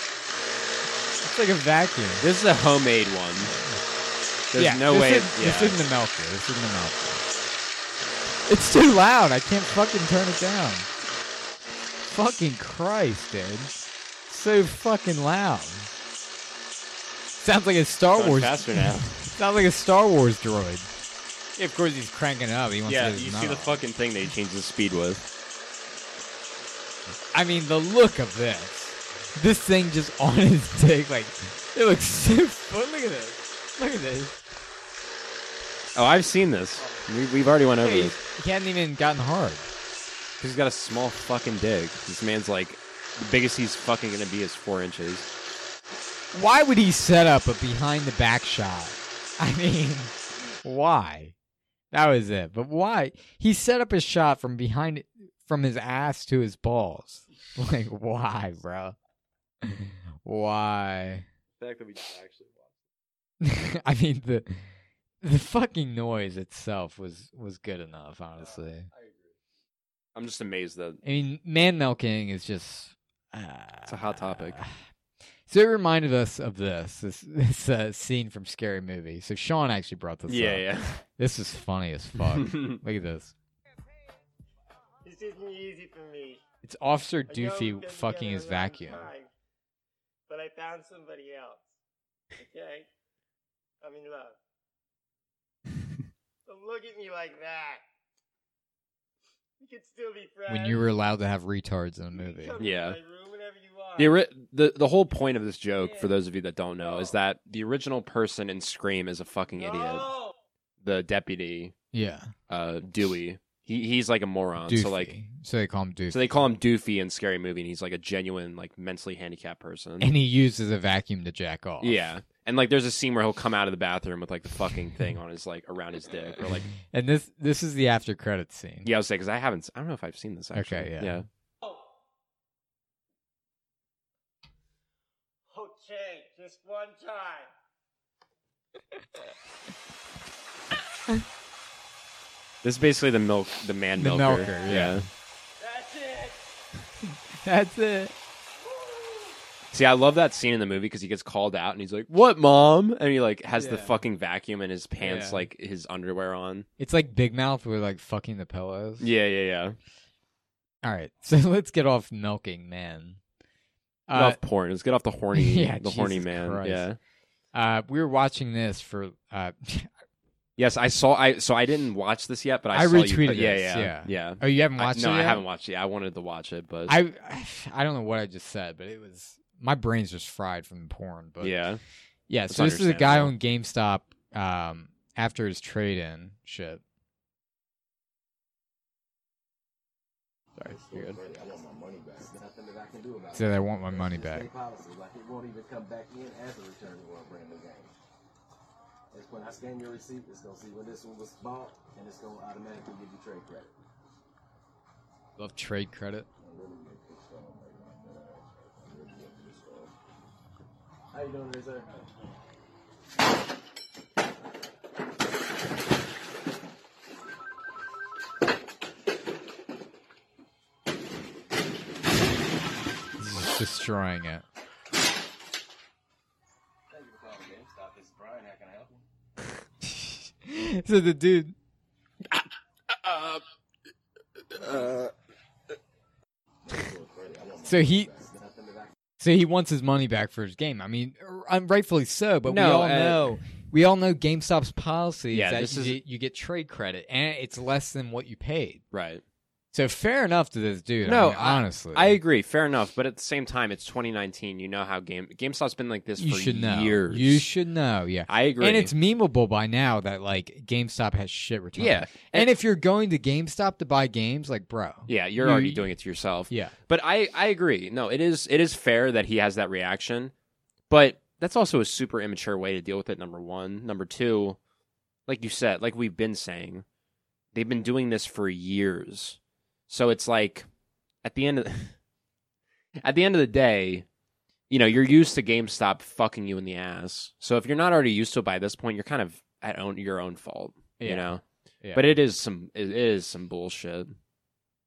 [SPEAKER 1] It's like a vacuum.
[SPEAKER 2] This is a homemade one. There's
[SPEAKER 1] yeah,
[SPEAKER 2] no
[SPEAKER 1] this
[SPEAKER 2] way.
[SPEAKER 1] Is, This
[SPEAKER 2] yeah.
[SPEAKER 1] isn't a melter. This isn't a melter. It's too loud. I can't fucking turn it down. Fucking Christ, dude. So fucking loud. Sounds like a Star
[SPEAKER 2] Going
[SPEAKER 1] Wars. (laughs)
[SPEAKER 2] faster now.
[SPEAKER 1] Sounds like a Star Wars droid. Yeah, of course he's cranking it up. He wants
[SPEAKER 2] yeah,
[SPEAKER 1] to get his
[SPEAKER 2] you see the
[SPEAKER 1] nut off.
[SPEAKER 2] fucking thing they change the speed with.
[SPEAKER 1] I mean, the look of this. This thing just (laughs) on his dick, like it looks so. (laughs) Look at this. Look at this.
[SPEAKER 2] Oh, I've seen this. We, we've already went over
[SPEAKER 1] Hey,
[SPEAKER 2] this.
[SPEAKER 1] he hadn't even gotten hard.
[SPEAKER 2] He's got a small fucking dick. This man's like, the biggest he's fucking gonna be is four inches.
[SPEAKER 1] Why (laughs) would he set up a behind the back shot? I mean, why? That was it. But why? He set up his shot from behind, from his ass to his balls. (laughs) Like, why, bro? Why?
[SPEAKER 8] The fact that we just actually watched.
[SPEAKER 1] (laughs) I mean the the fucking noise itself was was good enough, honestly.
[SPEAKER 8] it. I agree.
[SPEAKER 2] I'm just amazed that
[SPEAKER 1] I mean, man milking is just uh,
[SPEAKER 2] It's a hot topic.
[SPEAKER 1] So it reminded us of this this, (laughs) this uh, scene from Scary Movie. So Sean actually brought this up.
[SPEAKER 2] yeah,
[SPEAKER 1] This is funny as
[SPEAKER 2] (laughs)
[SPEAKER 1] fuck.
[SPEAKER 2] yeah.
[SPEAKER 1] Look at this.
[SPEAKER 9] This isn't easy for me.
[SPEAKER 1] It's Officer
[SPEAKER 9] I know we've
[SPEAKER 1] Doofy
[SPEAKER 9] been
[SPEAKER 1] fucking
[SPEAKER 9] together
[SPEAKER 1] his
[SPEAKER 9] a long
[SPEAKER 1] vacuum.
[SPEAKER 9] time, but I found somebody else. Okay? I'm in
[SPEAKER 1] (laughs)
[SPEAKER 9] love. Don't look at me like that. We could still be friends.
[SPEAKER 1] When you were allowed to have retards in a
[SPEAKER 9] You can
[SPEAKER 1] movie.
[SPEAKER 9] come to
[SPEAKER 2] Yeah.
[SPEAKER 9] my room whenever you want.
[SPEAKER 2] The, ori- the the whole point of this joke, for those of you that don't know, is that the original person in Scream is a fucking idiot.
[SPEAKER 9] No!
[SPEAKER 2] The deputy,
[SPEAKER 1] Yeah.
[SPEAKER 2] uh, Dewey, he he's like a moron.
[SPEAKER 1] Doofy.
[SPEAKER 2] Uh, So like,
[SPEAKER 1] so they call him Doofy.
[SPEAKER 2] so they call him Doofy in Scary Movie, and he's like a genuine like mentally handicapped person.
[SPEAKER 1] and he uses a vacuum to jack off.
[SPEAKER 2] yeah, and like there's a scene where he'll come out of the bathroom with like the fucking thing on his like around his dick, or like
[SPEAKER 1] And this this is the after credit scene.
[SPEAKER 2] yeah, I was say because I haven't, s- I don't know if I've seen this actually.
[SPEAKER 1] Okay, yeah.
[SPEAKER 2] yeah.
[SPEAKER 9] Okay, just one time.
[SPEAKER 2] This is basically the milk, the man
[SPEAKER 1] The
[SPEAKER 2] milker.
[SPEAKER 1] milker, yeah.
[SPEAKER 9] That's it.
[SPEAKER 1] (laughs) That's it.
[SPEAKER 2] See, I love that scene in the movie because he gets called out and he's like, "What, mom?" And he like has the
[SPEAKER 1] Yeah.
[SPEAKER 2] fucking vacuum in his pants,
[SPEAKER 1] Yeah.
[SPEAKER 2] like his underwear on.
[SPEAKER 1] It's like Big Mouth with like fucking the pillows.
[SPEAKER 2] Yeah, yeah, yeah.
[SPEAKER 1] All right. (laughs) So let's get off milking, man.
[SPEAKER 2] Get off porn. Let's get off the horny,
[SPEAKER 1] Uh, (laughs) Yeah,
[SPEAKER 2] the horny
[SPEAKER 1] Jesus
[SPEAKER 2] man.
[SPEAKER 1] Christ.
[SPEAKER 2] Yeah.
[SPEAKER 1] Uh, we were watching this for. Uh,
[SPEAKER 2] Yes, I saw. I so I didn't watch this yet, but I,
[SPEAKER 1] I
[SPEAKER 2] saw you-
[SPEAKER 1] retweeted
[SPEAKER 2] yeah,
[SPEAKER 1] this,
[SPEAKER 2] yeah,
[SPEAKER 1] yeah.
[SPEAKER 2] yeah,
[SPEAKER 1] oh, you haven't
[SPEAKER 2] I-
[SPEAKER 1] watched
[SPEAKER 2] no,
[SPEAKER 1] it?
[SPEAKER 2] I
[SPEAKER 1] yet?
[SPEAKER 2] haven't watched it. I wanted to watch it, but
[SPEAKER 1] I I (sighs) don't know what I just said, but it was my brain's just fried from porn. But
[SPEAKER 2] yeah,
[SPEAKER 1] yeah.
[SPEAKER 2] That's
[SPEAKER 1] So this is a guy on
[SPEAKER 2] understandable.
[SPEAKER 1] GameStop um, after his trade in shit.
[SPEAKER 2] sorry, you're good.
[SPEAKER 1] Said I want my money back. Love trade credit.
[SPEAKER 8] How you doing, Razor?
[SPEAKER 1] This is destroying it.
[SPEAKER 8] Thank you for calling GameStop. This is Brian. How can I help you?
[SPEAKER 1] (laughs) so the dude so he so he wants his money back for his game i mean r- um, rightfully so but we
[SPEAKER 2] No,
[SPEAKER 1] all
[SPEAKER 2] uh,
[SPEAKER 1] know we all know gamestop's policy
[SPEAKER 2] Yeah,
[SPEAKER 1] is
[SPEAKER 2] this
[SPEAKER 1] that
[SPEAKER 2] is-
[SPEAKER 1] you, get, you get trade credit and it's less than what you paid
[SPEAKER 2] right.
[SPEAKER 1] so fair enough to this dude I
[SPEAKER 2] No,
[SPEAKER 1] mean,
[SPEAKER 2] I-
[SPEAKER 1] honestly
[SPEAKER 2] I agree. Fair enough, but at the same time, it's 2019. You know how game GameStop's been like this
[SPEAKER 1] you
[SPEAKER 2] for
[SPEAKER 1] should know
[SPEAKER 2] years.
[SPEAKER 1] you should know yeah
[SPEAKER 2] I agree.
[SPEAKER 1] and it's memeable by now that like gamestop has shit returns
[SPEAKER 2] yeah,
[SPEAKER 1] and if you're going to gamestop to buy games like bro
[SPEAKER 2] Eh. yeah. You're
[SPEAKER 1] you-
[SPEAKER 2] already doing it to yourself.
[SPEAKER 1] yeah (laughs)
[SPEAKER 2] But I, I agree. No, it is it is fair that he has that reaction, but that's also a super immature way to deal with it. Number one, number two, like you said, like we've been saying, they've been doing this for years. So it's like at the end of (laughs) at the end of the day, you know, you're used to GameStop fucking you in the ass. So if you're not already used to it by this point, you're kind of at own your own fault.
[SPEAKER 1] Yeah.
[SPEAKER 2] You know,
[SPEAKER 1] Yeah.
[SPEAKER 2] but it is some it is some bullshit.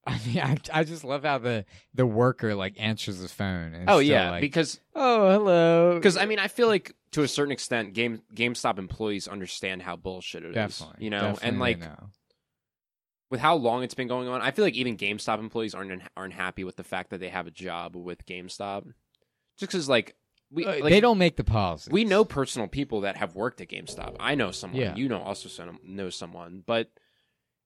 [SPEAKER 1] I mean, I, I just love how the the worker like answers the phone. And it's
[SPEAKER 2] Oh
[SPEAKER 1] still
[SPEAKER 2] yeah,
[SPEAKER 1] like,
[SPEAKER 2] because
[SPEAKER 1] oh hello.
[SPEAKER 2] Because I mean, I feel like to a certain extent, Game GameStop employees understand how bullshit it is.
[SPEAKER 1] definitely,
[SPEAKER 2] You know,
[SPEAKER 1] definitely
[SPEAKER 2] and
[SPEAKER 1] they
[SPEAKER 2] like
[SPEAKER 1] know.
[SPEAKER 2] with how long it's been going on, I feel like even GameStop employees aren't aren't happy with the fact that they have a job with GameStop, just because like we
[SPEAKER 1] Uh,
[SPEAKER 2] like,
[SPEAKER 1] they don't make the policy.
[SPEAKER 2] we know personal people that have worked at GameStop. I know someone.
[SPEAKER 1] Yeah.
[SPEAKER 2] You know also some, know someone, but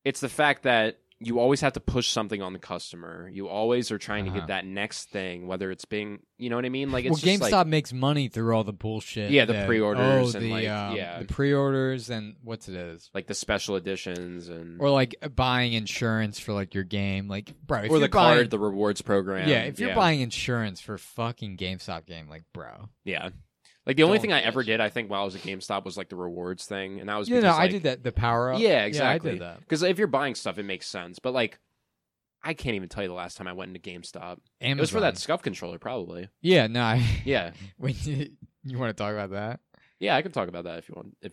[SPEAKER 2] it's the fact that you always have to push something on the customer. You always are trying to
[SPEAKER 1] Uh-huh.
[SPEAKER 2] get that next thing, whether it's being, you know what I mean? Like it's
[SPEAKER 1] Well,
[SPEAKER 2] just
[SPEAKER 1] GameStop
[SPEAKER 2] like,
[SPEAKER 1] makes money through all the bullshit.
[SPEAKER 2] Yeah, the
[SPEAKER 1] that-
[SPEAKER 2] pre-orders
[SPEAKER 1] oh,
[SPEAKER 2] and,
[SPEAKER 1] the,
[SPEAKER 2] like,
[SPEAKER 1] um,
[SPEAKER 2] yeah.
[SPEAKER 1] the pre-orders and what's it is,
[SPEAKER 2] like the special editions and
[SPEAKER 1] or like buying insurance for like your game, like bro, if
[SPEAKER 2] or
[SPEAKER 1] you're
[SPEAKER 2] the
[SPEAKER 1] buying,
[SPEAKER 2] card, the rewards program.
[SPEAKER 1] yeah, if you're buying insurance for a fucking GameStop game, like bro,
[SPEAKER 2] yeah, Like the only
[SPEAKER 1] Don't
[SPEAKER 2] thing I ever
[SPEAKER 1] touch.
[SPEAKER 2] did, I think, while I was at GameStop was like the rewards thing, and that was
[SPEAKER 1] Yeah,
[SPEAKER 2] because,
[SPEAKER 1] no, I
[SPEAKER 2] like-
[SPEAKER 1] did that. The power up.
[SPEAKER 2] Yeah, exactly.
[SPEAKER 1] I did that.
[SPEAKER 2] Because if you're buying stuff, it makes sense. But like, I can't even tell you the last time I went into GameStop.
[SPEAKER 1] Amazon.
[SPEAKER 2] It was for that scuff controller, probably.
[SPEAKER 1] Yeah, no. I,
[SPEAKER 2] (laughs) Yeah,
[SPEAKER 1] (laughs) when you, you want to talk about that?
[SPEAKER 2] yeah. I can talk about that if you want. If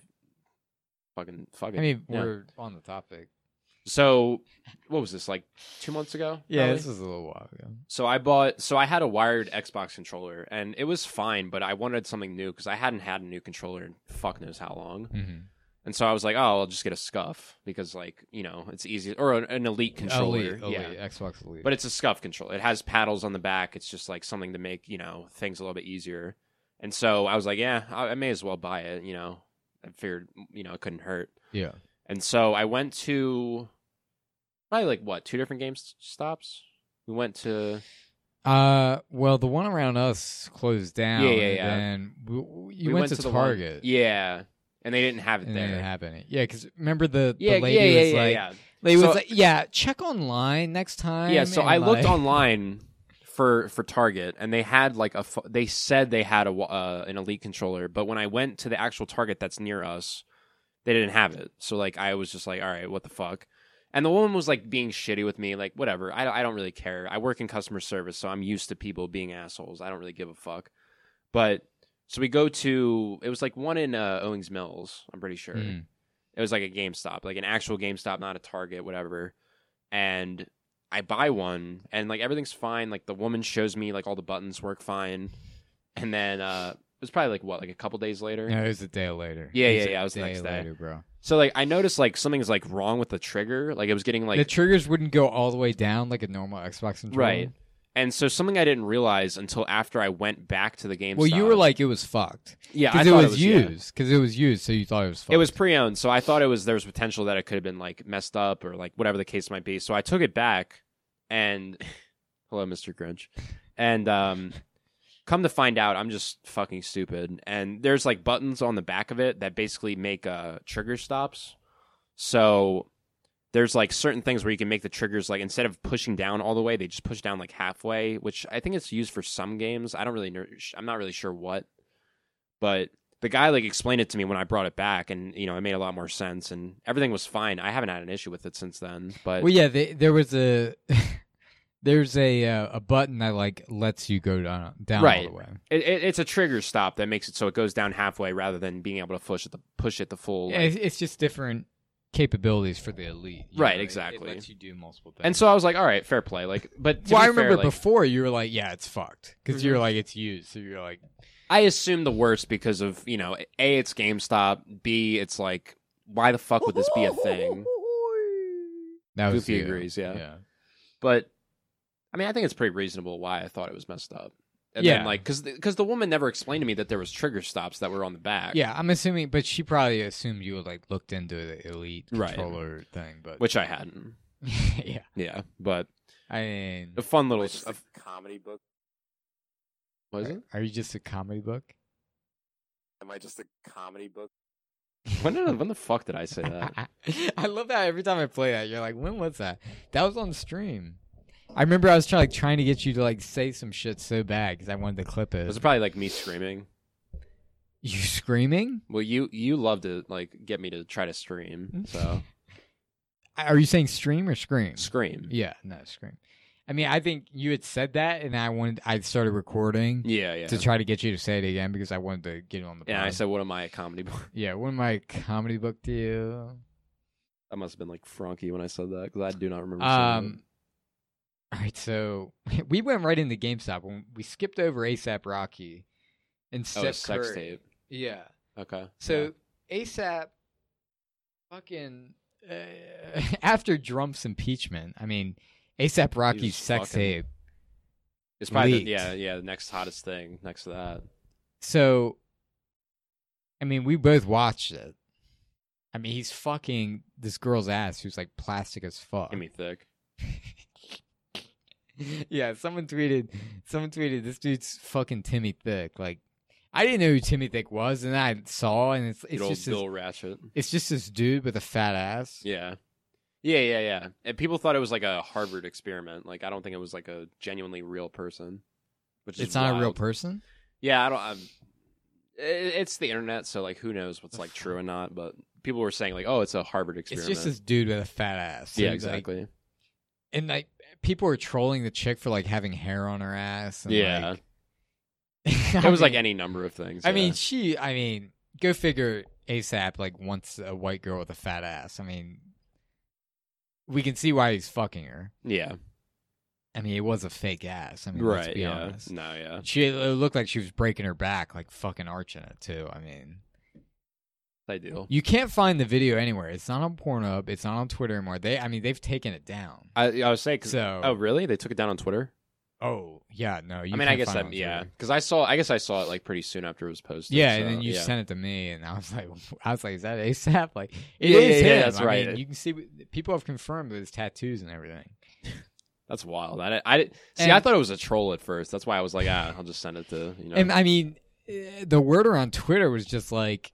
[SPEAKER 2] fucking fucking.
[SPEAKER 1] I mean,
[SPEAKER 2] yeah.
[SPEAKER 1] we're on the topic.
[SPEAKER 2] so what was this like two months ago?
[SPEAKER 1] Oh, Yeah,
[SPEAKER 2] probably?
[SPEAKER 1] this was a little while ago.
[SPEAKER 2] So I bought. So I had a wired Xbox controller, and it was fine. But I wanted something new because I hadn't had a new controller in fuck knows how long.
[SPEAKER 1] Mm-hmm.
[SPEAKER 2] And so I was like, oh, I'll just get a scuff because, like, you know, it's easy or an, an elite controller.
[SPEAKER 1] Elite, elite,
[SPEAKER 2] Yeah.
[SPEAKER 1] Xbox Elite.
[SPEAKER 2] But it's a scuff controller. It has paddles on the back. It's just like something to make, you know, things a little bit easier. And so I was like, yeah, I, I may as well buy it, you know. I figured, you know, it couldn't hurt.
[SPEAKER 1] yeah,
[SPEAKER 2] And so I went to probably like what, two different game s- stops? We went to
[SPEAKER 1] Uh, well, the one around us closed down.
[SPEAKER 2] Yeah, yeah, yeah.
[SPEAKER 1] And w- w- you
[SPEAKER 2] we
[SPEAKER 1] went, to,
[SPEAKER 2] the one-
[SPEAKER 1] Target.
[SPEAKER 2] yeah. And they didn't have it
[SPEAKER 1] and
[SPEAKER 2] there.
[SPEAKER 1] it didn't happen. Yeah, because remember the,
[SPEAKER 2] yeah,
[SPEAKER 1] the lady
[SPEAKER 2] yeah, yeah,
[SPEAKER 1] was
[SPEAKER 2] yeah,
[SPEAKER 1] like,
[SPEAKER 2] yeah.
[SPEAKER 1] lady
[SPEAKER 2] So-
[SPEAKER 1] was like, yeah, check online next time.
[SPEAKER 2] Yeah, so
[SPEAKER 1] and,
[SPEAKER 2] I looked
[SPEAKER 1] like-
[SPEAKER 2] online for for Target, and they had like a. ph- They said they had a wa- uh, an Elite controller, but when I went to the actual Target that's near us, they didn't have it. So like, I was just like, all right, what the fuck. And the woman was like being shitty with me, like whatever. I don't- I don't really care. I work in customer service, so I'm used to people being assholes. I don't really give a fuck. But so we go to it was like one in uh, Owings Mills, I'm pretty sure.
[SPEAKER 1] Mm.
[SPEAKER 2] It was like a GameStop, like an actual GameStop, not a Target, whatever. And I buy one, and like everything's fine. Like the woman shows me like all the buttons work fine, and then uh, it was probably like what, like a couple days later.
[SPEAKER 1] (laughs) No, it was a day later.
[SPEAKER 2] Yeah,
[SPEAKER 1] It was
[SPEAKER 2] yeah,
[SPEAKER 1] a
[SPEAKER 2] yeah, it was the
[SPEAKER 1] day
[SPEAKER 2] next day.
[SPEAKER 1] later, bro.
[SPEAKER 2] So like I noticed like something's like wrong with the trigger. Like it was getting like
[SPEAKER 1] the triggers wouldn't go all the way down like a normal Xbox controller.
[SPEAKER 2] right. And so something I didn't realize until after I went back to the game.
[SPEAKER 1] Well, you were like, it was fucked
[SPEAKER 2] yeah, I
[SPEAKER 1] it
[SPEAKER 2] thought
[SPEAKER 1] was,
[SPEAKER 2] it was yeah.
[SPEAKER 1] used because it was used, so you thought it was fucked.
[SPEAKER 2] It was pre-owned, so I thought it was there was potential that it could have been like messed up or like whatever the case might be. So I took it back, and (laughs) hello, Mister Grinch, and um, come to find out, I'm just fucking stupid. And there's like buttons on the back of it that basically make uh trigger stops. So there's like certain things where you can make the triggers like instead of pushing down all the way, they just push down like halfway, which I think it's used for some games. I don't really know. I'm not really sure what, but the guy like explained it to me when I brought it back, and you know it made a lot more sense, and everything was fine. I haven't had an issue with it since then, but
[SPEAKER 1] Well, yeah, they, there was a (laughs) there's a uh, a button that like lets you go down down all
[SPEAKER 2] Right.
[SPEAKER 1] the way.
[SPEAKER 2] it, it, it's a trigger stop that makes it so it goes down halfway rather than being able to push it the push it the full.
[SPEAKER 1] Yeah,
[SPEAKER 2] like-
[SPEAKER 1] it's, it's just different capabilities for the elite. you
[SPEAKER 2] Right,
[SPEAKER 1] it-
[SPEAKER 2] exactly.
[SPEAKER 1] It, lets you do multiple things.
[SPEAKER 2] and so I was like, all right, fair play. Like, but to
[SPEAKER 1] well, I
[SPEAKER 2] be fair,
[SPEAKER 1] remember
[SPEAKER 2] like, Mm-hmm.
[SPEAKER 1] before you were like, yeah, it's fucked because you were like, it's used, so you're like,
[SPEAKER 2] I assume the worst because of you know a it's GameStop, b it's like why the fuck would this be a thing?
[SPEAKER 1] that was
[SPEAKER 2] Goofy
[SPEAKER 1] you.
[SPEAKER 2] agrees, yeah.
[SPEAKER 1] yeah.
[SPEAKER 2] But I mean, I think it's pretty reasonable why I thought it was messed up. And
[SPEAKER 1] Yeah.
[SPEAKER 2] then, like, because because the woman never explained to me that there was trigger stops that were on the back.
[SPEAKER 1] Yeah, I'm assuming, but she probably assumed you had like looked into the elite
[SPEAKER 2] Right.
[SPEAKER 1] controller thing, but
[SPEAKER 2] which I hadn't.
[SPEAKER 1] (laughs) yeah,
[SPEAKER 2] Yeah, but
[SPEAKER 1] I mean,
[SPEAKER 2] a fun little
[SPEAKER 8] Just
[SPEAKER 2] a-
[SPEAKER 8] a comedy book?
[SPEAKER 2] was it?
[SPEAKER 1] are you just a comedy book?
[SPEAKER 8] Am I just a comedy book?
[SPEAKER 2] When did, when the fuck did I
[SPEAKER 1] (laughs)
[SPEAKER 2] say that?
[SPEAKER 1] I love that every time I play that, you're like, when was that? That was on stream. I remember I was trying like trying to get you to like say some shit so bad because I wanted to clip it.
[SPEAKER 2] Was it probably like me screaming?
[SPEAKER 1] you screaming?
[SPEAKER 2] Well, you you love to like get me to try to stream, so
[SPEAKER 1] (laughs) Are you saying stream or scream?
[SPEAKER 2] scream.
[SPEAKER 1] Yeah, no scream. I mean, I think you had said that, and I wanted I started recording
[SPEAKER 2] Yeah, yeah.
[SPEAKER 1] to try to get you to say it again because I wanted to get it on the.
[SPEAKER 2] and I
[SPEAKER 1] pod.
[SPEAKER 2] said, "What am I a comedy?" (laughs) book?"
[SPEAKER 1] Yeah, when my comedy book to you.
[SPEAKER 2] I must have been like Frankie when I said that because I do not remember.
[SPEAKER 1] Um, all right, so (laughs) we went right into GameStop when we skipped over ASAP Rocky and
[SPEAKER 2] saying that.
[SPEAKER 1] Steph
[SPEAKER 2] oh, it's sex
[SPEAKER 1] Curry.
[SPEAKER 2] tape.
[SPEAKER 1] Yeah.
[SPEAKER 2] Okay.
[SPEAKER 1] So ASAP, fucking uh, (laughs) after Trump's impeachment, I mean ASAP Rocky's
[SPEAKER 2] was
[SPEAKER 1] sex
[SPEAKER 2] fucking-
[SPEAKER 1] tape.
[SPEAKER 2] it's probably
[SPEAKER 1] leaked.
[SPEAKER 2] the, yeah, yeah. The next hottest thing next to that.
[SPEAKER 1] So, I mean, we both watched it. I mean, he's fucking this girl's ass who's like plastic as fuck.
[SPEAKER 2] Give me thick.
[SPEAKER 1] (laughs) yeah, someone tweeted. Someone tweeted this dude's fucking Timmy Thick. Like, I didn't know who Timmy Thick was, and I saw, and it's
[SPEAKER 2] Good
[SPEAKER 1] it's
[SPEAKER 2] old
[SPEAKER 1] just this,
[SPEAKER 2] Bill Ratchet.
[SPEAKER 1] it's just this dude with a fat ass.
[SPEAKER 2] Yeah. Yeah, yeah, yeah. And people thought it was like a Harvard experiment. Like I don't think it was like a genuinely real person. Which is
[SPEAKER 1] it's not a real
[SPEAKER 2] wild.
[SPEAKER 1] person.
[SPEAKER 2] Yeah, I don't. I'm, i- it's the internet, so like who knows what's like true and not. But people were saying like, oh, it's a Harvard
[SPEAKER 1] It's
[SPEAKER 2] experiment.
[SPEAKER 1] just this dude with a fat ass.
[SPEAKER 2] yeah,
[SPEAKER 1] And, like,
[SPEAKER 2] exactly.
[SPEAKER 1] (laughs) and like people were trolling the chick for like having hair on her ass. And,
[SPEAKER 2] Yeah.
[SPEAKER 1] like, (laughs)
[SPEAKER 2] it was like any number of things.
[SPEAKER 1] I mean,
[SPEAKER 2] yeah.
[SPEAKER 1] she. I mean, go figure. ASAP like wants a white girl with a fat ass. I mean, we can see why he's fucking her.
[SPEAKER 2] yeah,
[SPEAKER 1] I mean, it was a fake ass. I mean,
[SPEAKER 2] right.
[SPEAKER 1] let's be
[SPEAKER 2] yeah,
[SPEAKER 1] honest.
[SPEAKER 2] no, yeah.
[SPEAKER 1] She it looked like she was breaking her back, like fucking arching it too. I mean,
[SPEAKER 2] I do.
[SPEAKER 1] you can't find the video anywhere. It's not on Pornhub. It's not on Twitter anymore. They, I mean, they've taken it down.
[SPEAKER 2] I, I was saying, 'cause-
[SPEAKER 1] So-
[SPEAKER 2] oh really? They took it down on Twitter.
[SPEAKER 1] Oh yeah, no. You
[SPEAKER 2] I mean,
[SPEAKER 1] can't
[SPEAKER 2] I guess
[SPEAKER 1] find it
[SPEAKER 2] that
[SPEAKER 1] on
[SPEAKER 2] yeah,
[SPEAKER 1] Twitter.
[SPEAKER 2] because I saw. I guess I saw it like pretty soon after it was posted.
[SPEAKER 1] Yeah,
[SPEAKER 2] so,
[SPEAKER 1] and then you
[SPEAKER 2] yeah.
[SPEAKER 1] sent it to me, and I was like, (laughs) I was like, is that ASAP? Like, it
[SPEAKER 2] Yeah,
[SPEAKER 1] is
[SPEAKER 2] yeah, yeah,
[SPEAKER 1] him.
[SPEAKER 2] that's
[SPEAKER 1] I
[SPEAKER 2] right.
[SPEAKER 1] mean, you can see people have confirmed with his tattoos and everything.
[SPEAKER 2] That's wild. I, I see. I
[SPEAKER 1] And-
[SPEAKER 2] thought it was a troll at first. That's why I was like, ah, I'll just send it to you know.
[SPEAKER 1] And I mean, eh, the word on Twitter was just like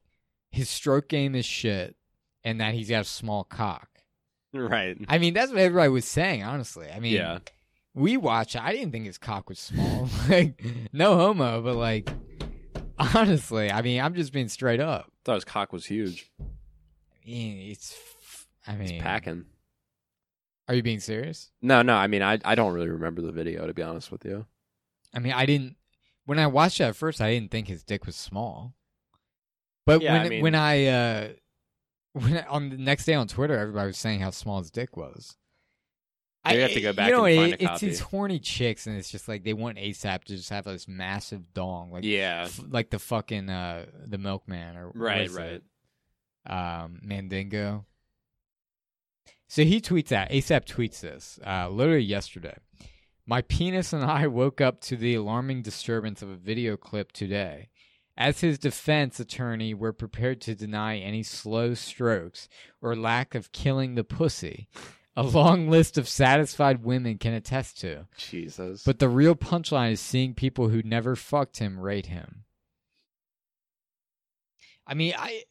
[SPEAKER 1] his stroke game is shit, and that he's got a small cock.
[SPEAKER 2] (laughs) right.
[SPEAKER 1] I mean, that's what everybody was saying. Honestly, I mean,
[SPEAKER 2] yeah.
[SPEAKER 1] we watch. I didn't think his cock was small. (laughs) like, no homo, but like, honestly, I mean, I'm just being straight up.
[SPEAKER 2] thought his cock was huge.
[SPEAKER 1] I mean, it's. f- I mean,
[SPEAKER 2] It's packing.
[SPEAKER 1] are you being serious?
[SPEAKER 2] No, no. I mean, I I don't really remember the video to be honest with you.
[SPEAKER 1] I mean, I didn't. When I watched that at first, I didn't think his dick was small. But
[SPEAKER 2] Yeah,
[SPEAKER 1] when
[SPEAKER 2] I mean-
[SPEAKER 1] when I uh, (laughs) when I, on the next day on Twitter, everybody was saying how small his dick was.
[SPEAKER 2] Maybe I have to go back
[SPEAKER 1] You know,
[SPEAKER 2] and
[SPEAKER 1] it-
[SPEAKER 2] find a
[SPEAKER 1] it's
[SPEAKER 2] copy.
[SPEAKER 1] these horny chicks, and it's just like they want ASAP to just have this massive dong, like
[SPEAKER 2] yeah.
[SPEAKER 1] f- like the fucking uh, the milkman or what
[SPEAKER 2] Right.
[SPEAKER 1] is
[SPEAKER 2] Right.
[SPEAKER 1] it? um, Mandingo. So he tweets that. ASAP tweets this uh, literally yesterday. My penis and I woke up to the alarming disturbance of a video clip today. As his defense attorney, we're prepared to deny any slow strokes or lack of killing the pussy. A long list of satisfied women can attest to.
[SPEAKER 2] Jesus.
[SPEAKER 1] But the real punchline is seeing people who never fucked him rate him. I mean, I.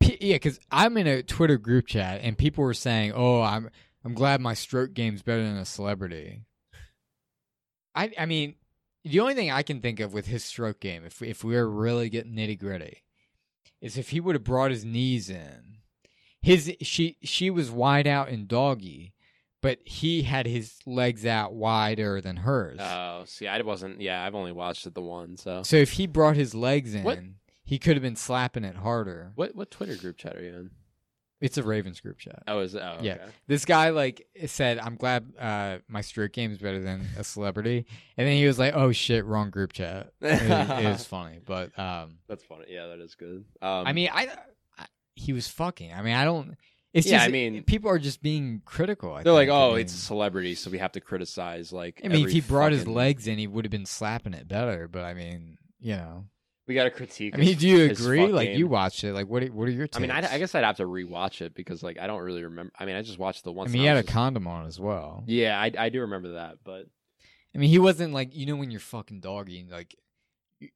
[SPEAKER 1] P- yeah, because I'm in a Twitter group chat and people were saying, "Oh, I'm I'm glad my stroke game's better than a celebrity." I I mean, the only thing I can think of with his stroke game, if we, if we were really getting nitty gritty, is if he would have brought his knees in. His she she was wide out in doggy, but he had his legs out wider than hers.
[SPEAKER 2] oh, see, I wasn't. Yeah, I've only watched it the one. So
[SPEAKER 1] so if he brought his legs in,
[SPEAKER 2] What-
[SPEAKER 1] he could have been slapping it harder.
[SPEAKER 2] what what Twitter group chat are you in?
[SPEAKER 1] It's a Ravens group chat.
[SPEAKER 2] Oh, is it? Oh,
[SPEAKER 1] Yeah.
[SPEAKER 2] okay.
[SPEAKER 1] This guy like said, "I'm glad uh, my stroke game is better than a celebrity," and then he was like, "Oh shit, wrong group
[SPEAKER 2] (laughs)
[SPEAKER 1] chat." It, it was funny, but um,
[SPEAKER 2] That's funny. Yeah, that is good. Um,
[SPEAKER 1] I mean, I, I- he was fucking. I mean, I don't. It's
[SPEAKER 2] Yeah,
[SPEAKER 1] just,
[SPEAKER 2] I mean-
[SPEAKER 1] people are just being critical. I
[SPEAKER 2] they're like,
[SPEAKER 1] think. I
[SPEAKER 2] oh,
[SPEAKER 1] mean-
[SPEAKER 2] it's a celebrity, so we have to criticize. Like,
[SPEAKER 1] I mean, if
[SPEAKER 2] every
[SPEAKER 1] he brought his
[SPEAKER 2] fucking-
[SPEAKER 1] legs in, he would have been slapping it better. But I mean, you know,
[SPEAKER 2] we got to critique.
[SPEAKER 1] I mean,
[SPEAKER 2] his-
[SPEAKER 1] do you
[SPEAKER 2] his
[SPEAKER 1] agree? Like,
[SPEAKER 2] fucking-
[SPEAKER 1] you watched it. Like, what? Are, what are your? Takes?
[SPEAKER 2] I mean, I, I guess I'd have to rewatch it because, like, I don't really remember. I mean, I just watched the
[SPEAKER 1] I
[SPEAKER 2] one.
[SPEAKER 1] mean, he had a condom on as well.
[SPEAKER 2] Yeah, I, I do remember that, but
[SPEAKER 1] I mean, he wasn't like you know when you're fucking doggy, like you,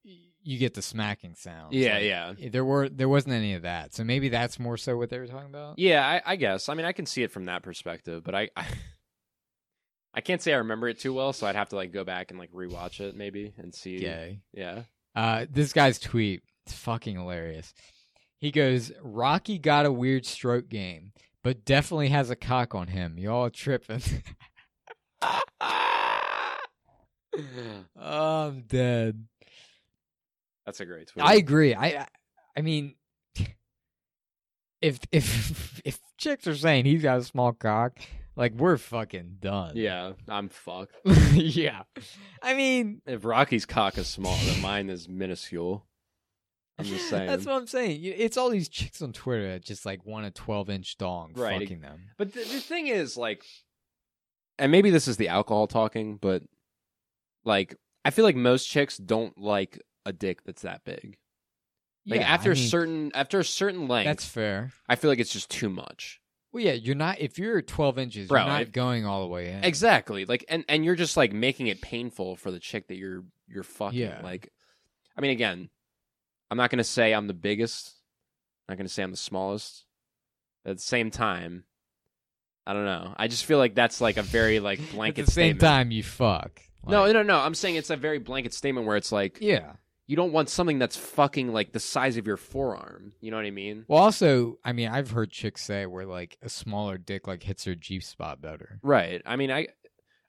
[SPEAKER 1] you get the smacking sound.
[SPEAKER 2] Yeah, yeah.
[SPEAKER 1] There were there wasn't any of that, so maybe that's more so what they were talking about.
[SPEAKER 2] yeah, I, I guess. I mean, I can see it from that perspective, but I, I, (laughs) I can't say I remember it too well, so I'd have to like go back and like rewatch it maybe and see.
[SPEAKER 1] Gay.
[SPEAKER 2] yeah.
[SPEAKER 1] Uh, this guy's tweet, it's fucking hilarious. He goes, "Rocky got a weird stroke game, but definitely has a cock on him. Y'all
[SPEAKER 2] (laughs)
[SPEAKER 1] tripping." (laughs) oh, I'm dead.
[SPEAKER 2] That's a great tweet.
[SPEAKER 1] I agree. I I- I mean if if (laughs) if chicks are saying he's got a small cock, like we're fucking done.
[SPEAKER 2] yeah, I'm fucked.
[SPEAKER 1] (laughs) yeah. I mean
[SPEAKER 2] If Rocky's cock is small, then mine is minuscule. I'm just
[SPEAKER 1] (laughs)
[SPEAKER 2] saying.
[SPEAKER 1] That's what I'm saying. You- It's all these chicks on Twitter that just like want a 12 inch dong
[SPEAKER 2] Right.
[SPEAKER 1] fucking them.
[SPEAKER 2] But the, the thing is, like, and maybe this is the alcohol talking, but like, I feel like most chicks don't like a dick that's that big. Like
[SPEAKER 1] Yeah, I
[SPEAKER 2] after a
[SPEAKER 1] mean,
[SPEAKER 2] certain after a certain length,
[SPEAKER 1] That's fair.
[SPEAKER 2] I feel like it's just too much.
[SPEAKER 1] Well, yeah, you're not. If you're 12 inches,
[SPEAKER 2] Bro,
[SPEAKER 1] you're not
[SPEAKER 2] if-
[SPEAKER 1] going all the way in.
[SPEAKER 2] Exactly. Like, and and you're just like making it painful for the chick that you're you're fucking.
[SPEAKER 1] Yeah.
[SPEAKER 2] Like, I mean, again, I'm not gonna say I'm the biggest. I'm not gonna say I'm the smallest. At the same time, I don't know. I just feel like that's like a very like
[SPEAKER 1] (laughs)
[SPEAKER 2] blanket
[SPEAKER 1] At the same
[SPEAKER 2] statement.
[SPEAKER 1] time, you fuck.
[SPEAKER 2] no,
[SPEAKER 1] Like,
[SPEAKER 2] no, no. I'm saying it's a very blanket statement where it's like
[SPEAKER 1] yeah.
[SPEAKER 2] you don't want something that's fucking like the size of your forearm. You know what I mean?
[SPEAKER 1] Well, also, I mean, I've heard chicks say where like a smaller dick like hits her G spot better.
[SPEAKER 2] Right. I mean, I,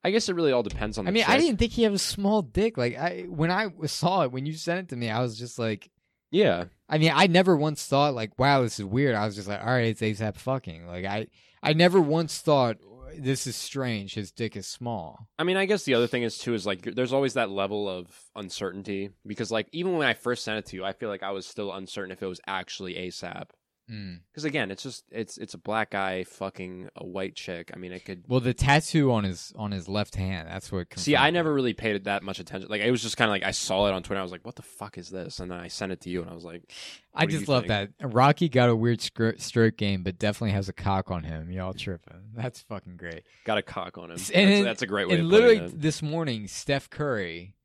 [SPEAKER 2] I guess it really all depends on. The
[SPEAKER 1] I mean, I
[SPEAKER 2] chick.
[SPEAKER 1] didn't think he had a small dick. Like I, when I saw it, when you sent it to me, I was just like,
[SPEAKER 2] Yeah.
[SPEAKER 1] I mean, I never once thought like, wow, this is weird. I was just like, all right, it's ASAP fucking. Like I, I never once thought this is strange. His dick is small.
[SPEAKER 2] I mean, I guess the other thing is too is like you're- there's always that level of uncertainty because like even when I first sent it to you, I feel like I was still uncertain if it was actually ASAP.
[SPEAKER 1] Mm.
[SPEAKER 2] Because again, it's just it's it's a black guy fucking a white chick. I mean, it could.
[SPEAKER 1] Well, the tattoo on his on his left hand. That's what.
[SPEAKER 2] See, I
[SPEAKER 1] confirmed
[SPEAKER 2] never
[SPEAKER 1] it.
[SPEAKER 2] really paid it that much attention. Like it was just kind of like I saw it on Twitter. I was like, "What the fuck is this?" And then I sent it to you, and I was like,
[SPEAKER 1] I
[SPEAKER 2] what do
[SPEAKER 1] just
[SPEAKER 2] you
[SPEAKER 1] love
[SPEAKER 2] think?
[SPEAKER 1] that Rocky got a weird scro- stroke game, but definitely has a cock on him. Y'all tripping? That's fucking great.
[SPEAKER 2] "Got a cock on him."
[SPEAKER 1] S-
[SPEAKER 2] That's,
[SPEAKER 1] and then-
[SPEAKER 2] that's a great way.
[SPEAKER 1] and
[SPEAKER 2] of
[SPEAKER 1] literally
[SPEAKER 2] putting it.
[SPEAKER 1] this morning, Steph Curry,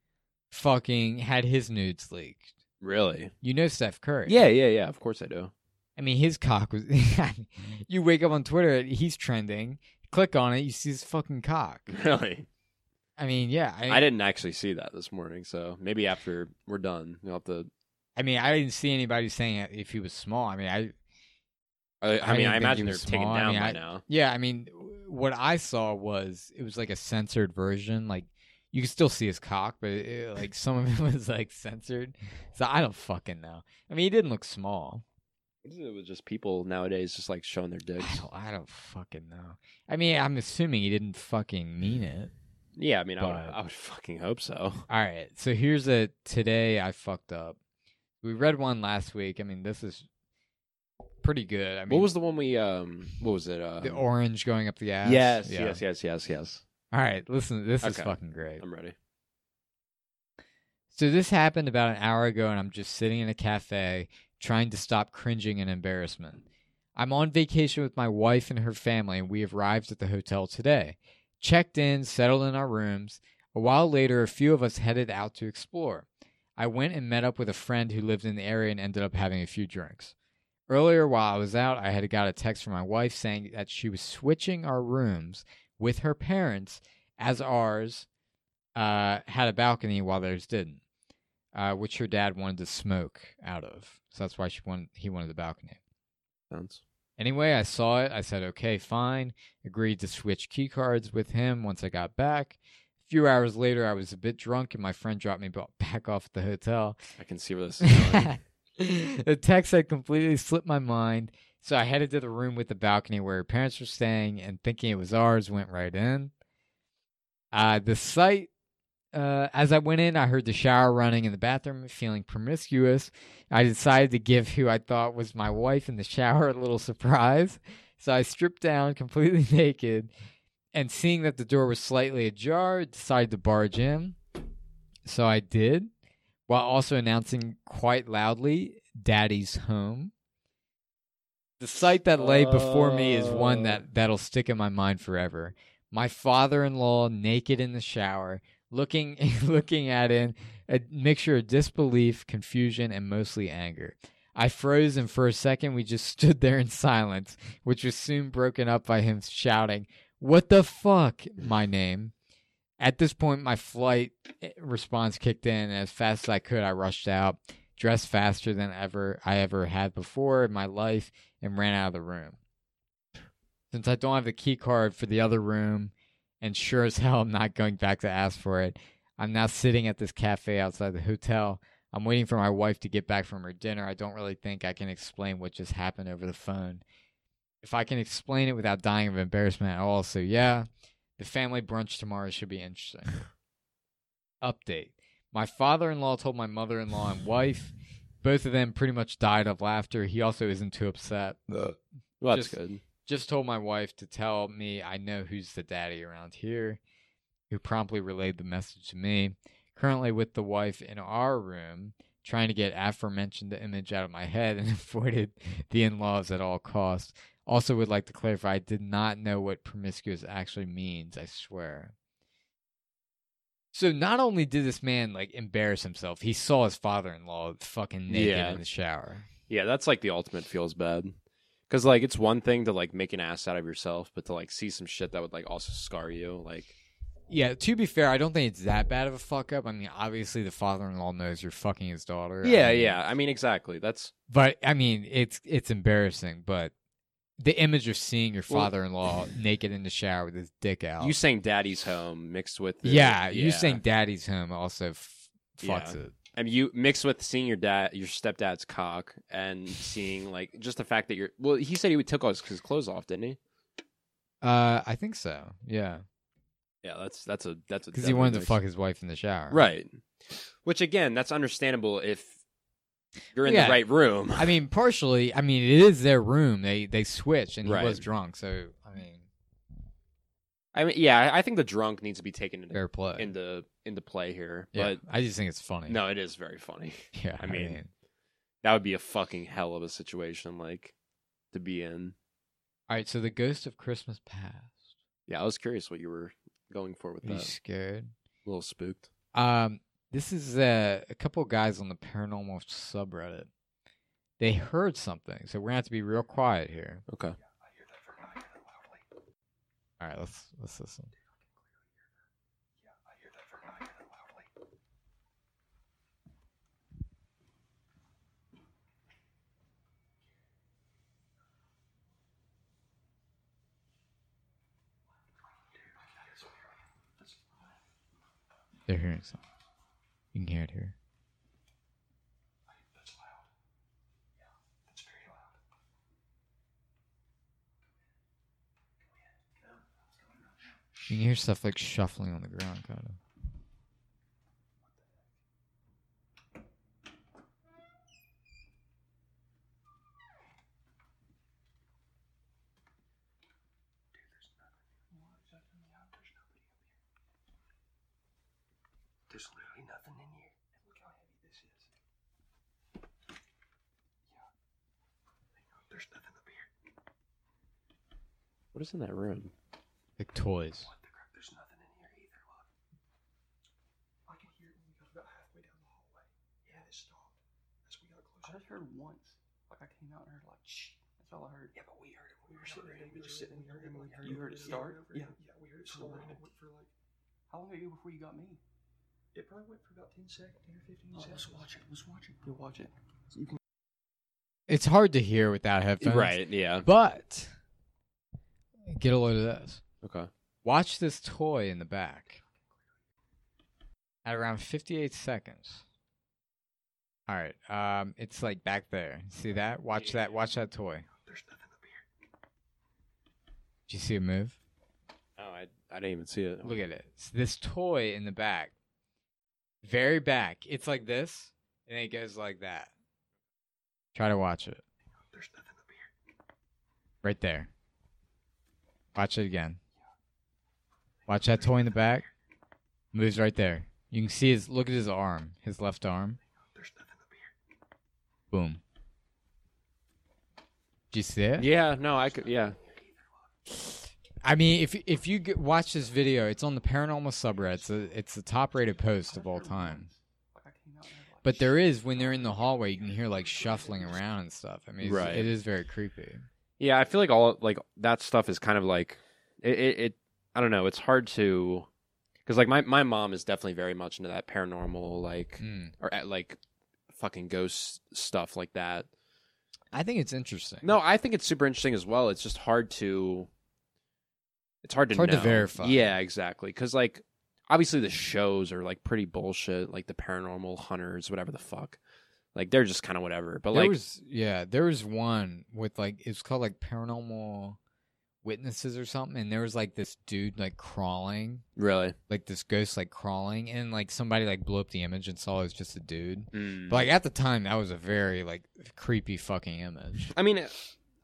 [SPEAKER 1] fucking had his nudes leaked.
[SPEAKER 2] really.
[SPEAKER 1] You know Steph Curry?
[SPEAKER 2] Yeah, yeah, yeah. Of course I do. (laughs)
[SPEAKER 1] I mean, his cock was. (laughs) you wake up on Twitter, he's trending. Click on it, you see his fucking cock.
[SPEAKER 2] Really,
[SPEAKER 1] I mean, yeah. I,
[SPEAKER 2] I didn't actually see that this morning. So maybe after we're done, you'll have to
[SPEAKER 1] I mean, I didn't see anybody saying if he was small. I mean, I I
[SPEAKER 2] I, I mean,
[SPEAKER 1] didn't
[SPEAKER 2] I
[SPEAKER 1] think
[SPEAKER 2] imagine
[SPEAKER 1] he
[SPEAKER 2] they're
[SPEAKER 1] was
[SPEAKER 2] taken
[SPEAKER 1] small. I
[SPEAKER 2] down
[SPEAKER 1] mean,
[SPEAKER 2] by
[SPEAKER 1] I-
[SPEAKER 2] now.
[SPEAKER 1] yeah. I mean, what I saw was it was like a censored version. Like you could still see his cock, but it, like some of it (laughs) was like censored. So I don't fucking know. I mean, he didn't look small.
[SPEAKER 2] It was just people nowadays just like showing their dicks.
[SPEAKER 1] I don't, "Oh, I don't fucking know. I mean, I'm assuming he didn't fucking mean it.
[SPEAKER 2] Yeah, I mean, I
[SPEAKER 1] But-
[SPEAKER 2] would, I would fucking hope so.
[SPEAKER 1] All right. So here's a today I fucked up. We read one last week. I mean, this is pretty good. I mean,
[SPEAKER 2] what was the one we um? What was it? Uh,
[SPEAKER 1] the orange going up the ass?
[SPEAKER 2] Yes,
[SPEAKER 1] Yeah.
[SPEAKER 2] yes, yes, yes, yes.
[SPEAKER 1] All right. Listen, this is
[SPEAKER 2] Okay.
[SPEAKER 1] fucking great.
[SPEAKER 2] I'm ready.
[SPEAKER 1] So this happened about an hour ago, and I'm just sitting in a cafe trying to stop cringing in embarrassment. I'm on vacation with my wife and her family, and we arrived at the hotel today. Checked in, settled in our rooms. A while later, a few of us headed out to explore. I went and met up with a friend who lived in the area and ended up having a few drinks. Earlier, while I was out, I had got a text from my wife saying that she was switching our rooms with her parents, as ours uh, had a balcony while theirs didn't uh, which her dad wanted to smoke out of. So that's why she wanted he wanted the balcony.
[SPEAKER 2] Sounds.
[SPEAKER 1] Anyway, I saw it. I said, okay, fine. Agreed to switch key cards with him once I got back. A few hours later, I was a bit drunk and my friend dropped me ba- back off at the hotel.
[SPEAKER 2] I can see where this is going.
[SPEAKER 1] (laughs) the text had completely slipped my mind. So I headed to the room with the balcony where her parents were staying and thinking it was ours, went right in. Uh, the site, uh, as I went in, I heard the shower running in the bathroom, feeling promiscuous. I decided to give who I thought was my wife in the shower (laughs) a little surprise. So I stripped down completely (laughs) naked and seeing that the door was slightly ajar, decided to barge in. So I did, while also announcing quite loudly, Daddy's home. The sight that lay before me is one that, that'll stick in my mind forever. My father in law naked in the shower, looking (laughs) looking at in a mixture of disbelief, confusion, and mostly anger. I froze, and for a second, we just (laughs) stood there in silence, which was soon broken up by him shouting, What the fuck? My name. At this point, my flight eh, response kicked in, and as fast as I could, I rushed out, dressed faster than ever I ever had before in my life, and ran out of the room. Since I don't have the key card for the other room, and sure as hell I'm not going back to ask for it, I'm now sitting at this cafe outside the hotel. I'm waiting for my wife to get back from her dinner. I don't really think I can explain what just happened over the phone. If I can explain it without dying of embarrassment at all, so yeah, the family brunch tomorrow should be interesting. Update My father in law told my mother in law and wife. Both of them pretty much died of laughter. He also isn't too upset.
[SPEAKER 2] Well, that's
[SPEAKER 1] Just-
[SPEAKER 2] good.
[SPEAKER 1] Just told my wife to tell me I know who's the daddy around here, who promptly relayed the message to me. Currently with the wife in our room, trying to get aforementioned image out of my head and (laughs) avoided the in laws at all costs. Also, would like to clarify I did not know what promiscuous actually means, I swear. So, not only did this man like embarrass himself, he saw his father in law fucking naked
[SPEAKER 2] Yeah.
[SPEAKER 1] in the shower.
[SPEAKER 2] Yeah, that's like the ultimate feels bad. Cause like it's one thing to like make an ass out of yourself, but to like see some shit that would like also scar you, like
[SPEAKER 1] Yeah, to be fair, I don't think it's that bad of a fuck up. I mean, obviously the father-in-law knows you're fucking his daughter. I
[SPEAKER 2] Yeah,
[SPEAKER 1] mean,
[SPEAKER 2] yeah. I mean, exactly. That's
[SPEAKER 1] But I mean, it's it's embarrassing, but the image of seeing your
[SPEAKER 2] Well- (laughs)
[SPEAKER 1] father-in-law naked in the shower with his dick out.
[SPEAKER 2] you saying daddy's home mixed with the-
[SPEAKER 1] yeah, you saying daddy's home also f- fucks
[SPEAKER 2] Yeah.
[SPEAKER 1] it.
[SPEAKER 2] I mean, you mixed with seeing your dad, your stepdad's cock, and seeing like just the fact that you're. Well, he said he would took all his, his clothes off, didn't he?
[SPEAKER 1] Uh, I think so. Yeah,
[SPEAKER 2] Yeah, that's that's a that's a
[SPEAKER 1] because he
[SPEAKER 2] definitely
[SPEAKER 1] wanted to
[SPEAKER 2] mix.
[SPEAKER 1] fuck his wife in the shower.
[SPEAKER 2] right. Which again, that's understandable if you're in
[SPEAKER 1] Yeah.
[SPEAKER 2] the right room.
[SPEAKER 1] I mean, partially. I mean, it is their room. They they switch, and he
[SPEAKER 2] Right.
[SPEAKER 1] was drunk. So I mean,
[SPEAKER 2] I mean, yeah, I- I think the drunk needs to be taken into
[SPEAKER 1] fair play.
[SPEAKER 2] into into play here,
[SPEAKER 1] yeah,
[SPEAKER 2] but
[SPEAKER 1] I just think it's funny.
[SPEAKER 2] no, it is very funny.
[SPEAKER 1] (laughs) yeah.
[SPEAKER 2] I mean, That would be a fucking hell of a situation, like to be in.
[SPEAKER 1] all right. So the ghost of Christmas past.
[SPEAKER 2] Yeah, I was curious what you were going for with
[SPEAKER 1] Are you
[SPEAKER 2] that.
[SPEAKER 1] scared?
[SPEAKER 2] A little spooked.
[SPEAKER 1] Um, this is uh, a couple of guys on the paranormal subreddit. They heard something, so we're gonna have to be real quiet here.
[SPEAKER 2] Okay.
[SPEAKER 1] All right, let's let's listen. They're hearing something. You can hear it here. You can hear stuff like shuffling on the ground, kind of.
[SPEAKER 5] There's literally nothing in here. And look how heavy this is. Yeah. Hang on, There's nothing up here.
[SPEAKER 2] What is in that room?
[SPEAKER 1] Like toys.
[SPEAKER 5] What the crap? There's nothing in here either. Look. I can hear it when we got about halfway down the hallway. Yeah, it stopped. That's we got closer. I just heard once. Like I came out and heard like shh. That's all I heard. Yeah, but we heard it. We were sitting there. We were just sitting there. And we heard you heard it start. Yeah, yeah, we heard it start. For like, how long ago before you got me? It probably went for about 10 seconds, 10 or 15 seconds. Let's watch it. Let's watch it. You watch it. So you can
[SPEAKER 1] It's hard to hear without headphones.
[SPEAKER 2] Right. Yeah.
[SPEAKER 1] But get a load of this.
[SPEAKER 2] Okay.
[SPEAKER 1] Watch this toy in the back. At around 58 seconds. All right. Um, it's like back there. See that? Watch that. Watch that toy.
[SPEAKER 5] There's nothing up here.
[SPEAKER 1] Did you see it move?
[SPEAKER 2] Oh, I I didn't even see it.
[SPEAKER 1] Look at it. It's this toy in the back. Very back. It's like this, and it goes like that. Try to watch it.
[SPEAKER 5] There's nothing up here.
[SPEAKER 1] Right there. Watch it again. Watch that toy in the back. Moves right there. You can see his look at his arm, his left arm.
[SPEAKER 5] There's nothing up here.
[SPEAKER 1] Boom. Do you see it?
[SPEAKER 2] Yeah. No, I could. Yeah.
[SPEAKER 1] I mean, if if you get, watch this video, it's on the paranormal subreddit. It's, the it's the top rated post of all time.
[SPEAKER 5] Like I came out and heard like
[SPEAKER 1] But there is when they're in the hallway, you can hear like shuffling around and stuff. I mean, it's,
[SPEAKER 2] Right.
[SPEAKER 1] it is very creepy.
[SPEAKER 2] Yeah. I feel like all like that stuff is kind of like it. it, it I don't know. It's hard to because like my my mom is definitely very much into that paranormal like
[SPEAKER 1] Mm.
[SPEAKER 2] or uh, like fucking ghost stuff like that.
[SPEAKER 1] I think it's interesting.
[SPEAKER 2] No, I think it's super interesting as well. It's just hard to. It's hard to
[SPEAKER 1] It's hard to
[SPEAKER 2] know.
[SPEAKER 1] verify.
[SPEAKER 2] Yeah, exactly. Because like, obviously the shows are like pretty bullshit. Like the paranormal hunters, whatever the fuck. Like they're just kind of whatever. But
[SPEAKER 1] there
[SPEAKER 2] like,
[SPEAKER 1] was yeah, there was one with like it's called like paranormal witnesses or something, and there was like this dude like crawling,
[SPEAKER 2] really,
[SPEAKER 1] like this ghost like crawling, and like somebody like blew up the image and saw it was just a dude.
[SPEAKER 2] Mm.
[SPEAKER 1] But like at the time, that was a very like creepy fucking image.
[SPEAKER 2] I mean,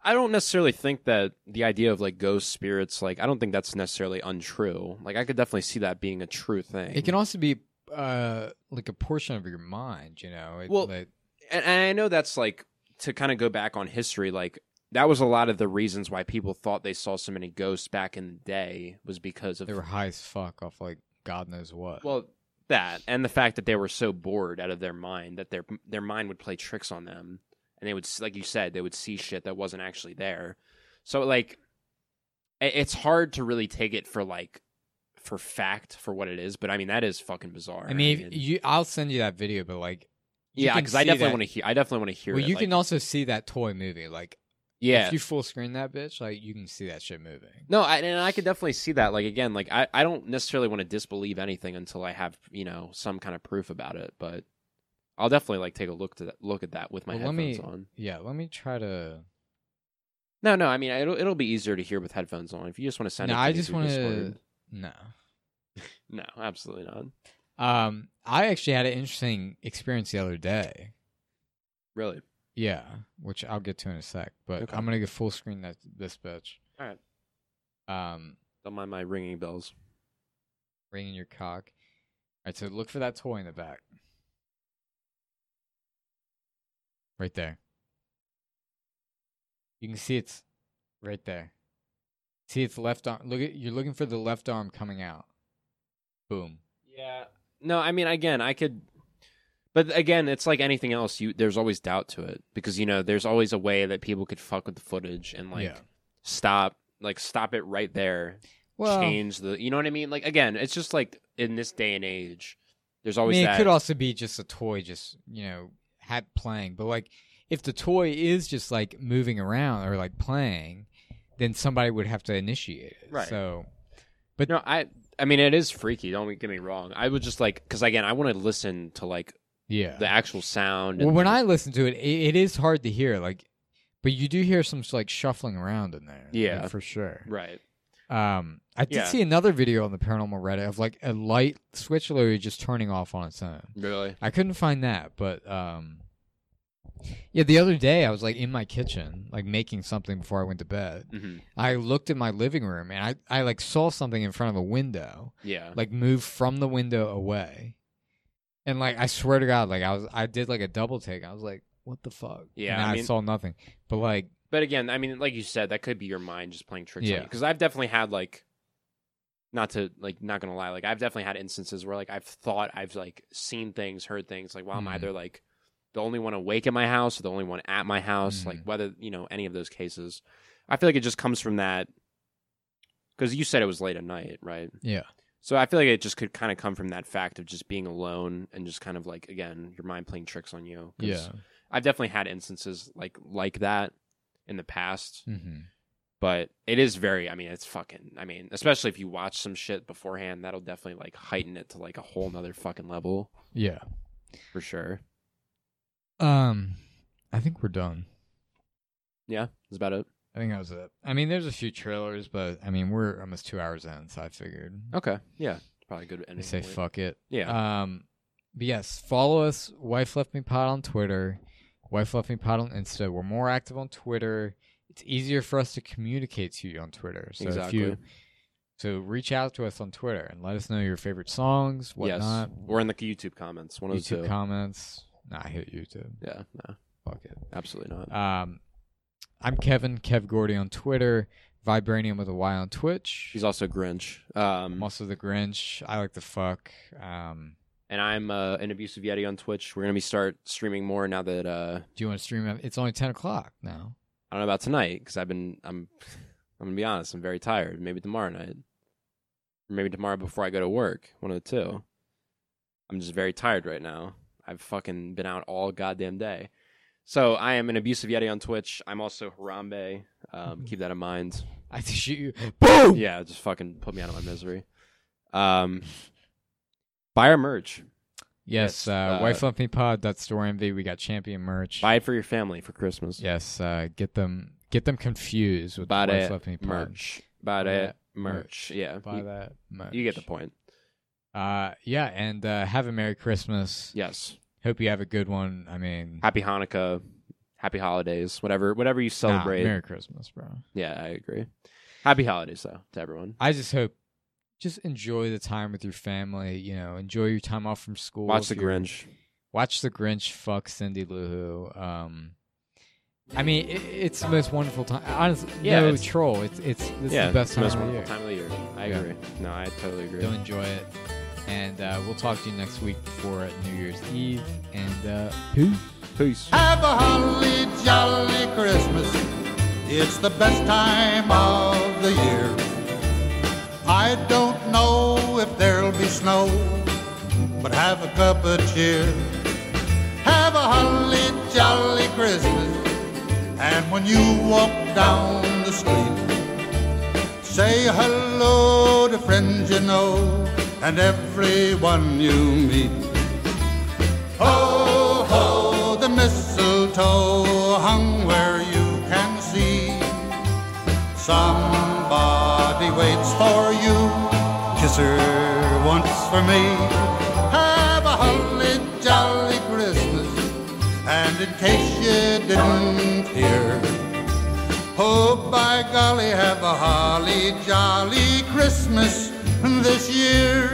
[SPEAKER 2] I don't necessarily think that the idea of like ghost spirits, like I don't think that's necessarily untrue. Like I could definitely see that being a true thing.
[SPEAKER 1] It can also be uh like a portion of your mind, you know. It,
[SPEAKER 2] Well,
[SPEAKER 1] like-
[SPEAKER 2] and, and I know that's like to kind of go back on history, like that was a lot of the reasons why people thought they saw so many ghosts back in the day was because of
[SPEAKER 1] they were high as fuck off like God knows what.
[SPEAKER 2] well that and the fact that they were so bored out of their mind that their their mind would play tricks on them and they would s- like you said they would see shit that wasn't actually there. So like i- it's hard to really take it for like for fact for what it is, but I mean that is fucking bizarre.
[SPEAKER 1] I mean, if
[SPEAKER 2] and-
[SPEAKER 1] you, I'll send you that video, but like, you
[SPEAKER 2] yeah,
[SPEAKER 1] can
[SPEAKER 2] because I
[SPEAKER 1] see
[SPEAKER 2] definitely
[SPEAKER 1] that-
[SPEAKER 2] want to hear. I definitely want to hear.
[SPEAKER 1] well,
[SPEAKER 2] it,
[SPEAKER 1] you
[SPEAKER 2] like-
[SPEAKER 1] can also see that toy movie. Like,
[SPEAKER 2] yeah.
[SPEAKER 1] if you full screen that bitch, like you can see that shit moving.
[SPEAKER 2] no, I, and I could definitely see that. Like again, like I, I don't necessarily want to disbelieve anything until I have you know some kind of proof about it. But I'll definitely like take a look to that, look at that with my
[SPEAKER 1] Well, let
[SPEAKER 2] headphones
[SPEAKER 1] me-
[SPEAKER 2] on.
[SPEAKER 1] Yeah, let me try to.
[SPEAKER 2] No, no, I mean it'll it'll be easier to hear with headphones on. If you just want to send
[SPEAKER 1] No,
[SPEAKER 2] it,
[SPEAKER 1] I
[SPEAKER 2] me
[SPEAKER 1] just
[SPEAKER 2] through
[SPEAKER 1] wanna-
[SPEAKER 2] Discord.
[SPEAKER 1] No,
[SPEAKER 2] No, absolutely not.
[SPEAKER 1] um, I actually had an interesting experience the other day.
[SPEAKER 2] Really.
[SPEAKER 1] Yeah, which I'll get to in a sec. But
[SPEAKER 2] Okay.
[SPEAKER 1] I'm gonna go full screen that this bitch.
[SPEAKER 2] All right.
[SPEAKER 1] Um,
[SPEAKER 2] Don't mind my ringing bells.
[SPEAKER 1] ringing your cock. All right, so look for that toy in the back. Right there. You can see it's right there. See its left arm. Look at you're looking for the left arm coming out. Boom.
[SPEAKER 2] Yeah. No, I mean again, I could but again, it's like anything else. You there's always doubt to it because you know there's always a way that people could fuck with the footage and like
[SPEAKER 1] Yeah.
[SPEAKER 2] stop, like stop it right there,
[SPEAKER 1] Well,
[SPEAKER 2] change the, you know what I mean? Like again, it's just like in this day and age, there's
[SPEAKER 1] I
[SPEAKER 2] always
[SPEAKER 1] mean,
[SPEAKER 2] that.
[SPEAKER 1] it could also be just a toy, just you know, had playing. But like, if the toy is just like moving around or like playing, then somebody would have to initiate it.
[SPEAKER 2] Right.
[SPEAKER 1] So
[SPEAKER 2] no, I I mean it is freaky. Don't get me wrong. I would just like because again, I want to listen to like
[SPEAKER 1] yeah,
[SPEAKER 2] the actual sound.
[SPEAKER 1] Well,
[SPEAKER 2] and-
[SPEAKER 1] when I listen to it, it, it is hard to hear. Like, but you do hear some like shuffling around in there. like,
[SPEAKER 2] Yeah.
[SPEAKER 1] for sure.
[SPEAKER 2] right,
[SPEAKER 1] Um, I did
[SPEAKER 2] Yeah.
[SPEAKER 1] see another video on the paranormal Reddit of like a light switch literally just turning off on its own.
[SPEAKER 2] really,
[SPEAKER 1] I couldn't find that, but um, yeah, the other day I was like in my kitchen, like making something before I went to bed.
[SPEAKER 2] hmm
[SPEAKER 1] I looked at my living room and I, I like saw something in front of a window
[SPEAKER 2] yeah,
[SPEAKER 1] like move from the window away. And like I swear to God, like I was I did like a double take. I was like, what the fuck?
[SPEAKER 2] Yeah,
[SPEAKER 1] And
[SPEAKER 2] I
[SPEAKER 1] I,
[SPEAKER 2] mean-
[SPEAKER 1] saw nothing. But like
[SPEAKER 2] But again, I mean, like you said, that could be your mind just playing tricks on
[SPEAKER 1] Yeah.
[SPEAKER 2] you. Because I've definitely had like, not to like, not gonna lie, like I've definitely had instances where like I've thought I've like seen things, heard things. Like, well, I'm
[SPEAKER 1] Mhm.
[SPEAKER 2] either like the only one awake at my house or the only one at my house. Like,
[SPEAKER 1] Mhm.
[SPEAKER 2] whether you know any of those cases, I feel like it just comes from that. Because you said it was late at night, right?
[SPEAKER 1] Yeah.
[SPEAKER 2] So I feel like it just could kind of come from that fact of just being alone and just kind of like again your mind playing tricks on you. 'Cause
[SPEAKER 1] Yeah.
[SPEAKER 2] I've definitely had instances like like that in the past,
[SPEAKER 1] hmm
[SPEAKER 2] but it is very. I mean, it's fucking. I mean, especially if you watch some shit beforehand, that'll definitely like heighten it to like a whole nother fucking level
[SPEAKER 1] Yeah.
[SPEAKER 2] for sure.
[SPEAKER 1] Um I think we're done.
[SPEAKER 2] Yeah, that's about it.
[SPEAKER 1] I think that was it. I mean there's a few trailers, but I mean we're almost two hours in, so I figured
[SPEAKER 2] Okay, yeah, probably a good. Ending
[SPEAKER 1] I say
[SPEAKER 2] point.
[SPEAKER 1] fuck it.
[SPEAKER 2] Yeah,
[SPEAKER 1] Um, but yes, follow us, Wife Left Me Pod on Twitter, Wife Left Me Pod on Insta. We're more active on Twitter. It's easier for us to communicate to you on Twitter. So
[SPEAKER 2] exactly.
[SPEAKER 1] if you so reach out to us on Twitter and let us know your favorite songs, whatnot,
[SPEAKER 2] Yes, or in the YouTube comments, one of the
[SPEAKER 1] YouTube
[SPEAKER 2] two.
[SPEAKER 1] comments. Nah, I hate YouTube.
[SPEAKER 2] yeah, no,
[SPEAKER 1] Fuck it.
[SPEAKER 2] absolutely not.
[SPEAKER 1] Um, I'm Kevin, Kev Gordy on Twitter, Vibranium with a Y on Twitch.
[SPEAKER 2] He's also Grinch. Um,
[SPEAKER 1] I'm also the Grinch. I like the fuck. Um,
[SPEAKER 2] and I'm uh, an abusive Yeti on Twitch. We're gonna be start streaming more now that uh,
[SPEAKER 1] do you want to stream? it? It's only ten o'clock now. (laughs)
[SPEAKER 2] I don't know about tonight because I've been I'm I'm gonna be honest. I'm very tired. Maybe tomorrow night, or maybe tomorrow before I go to work. One of the two. I'm just very tired right now. I've fucking been out all goddamn day. So I am an abusive yeti on Twitch. I'm also Harambe. Um, keep that in mind.
[SPEAKER 1] I have to shoot you. Mm-hmm. Boom.
[SPEAKER 2] Yeah, just fucking put me out of my misery. Um, buy our merch.
[SPEAKER 1] Yes,
[SPEAKER 2] Yes,
[SPEAKER 1] uh,
[SPEAKER 2] uh,
[SPEAKER 1] Wife Left Me Pod. That's Store Envy. We got champion merch.
[SPEAKER 2] Buy it for your family for Christmas.
[SPEAKER 1] Yes, uh, get them get them confused with
[SPEAKER 2] Buy
[SPEAKER 1] Wife
[SPEAKER 2] that
[SPEAKER 1] Left Me Pod.
[SPEAKER 2] merch. Buy
[SPEAKER 1] Buy
[SPEAKER 2] that
[SPEAKER 1] that
[SPEAKER 2] merch. Yeah,
[SPEAKER 1] Buy
[SPEAKER 2] you,
[SPEAKER 1] that merch.
[SPEAKER 2] you get the point.
[SPEAKER 1] Uh, yeah, and uh, have a Merry Christmas.
[SPEAKER 2] Yes.
[SPEAKER 1] Hope you have a good one. I mean,
[SPEAKER 2] happy Hanukkah, happy holidays, whatever whatever you
[SPEAKER 1] nah,
[SPEAKER 2] celebrate.
[SPEAKER 1] Merry Christmas, bro.
[SPEAKER 2] yeah, I agree. Happy holidays though to everyone.
[SPEAKER 1] I just hope just enjoy the time with your family. You know, enjoy your time off from school.
[SPEAKER 2] Watch
[SPEAKER 1] if
[SPEAKER 2] the
[SPEAKER 1] you're-
[SPEAKER 2] Grinch.
[SPEAKER 1] Watch the Grinch. Fuck Cindy Lou Who. Um, I mean, it, it's the most wonderful time. Honestly,
[SPEAKER 2] Yeah,
[SPEAKER 1] no
[SPEAKER 2] it's-
[SPEAKER 1] troll. It's it's, it's
[SPEAKER 2] yeah,
[SPEAKER 1] the best time
[SPEAKER 2] most
[SPEAKER 1] of the
[SPEAKER 2] wonderful
[SPEAKER 1] year.
[SPEAKER 2] time of the year. I
[SPEAKER 1] Yeah.
[SPEAKER 2] agree. No, I totally agree.
[SPEAKER 1] You'll enjoy it, and uh, we'll talk to you next week for New Year's Eve. And uh, peace.
[SPEAKER 2] Peace.
[SPEAKER 10] Have a holly jolly Christmas. It's the best time of the year. I don't know if there'll be snow, but have a cup of cheer. Have a holly jolly Christmas, and when you walk down the street, say hello to friends you know and everyone you meet. Ho, ho, the mistletoe hung where you can see. Somebody waits for you. Kiss her once for me. Have a holly jolly Christmas. And in case you didn't hear, oh by golly, have a holly jolly Christmas this year.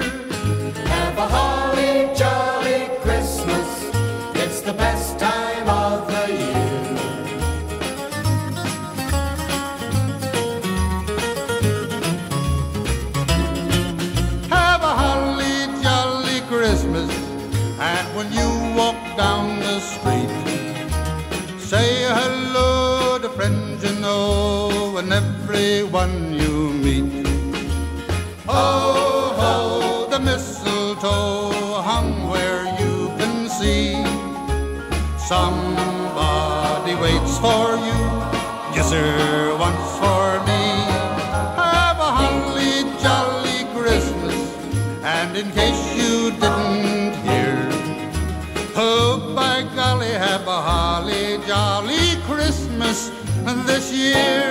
[SPEAKER 11] Have a holly jolly Christmas. It's the best time of the year.
[SPEAKER 10] Have a holly jolly Christmas. And when you walk down the street, say hello to friends you know and everyone you meet. Ho, ho, the mistletoe hung where you can see. Somebody waits for you. Yes, sir, once for me. Have a holly jolly Christmas. And in case you didn't hear, oh, by golly, have a holly jolly Christmas this year.